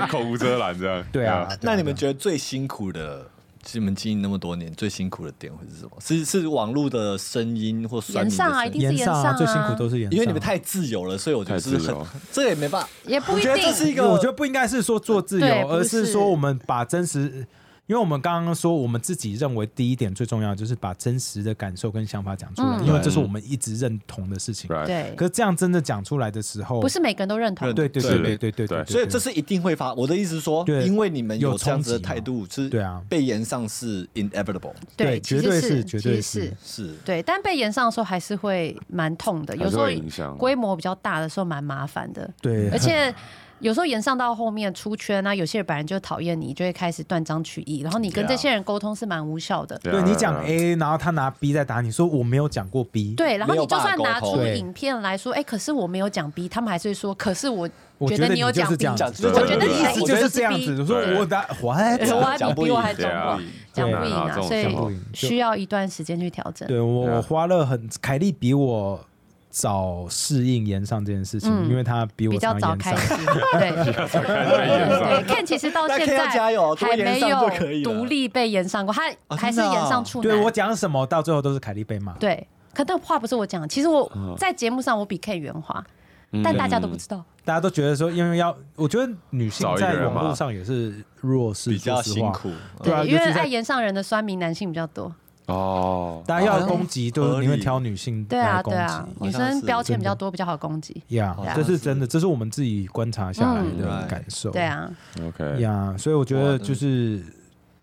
Speaker 5: 口无遮拦这样。
Speaker 2: 对啊，
Speaker 3: 那你们觉得最辛苦的，你们经营那么多年最辛苦的点会是什么？是是网络的声音或酸
Speaker 4: 延
Speaker 3: 民的
Speaker 4: 上啊，
Speaker 3: 声
Speaker 4: 一
Speaker 3: 音？
Speaker 4: 定是
Speaker 2: 上
Speaker 4: 上啊，
Speaker 2: 最辛苦都是演，
Speaker 3: 因为你们太自由了，所以我觉得
Speaker 5: 太
Speaker 3: 是
Speaker 5: 自由
Speaker 3: 很， 这也没办法。
Speaker 4: 也不
Speaker 3: 我
Speaker 4: 一
Speaker 3: 觉得这
Speaker 4: 定。
Speaker 3: 是一个，
Speaker 2: 我觉得不应该是说做自
Speaker 4: 对
Speaker 2: 由，
Speaker 4: 不
Speaker 2: 而是
Speaker 4: 是
Speaker 2: 说我们把真实。因为我们刚刚说，我们自己认为第一点最重要的就是把真实的感受跟想法讲出来，
Speaker 4: 嗯
Speaker 2: 因为这是我们一直认同的事情。
Speaker 5: Right，
Speaker 4: 对，
Speaker 2: 可是这样真的讲出来的时候，
Speaker 4: 不是每个人都认同。
Speaker 2: 对对对对对对对，
Speaker 3: 所以这是一定会发。我的意思是说，
Speaker 2: 对
Speaker 3: 因为你们
Speaker 2: 有
Speaker 3: 有
Speaker 2: 冲
Speaker 3: 这样子的
Speaker 2: 击嘛
Speaker 3: 态度，是
Speaker 2: 对啊
Speaker 3: 被延上是 inevitable，
Speaker 2: 对绝
Speaker 4: 其实
Speaker 2: 对
Speaker 4: 是，
Speaker 2: 绝
Speaker 4: 其
Speaker 2: 对
Speaker 4: 实是。
Speaker 3: 是
Speaker 4: 对，但被延上的时候还是会蛮痛的，
Speaker 5: 还是
Speaker 4: 有时候
Speaker 5: 会影响
Speaker 4: 规模比较大的时候蛮麻烦的，
Speaker 2: 对，
Speaker 4: 而且有时候延上到后面出圈啊，有些人本来就讨厌你，就会开始断章取义，然后你跟
Speaker 3: Yeah
Speaker 4: 这些人沟通是蛮无效的。
Speaker 5: 对
Speaker 2: 对
Speaker 5: 啊
Speaker 2: 你讲 A，然后他拿 B 在打你，说我没有讲过 B，，
Speaker 4: 对，然后
Speaker 3: 没
Speaker 4: 你
Speaker 3: 有
Speaker 4: 就
Speaker 3: 办法
Speaker 4: 算拿
Speaker 3: 沟
Speaker 4: 出
Speaker 2: 通
Speaker 4: 影片来说，哎、可是我没有讲 B，他们还是会说，可是我
Speaker 2: 我
Speaker 4: 得
Speaker 2: 得
Speaker 4: 有
Speaker 2: 就
Speaker 4: 讲
Speaker 2: 是
Speaker 4: B，
Speaker 2: 这样
Speaker 3: 讲
Speaker 2: 子，
Speaker 3: 对
Speaker 4: 我觉得
Speaker 3: 对
Speaker 4: 你
Speaker 3: 对
Speaker 4: 还
Speaker 3: 对
Speaker 2: 我就是
Speaker 4: 是
Speaker 2: 这样子，我说
Speaker 5: 对
Speaker 2: 我打 what？
Speaker 4: 我还
Speaker 3: 讲不
Speaker 4: 比
Speaker 3: 赢
Speaker 4: 我还
Speaker 5: 对
Speaker 4: 重
Speaker 5: 啊
Speaker 4: 过，，讲不赢
Speaker 5: 对啊
Speaker 4: 啊，
Speaker 5: 这种
Speaker 4: 所以
Speaker 5: 情况
Speaker 4: 需要一段时间去调整。
Speaker 2: 对我
Speaker 5: 对啊
Speaker 2: 我花了很，凯莉比我早适应延上这件事情，
Speaker 4: 嗯
Speaker 2: 因为她比我
Speaker 4: 比较
Speaker 2: 常
Speaker 4: 早
Speaker 2: 延
Speaker 4: 开
Speaker 2: 上。
Speaker 4: 始， 对，对，Ken 其实到现
Speaker 3: 那 Ken
Speaker 4: 在
Speaker 3: 要加油多
Speaker 4: 还
Speaker 3: 延
Speaker 4: 没
Speaker 3: 上就可
Speaker 4: 有
Speaker 3: 以了
Speaker 4: 独立被延上过，他
Speaker 3: 啊
Speaker 4: 还是
Speaker 3: 真的啊
Speaker 4: 延上处 男。
Speaker 2: 对我讲什么，到最后都是凯莉被骂。
Speaker 4: 对，可但话不是我讲，其实
Speaker 5: 嗯
Speaker 4: 我在节目上我比 Ken 圆滑，但大家都不知
Speaker 3: 嗯
Speaker 4: 道。
Speaker 2: 大家都觉得说，因为要，我觉得女性
Speaker 5: 找一个
Speaker 2: 在
Speaker 5: 人
Speaker 2: 网络
Speaker 5: 嘛
Speaker 2: 上也是弱势，
Speaker 3: 比较
Speaker 2: 说实
Speaker 3: 辛
Speaker 2: 话。
Speaker 3: 苦。
Speaker 2: 对啊
Speaker 4: 因为
Speaker 2: 尤其在
Speaker 4: 爱延上人的酸民男性比较多，
Speaker 5: 哦，
Speaker 2: 大家要攻击，都
Speaker 3: 合
Speaker 2: 是
Speaker 3: 理
Speaker 2: 宁愿挑女性
Speaker 4: 对啊
Speaker 2: 来攻
Speaker 4: 对啊，
Speaker 2: 击。
Speaker 4: 女生标签比较多，比较好攻击。
Speaker 2: 呀
Speaker 3: 好，像
Speaker 2: 这是真的，这是我们自己观察下来
Speaker 4: 嗯
Speaker 2: 的
Speaker 3: 对
Speaker 2: 感受。
Speaker 4: 对啊，
Speaker 5: OK，
Speaker 2: 呀所以我觉
Speaker 3: 哇
Speaker 2: 得
Speaker 3: 真的
Speaker 2: 就是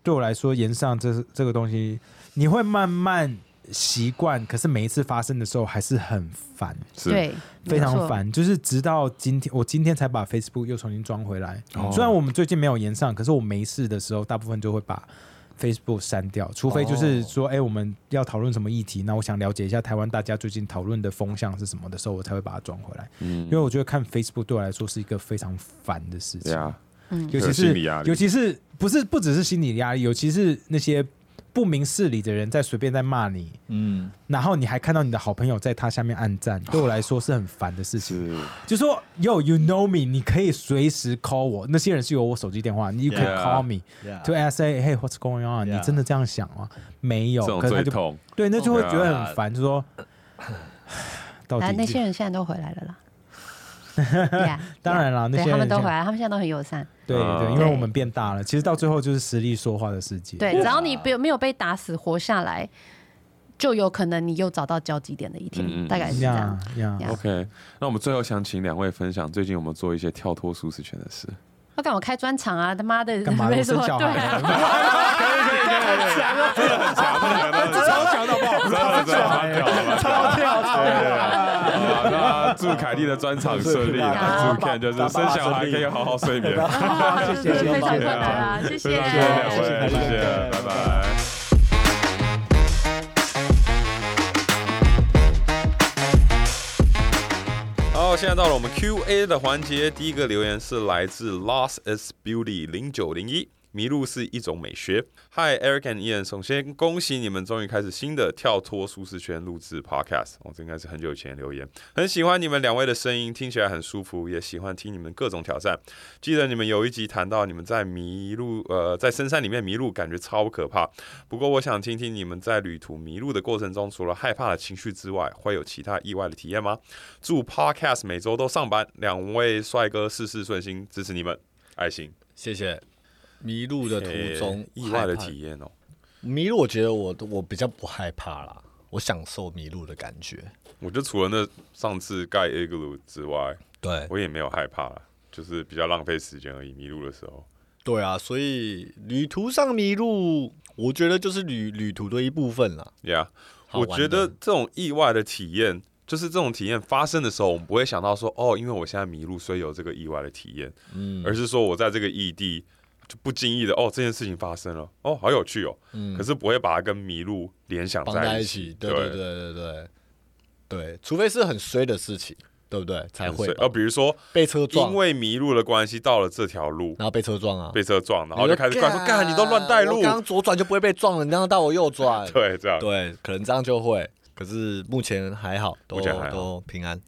Speaker 2: 对我来说，延上这这个东西，你会慢慢习惯，可是每一次发生的时候还是很烦，
Speaker 5: 是，
Speaker 4: 对，
Speaker 2: 非
Speaker 4: 没
Speaker 2: 常
Speaker 4: 错。
Speaker 2: 烦。就是直到今天，我今天才把 Facebook 又重新装回来。
Speaker 5: 哦
Speaker 2: 虽然我们最近没有延上，可是我没事的时候，大部分就会把。Facebook 删掉，除非就是说，哎、我们要讨论什么议题，那我想了解一下台湾大家最近讨论的风向是什么的时候，我才会把它装回来。因为我觉得看 Facebook 对我来说是一个非常烦的事情。
Speaker 5: 对啊，
Speaker 4: 嗯
Speaker 2: 尤
Speaker 5: 会
Speaker 2: 其
Speaker 5: 有
Speaker 2: 是
Speaker 5: 心理压力
Speaker 2: 尤其是不是不只是心理压力，尤其是那些不明事理的人在随便在骂你，
Speaker 3: 嗯，
Speaker 2: 然后你还看到你的好朋友在他下面暗赞，
Speaker 4: 哦
Speaker 2: 对我来说是很烦的事情。
Speaker 5: 是
Speaker 2: 就说 Yo you know me，你可以随时 call 我，那些人是有我手机电话，you can
Speaker 5: Yeah.
Speaker 2: call me to ask say hey what's going on？你
Speaker 3: Yeah.
Speaker 2: 真的这样想吗？没有
Speaker 5: 这，种
Speaker 2: 可是他
Speaker 5: 最
Speaker 2: 就
Speaker 5: 痛，
Speaker 2: 对，那就会
Speaker 5: Oh my
Speaker 2: 觉得很烦，就说到
Speaker 4: 来，
Speaker 2: 底
Speaker 4: 那些人现在都回来了 啦。Yeah，
Speaker 2: 当然啦
Speaker 4: yeah
Speaker 2: 那些
Speaker 4: 对他们
Speaker 2: 人
Speaker 4: 都
Speaker 2: 现在
Speaker 4: 回来，他们现在都很友善。
Speaker 2: 对对，
Speaker 5: 啊
Speaker 2: 因为我们变大了，其实到最后就是实力说话的世界。
Speaker 4: 对，只要你没有没有被打死活下来，就有可能你又找到交集点的一天，
Speaker 5: 嗯嗯
Speaker 4: 大概是这
Speaker 2: 呀
Speaker 4: 样。
Speaker 2: 呀。
Speaker 4: Yeah
Speaker 5: OK，那我们最后想请两位分享最近有没有做一些跳脱舒适圈的事？
Speaker 4: 要干我开专场啊，他妈的，
Speaker 2: 干 嘛？
Speaker 4: 没
Speaker 2: 我
Speaker 4: 什
Speaker 2: 生
Speaker 4: 么
Speaker 2: 小
Speaker 4: 对啊，
Speaker 2: 孩了，
Speaker 5: 超强的好不好？超强，超
Speaker 3: 跳槽
Speaker 5: 那祝凯莉的专场顺利，
Speaker 4: 好
Speaker 5: 那祝 Ken 就是生小孩可以好好睡眠。
Speaker 4: 啊 这 是非常困难啊，谢
Speaker 5: 非
Speaker 4: 谢
Speaker 5: 常谢谢两位，谢谢，拜拜。好，现在到了我们 Q&A 的环节。第一个留言是来自 Lost is Beauty 零九零一，迷路是一种美学。Hi Eric and Ian，首先恭喜你们终于开始新的跳脱舒适圈录制 Podcast。哦，这应该是很久以前的留言。很喜欢你们两位的声音，听起来很舒服，也喜欢听你们各种挑战。记得你们有一集谈到你们在迷路，呃，在深山里面迷路，感觉超可怕。不过我想听听你们在旅途迷路的过程中，除了害怕的情绪之外，会有其他意外的体验吗？祝 Podcast 每周都上班，两位帅哥事事顺心，支持你们，爱心。
Speaker 3: 谢谢。迷路的途中
Speaker 5: 诶，意外的
Speaker 3: 害怕
Speaker 5: 体验哦，
Speaker 3: 迷路，我觉得我我比较不害怕啦，我享受迷路的感觉。
Speaker 5: 我就除了那上次盖 igloo 之外，
Speaker 3: 对
Speaker 5: 我也没有害怕啦，就是比较浪费时间而已。迷路的时候，
Speaker 3: 对啊，所以旅途上迷路，我觉得就是旅旅途的一部分啦。
Speaker 5: 呀、
Speaker 3: 好
Speaker 5: yeah,，我
Speaker 3: 玩的
Speaker 5: 觉得这种意外的体验，就是这种体验发生的时候，我们不会想到说哦，因为我现在迷路，所以有这个意外的体验，
Speaker 3: 嗯
Speaker 5: 而是说我在这个异地就不经意的哦，这件事情发生了，哦，好有趣哦，可是不会把它跟迷路联想
Speaker 3: 嗯绑
Speaker 5: 在
Speaker 3: 在
Speaker 5: 一
Speaker 3: 一
Speaker 5: 起
Speaker 3: 起，，对对对对对对，除非是很衰的事情，对不对？才会
Speaker 5: 所以
Speaker 3: 吧
Speaker 5: 呃，比如说
Speaker 3: 被车撞
Speaker 5: 因，为迷路的关系到了这条路
Speaker 3: 然后被车撞啊，
Speaker 5: 被车撞，然后就开始怪说：“干，你都乱带路，
Speaker 3: 我！”刚刚左转就不会被撞了，你刚刚带我右转
Speaker 5: 对，这样
Speaker 3: 对，可能这样就会。可是目前还好，都
Speaker 5: 目前还好
Speaker 3: 都平安。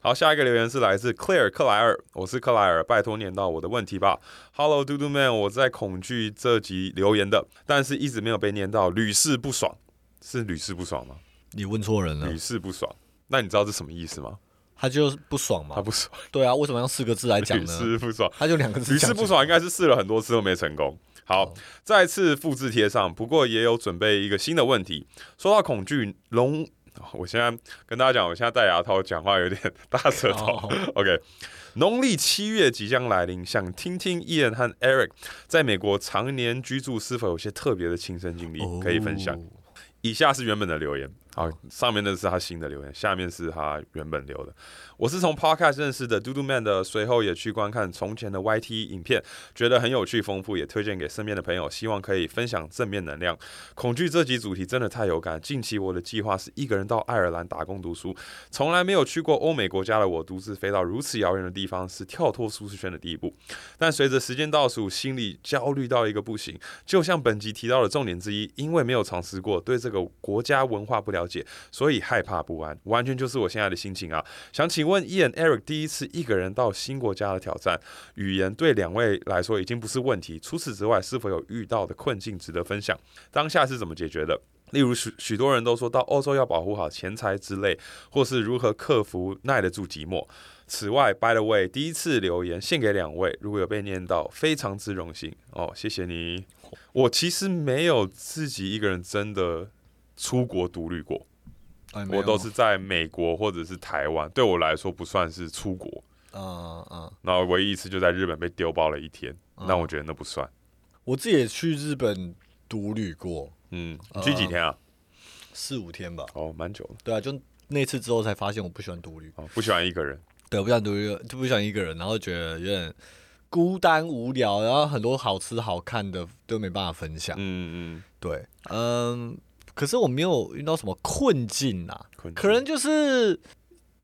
Speaker 5: 好，下一个留言是来自 Claire 克莱尔，我是克莱尔，拜托念到我的问题吧。Hello，嘟嘟 man，我在恐惧这集留言的，但是一直没有被念到，屡试不爽，是屡试不爽吗？
Speaker 3: 你问错人了
Speaker 5: 屡，试不爽，那你知道这什么意思吗？
Speaker 3: 他就是不爽
Speaker 5: 他
Speaker 3: 嘛。
Speaker 5: 不爽，
Speaker 3: 对啊，为什么要用四个字来讲
Speaker 5: 屡
Speaker 3: 呢？
Speaker 5: 试不 爽，
Speaker 3: 他就两个字
Speaker 5: 屡
Speaker 3: 讲
Speaker 5: 试
Speaker 3: 出来。
Speaker 5: 不爽应该是试了很多次都没成功。好，再次复制贴上，不过也有准备一个新的问题。说到恐惧，龙，哦我现在跟大家讲，我现在戴牙套，讲话有点大舌
Speaker 3: 哦
Speaker 5: 头。OK，农历七月即将来临，想听听 Ian 和 Eric 在美国常年居住是否有些特别的亲身经历
Speaker 3: 哦
Speaker 5: 可以分享。以下是原本的留言，好，上面的是他新的留言，下面是他原本留的。我是从 Podcast 认识的 Doodoo Man 的，随后也去观看从前的 YT 影片，觉得很有趣丰富，也推荐给身边的朋友，希望可以分享正面能量。恐惧这集主题真的太有感。近期我的计划是一个人到爱尔兰打工读书，从来没有去过欧美国家的我，独自飞到如此遥远的地方，是跳脱舒适圈的第一步。但随着时间倒数，心里焦虑到一个不行。就像本集提到的重点之一，因为没有尝试过，对这个国家文化不了解，所以害怕不安，完全就是我现在的心情啊。想请问 Ian Eric 第一次一个人到新国家的挑战，语言对两位来说已经不是问题。除此之外，是否有遇到的困境值得分享？当下是怎么解决的？例如许许多人都说到欧洲要保护好钱财之类，或是如何克服耐得住寂寞。此外，by the way，第一次留言献给两位，如果有被念到，非常之荣幸哦，谢谢你。我其实没有自己一个人真的出国独旅过，
Speaker 3: 哎没有
Speaker 5: 我都是在美国或者是台湾，对我来说不算是出国。
Speaker 3: 嗯嗯，
Speaker 5: 然后唯一一次就在日本被丢包了一天，那我觉得那不算。
Speaker 3: 我自己也去日本独旅过
Speaker 5: 嗯，你去几天啊？
Speaker 3: 四五天吧。
Speaker 5: 哦，蛮久的。
Speaker 3: 对啊，就那次之后才发现我不喜欢独旅，
Speaker 5: 哦，不喜欢一个人。
Speaker 3: 对，我不想独旅，就不喜欢一个人，然后觉得有点孤单无聊，然后很多好吃好看的都没办法分享。
Speaker 5: 嗯嗯，
Speaker 3: 对，嗯，可是我没有遇到什么困境啊，
Speaker 5: 困境
Speaker 3: 可能就是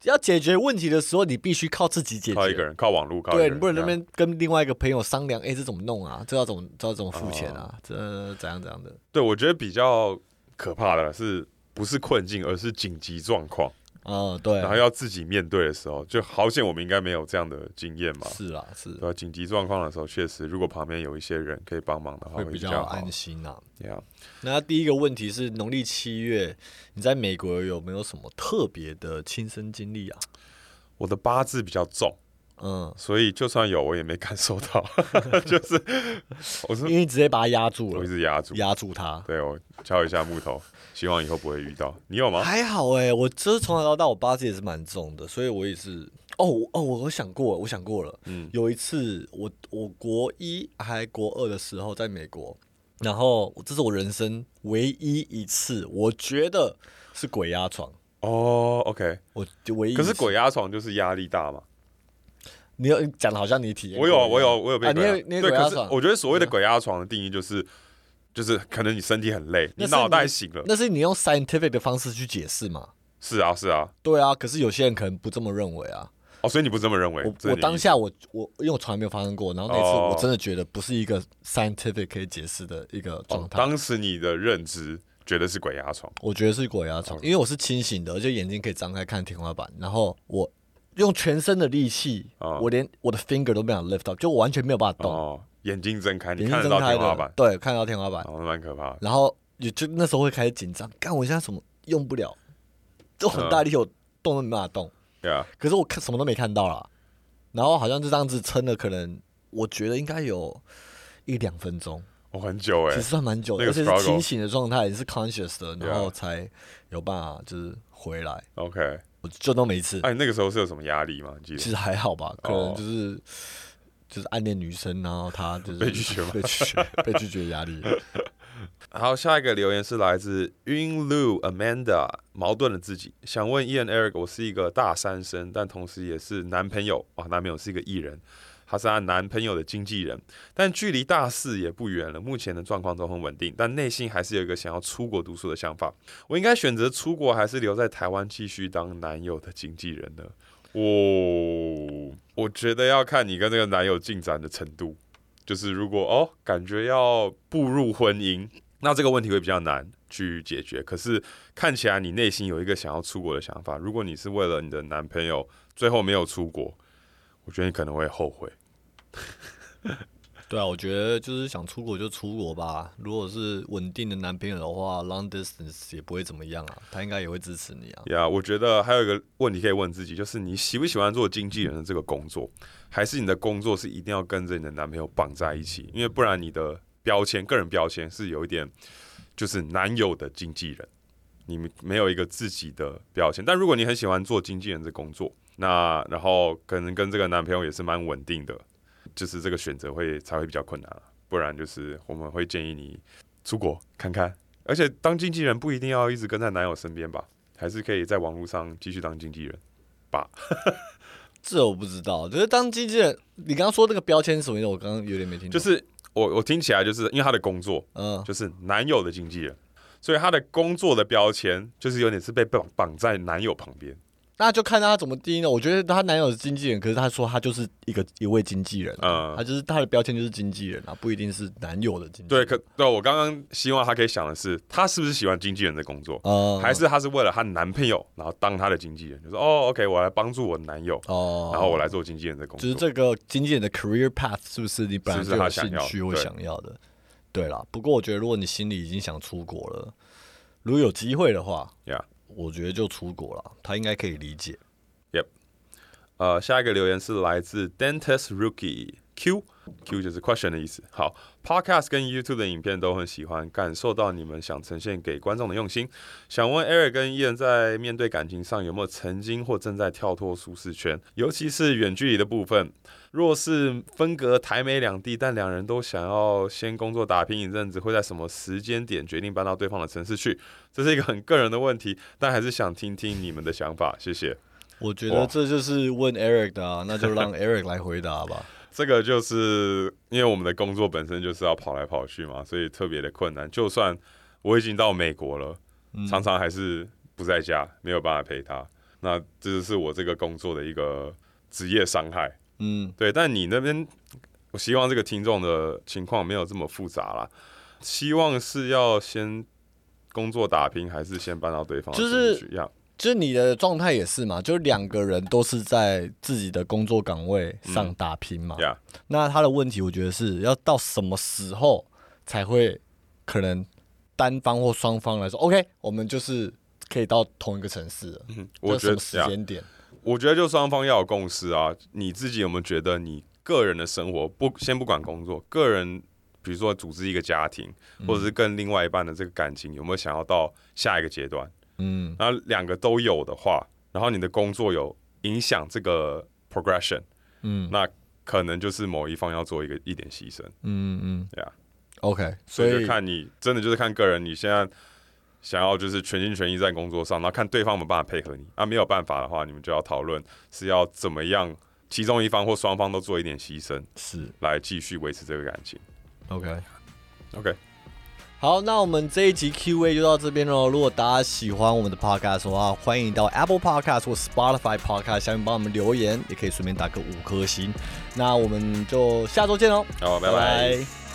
Speaker 3: 要解决问题的时候，你必须靠自己解决。
Speaker 5: 靠一个人，靠网络，靠一个
Speaker 3: 对
Speaker 5: 人
Speaker 3: 你不能那
Speaker 5: 这样
Speaker 3: 边跟另外一个朋友商量，哎、这怎么弄啊？这要怎么，这要怎么付钱
Speaker 5: 哦
Speaker 3: 啊？这怎样怎样的？
Speaker 5: 对我觉得比较可怕的是不是困境，而是紧急状况，
Speaker 3: 哦，对，
Speaker 5: 然后要自己面对的时候，就好险我们应该没有这样的经验嘛。
Speaker 3: 是啦，是
Speaker 5: 对啊，紧急状况的时候，确实如果旁边有一些人可以帮忙的话，
Speaker 3: 会
Speaker 5: 会
Speaker 3: 比较
Speaker 5: 较
Speaker 3: 安。心啊。
Speaker 5: Yeah，
Speaker 3: 那第一个问题是，农历七月，你在美国有没有什么特别的亲身经历啊？
Speaker 5: 我的八字比较重，
Speaker 3: 嗯，
Speaker 5: 所以就算有我也没感受 到，就是我是
Speaker 3: 因为你直接把它压住
Speaker 5: 嗯我一
Speaker 3: 了，
Speaker 5: 直压住，
Speaker 3: 压住它。
Speaker 5: 对我敲一下木头，希望以后不会遇到。你有吗？
Speaker 3: 还好哎、我这从小到大我八字也是蛮重的，所以我也是哦我哦，我想过了，我想过了，
Speaker 5: 嗯
Speaker 3: 有一次我我国一还国二的时候在美国，然后这是我人生唯一一次，我觉得是鬼压床，
Speaker 5: 哦，OK，
Speaker 3: 我就唯一一
Speaker 5: 可
Speaker 3: 次
Speaker 5: 是鬼压床就是压力大嘛。
Speaker 3: 你要你讲的好像你体验
Speaker 5: 我
Speaker 3: 过一
Speaker 5: 有啊，
Speaker 3: 样，
Speaker 5: 我有，我有被
Speaker 3: 啊，你
Speaker 5: 鬼压、
Speaker 3: 有你有
Speaker 5: 对，
Speaker 3: 鬼
Speaker 5: 可
Speaker 3: 压
Speaker 5: 是
Speaker 3: 床，嗯
Speaker 5: 我觉得所谓的鬼压床的定义就是，就是可能你身体很累，你
Speaker 3: 那是
Speaker 5: 脑袋醒了。
Speaker 3: 那是你用 scientific 的方式去解释嘛？
Speaker 5: 是啊，是啊，
Speaker 3: 对啊，可是有些人可能不这么认为啊。
Speaker 5: 哦，所以你不这么认为？这
Speaker 3: 我
Speaker 5: 是
Speaker 3: 我
Speaker 5: 你
Speaker 3: 当
Speaker 5: 意思
Speaker 3: 下我我因为我从来没有发生过，然后那次
Speaker 5: 哦
Speaker 3: 我真的觉得不是一个 scientific 可以解释的一个
Speaker 5: 哦
Speaker 3: 状，态，
Speaker 5: 当时你的认知觉得是鬼压床，
Speaker 3: 我觉得是鬼压床，因为我是清醒的，而且眼睛可以张开看天花板，然后我用全身的力气，
Speaker 5: 哦
Speaker 3: 我连我的 finger 都没有 lift up，就我完全没有办法动，
Speaker 5: 哦，眼睛睁开，你
Speaker 3: 眼
Speaker 5: 看
Speaker 3: 睛
Speaker 5: 得到
Speaker 3: 睁开
Speaker 5: 天花
Speaker 3: 的
Speaker 5: 板，，
Speaker 3: 对，看得到天花板，
Speaker 5: 哦，那蛮可怕的。
Speaker 3: 然后也就那时候会开始紧张，干我现在什么用不了，就
Speaker 5: 嗯
Speaker 3: 很大力，我动都没办法动。
Speaker 5: 对啊，
Speaker 3: 可是我看什么都没看到啦，然后好像就这样子撑了，可能我觉得应该有一两分钟，
Speaker 5: 我很久哎、
Speaker 3: 其实算蛮久的，
Speaker 5: 那个
Speaker 3: 而且
Speaker 5: struggle
Speaker 3: 是清醒的状态，也是 conscious 的，
Speaker 5: 对啊
Speaker 3: 然后才有办法就是回来。
Speaker 5: OK，
Speaker 3: 我就那么一次，
Speaker 5: 哎、你那个时候是有什么压力吗？你记
Speaker 3: 其
Speaker 5: 得？
Speaker 3: 实还好吧，可
Speaker 5: 哦
Speaker 3: 能就是、就是暗恋女生，然后她就是
Speaker 5: 被拒绝吗
Speaker 3: 被拒绝，被拒绝压力。
Speaker 5: 好，下一个留言是来自 Yun Lu Amanda，矛盾的自己，想哦问 Ian Eric，我是一个大三生，但同时也是男朋友啊，哇男朋友是一个艺人，她是她男朋友的经纪人，但距离大四也不远了，目前的状况都很稳定，但内心还是有一个想要出国读书的想法。我应该选择出国，还是留在台湾继续当男友的经纪人呢？哦，我觉得要看你跟这个男友进展的程度。就是如果哦，感觉要步入婚姻，那这个问题会比较难去解决。可是看起来你内心有一个想要出国的想法，如果你是为了你的男朋友最后没有出国，我觉得你可能会后悔。
Speaker 3: 对啊，我觉得就是想出国就出国吧。如果是稳定的男朋友的话，long distance 也不会怎么样啊，他应该也会支持你啊。
Speaker 5: 呀、我觉得还有一个问题可以问自己，就是你喜不喜欢做经纪人的这个工作，还是你的工作是一定要跟着你的男朋友绑在一起？因为不然你的标签、个人标签是有一点，就是男友的经纪人，你们没有一个自己的标签。但如果你很喜欢做经纪人的工作，那然后可能跟这个男朋友也是蛮稳定的，就是这个选择会才会比较困难啊不然就是我们会建议你出国看看，而且当经纪人不一定要一直跟在男友身边吧。还是可以在网络上继续当经纪人。
Speaker 3: 这我不知道，就是当经纪人，你刚刚说这个标签是什么意思？我刚刚有点没听懂。
Speaker 5: 就是我我听起来就是因为他的工作
Speaker 3: 嗯，
Speaker 5: 就是男友的经纪人，所以他的工作的标签就是有点是被绑绑在男友旁边
Speaker 3: 那就看他怎么定义呢？我觉得她男友是经纪人，可是她说她就是一个一位经纪人、啊，
Speaker 5: 嗯
Speaker 3: 她就是她的标签就是经纪人啊，不一定是男友的经纪
Speaker 5: 对，
Speaker 3: 人。
Speaker 5: 可对我刚刚希望他可以想的是，他是不是喜欢经纪人的工作，
Speaker 3: 哦
Speaker 5: 还是他是为了她男朋友，然后当他的经纪人，就是哦，OK，我来帮助我男友，
Speaker 3: 哦，
Speaker 5: 然后我来做经纪人的工
Speaker 3: 就是
Speaker 5: 作。
Speaker 3: 这个经纪人的 career path 是不是你本来
Speaker 5: 是
Speaker 3: 就
Speaker 5: 不是
Speaker 3: 有
Speaker 5: 他想
Speaker 3: 兴
Speaker 5: 要
Speaker 3: 趣或
Speaker 5: 对
Speaker 3: 想要的？对啦，不过我觉得如果你心里已经想出国了，如果有机会的话，
Speaker 5: 呀
Speaker 3: 我觉得就出国了，他应该可以理解。
Speaker 5: 呃，下一个留言是来自 Dentist Rookie Q。Q 就是 question 的意思。好，Podcast 跟 YouTube 的影片都很喜欢，感受到你们想呈现给观众的用心。想问 Eric 跟 Ian 在面对感情上有没有曾经或正在跳脱舒适圈，尤其是远距离的部分？若是分隔台美两地，但两人都想要先工作打拼一阵子，会在什么时间点决定搬到对方的城市去？这是一个很个人的问题，但还是想听听你们的想法。谢谢。
Speaker 3: 我觉
Speaker 5: 哇
Speaker 3: 得这就是问 Eric 的啊，那 就让 Eric 来回答吧。
Speaker 5: 这个就是因为我们的工作本身就是要跑来跑去嘛，所以特别的困难。就算我已经到美国了，
Speaker 3: 嗯
Speaker 5: 常常还是不在家，没有办法陪他。那这就是我这个工作的一个职业伤害。
Speaker 3: 嗯，
Speaker 5: 对，但你那边，我希望这个听众的情况没有这么复杂啦。希望是要先工作打拼，还是先搬到对方的
Speaker 3: 就是
Speaker 5: 城市去呀
Speaker 3: 就是你的状态也是嘛，就是两个人都是在自己的工作岗位
Speaker 5: 嗯
Speaker 3: 上打拼嘛。
Speaker 5: 呀
Speaker 3: 那他的问题，我觉得是要到什么时候才会可能单方或双方来说，OK，我们就是可以到同一个城市了。
Speaker 5: 嗯我觉
Speaker 3: 这什
Speaker 5: 得
Speaker 3: 么时
Speaker 5: 呀
Speaker 3: 间点？
Speaker 5: 我觉得就双方要有共识啊。你自己有没有觉得你个人的生活不先不管工作，个人比如说组织一个家庭，
Speaker 3: 嗯
Speaker 5: 或者是跟另外一半的这个感情，有没有想要到下一个阶段？
Speaker 3: 嗯，
Speaker 5: 然后两个都有的话，然后你的工作有影响这个 progression，
Speaker 3: 嗯，
Speaker 5: 那可能就是某一方要做一个一点牺牲，
Speaker 3: 嗯嗯
Speaker 5: 对啊。
Speaker 3: ，OK，
Speaker 5: 所
Speaker 3: 所
Speaker 5: 以
Speaker 3: 以
Speaker 5: 就看你真的就是看个人，你现在想要就是全心全意在工作上，然后看对方有没有办法配合你。啊，没有办法的话，你们就要讨论是要怎么样，其中一方或双方都做一点牺牲，
Speaker 3: 是
Speaker 5: 来继续维持这个感情。
Speaker 3: OK。
Speaker 5: OK，
Speaker 3: 好，那我们这一集 Q&A 就到这边喽。如果大家喜欢我们的 Podcast 的话，欢迎到 Apple Podcast 或 Spotify Podcast 下面帮我们留言，也可以顺便打个五颗星。那我们就下周见喽，
Speaker 5: 好，拜拜。
Speaker 3: 拜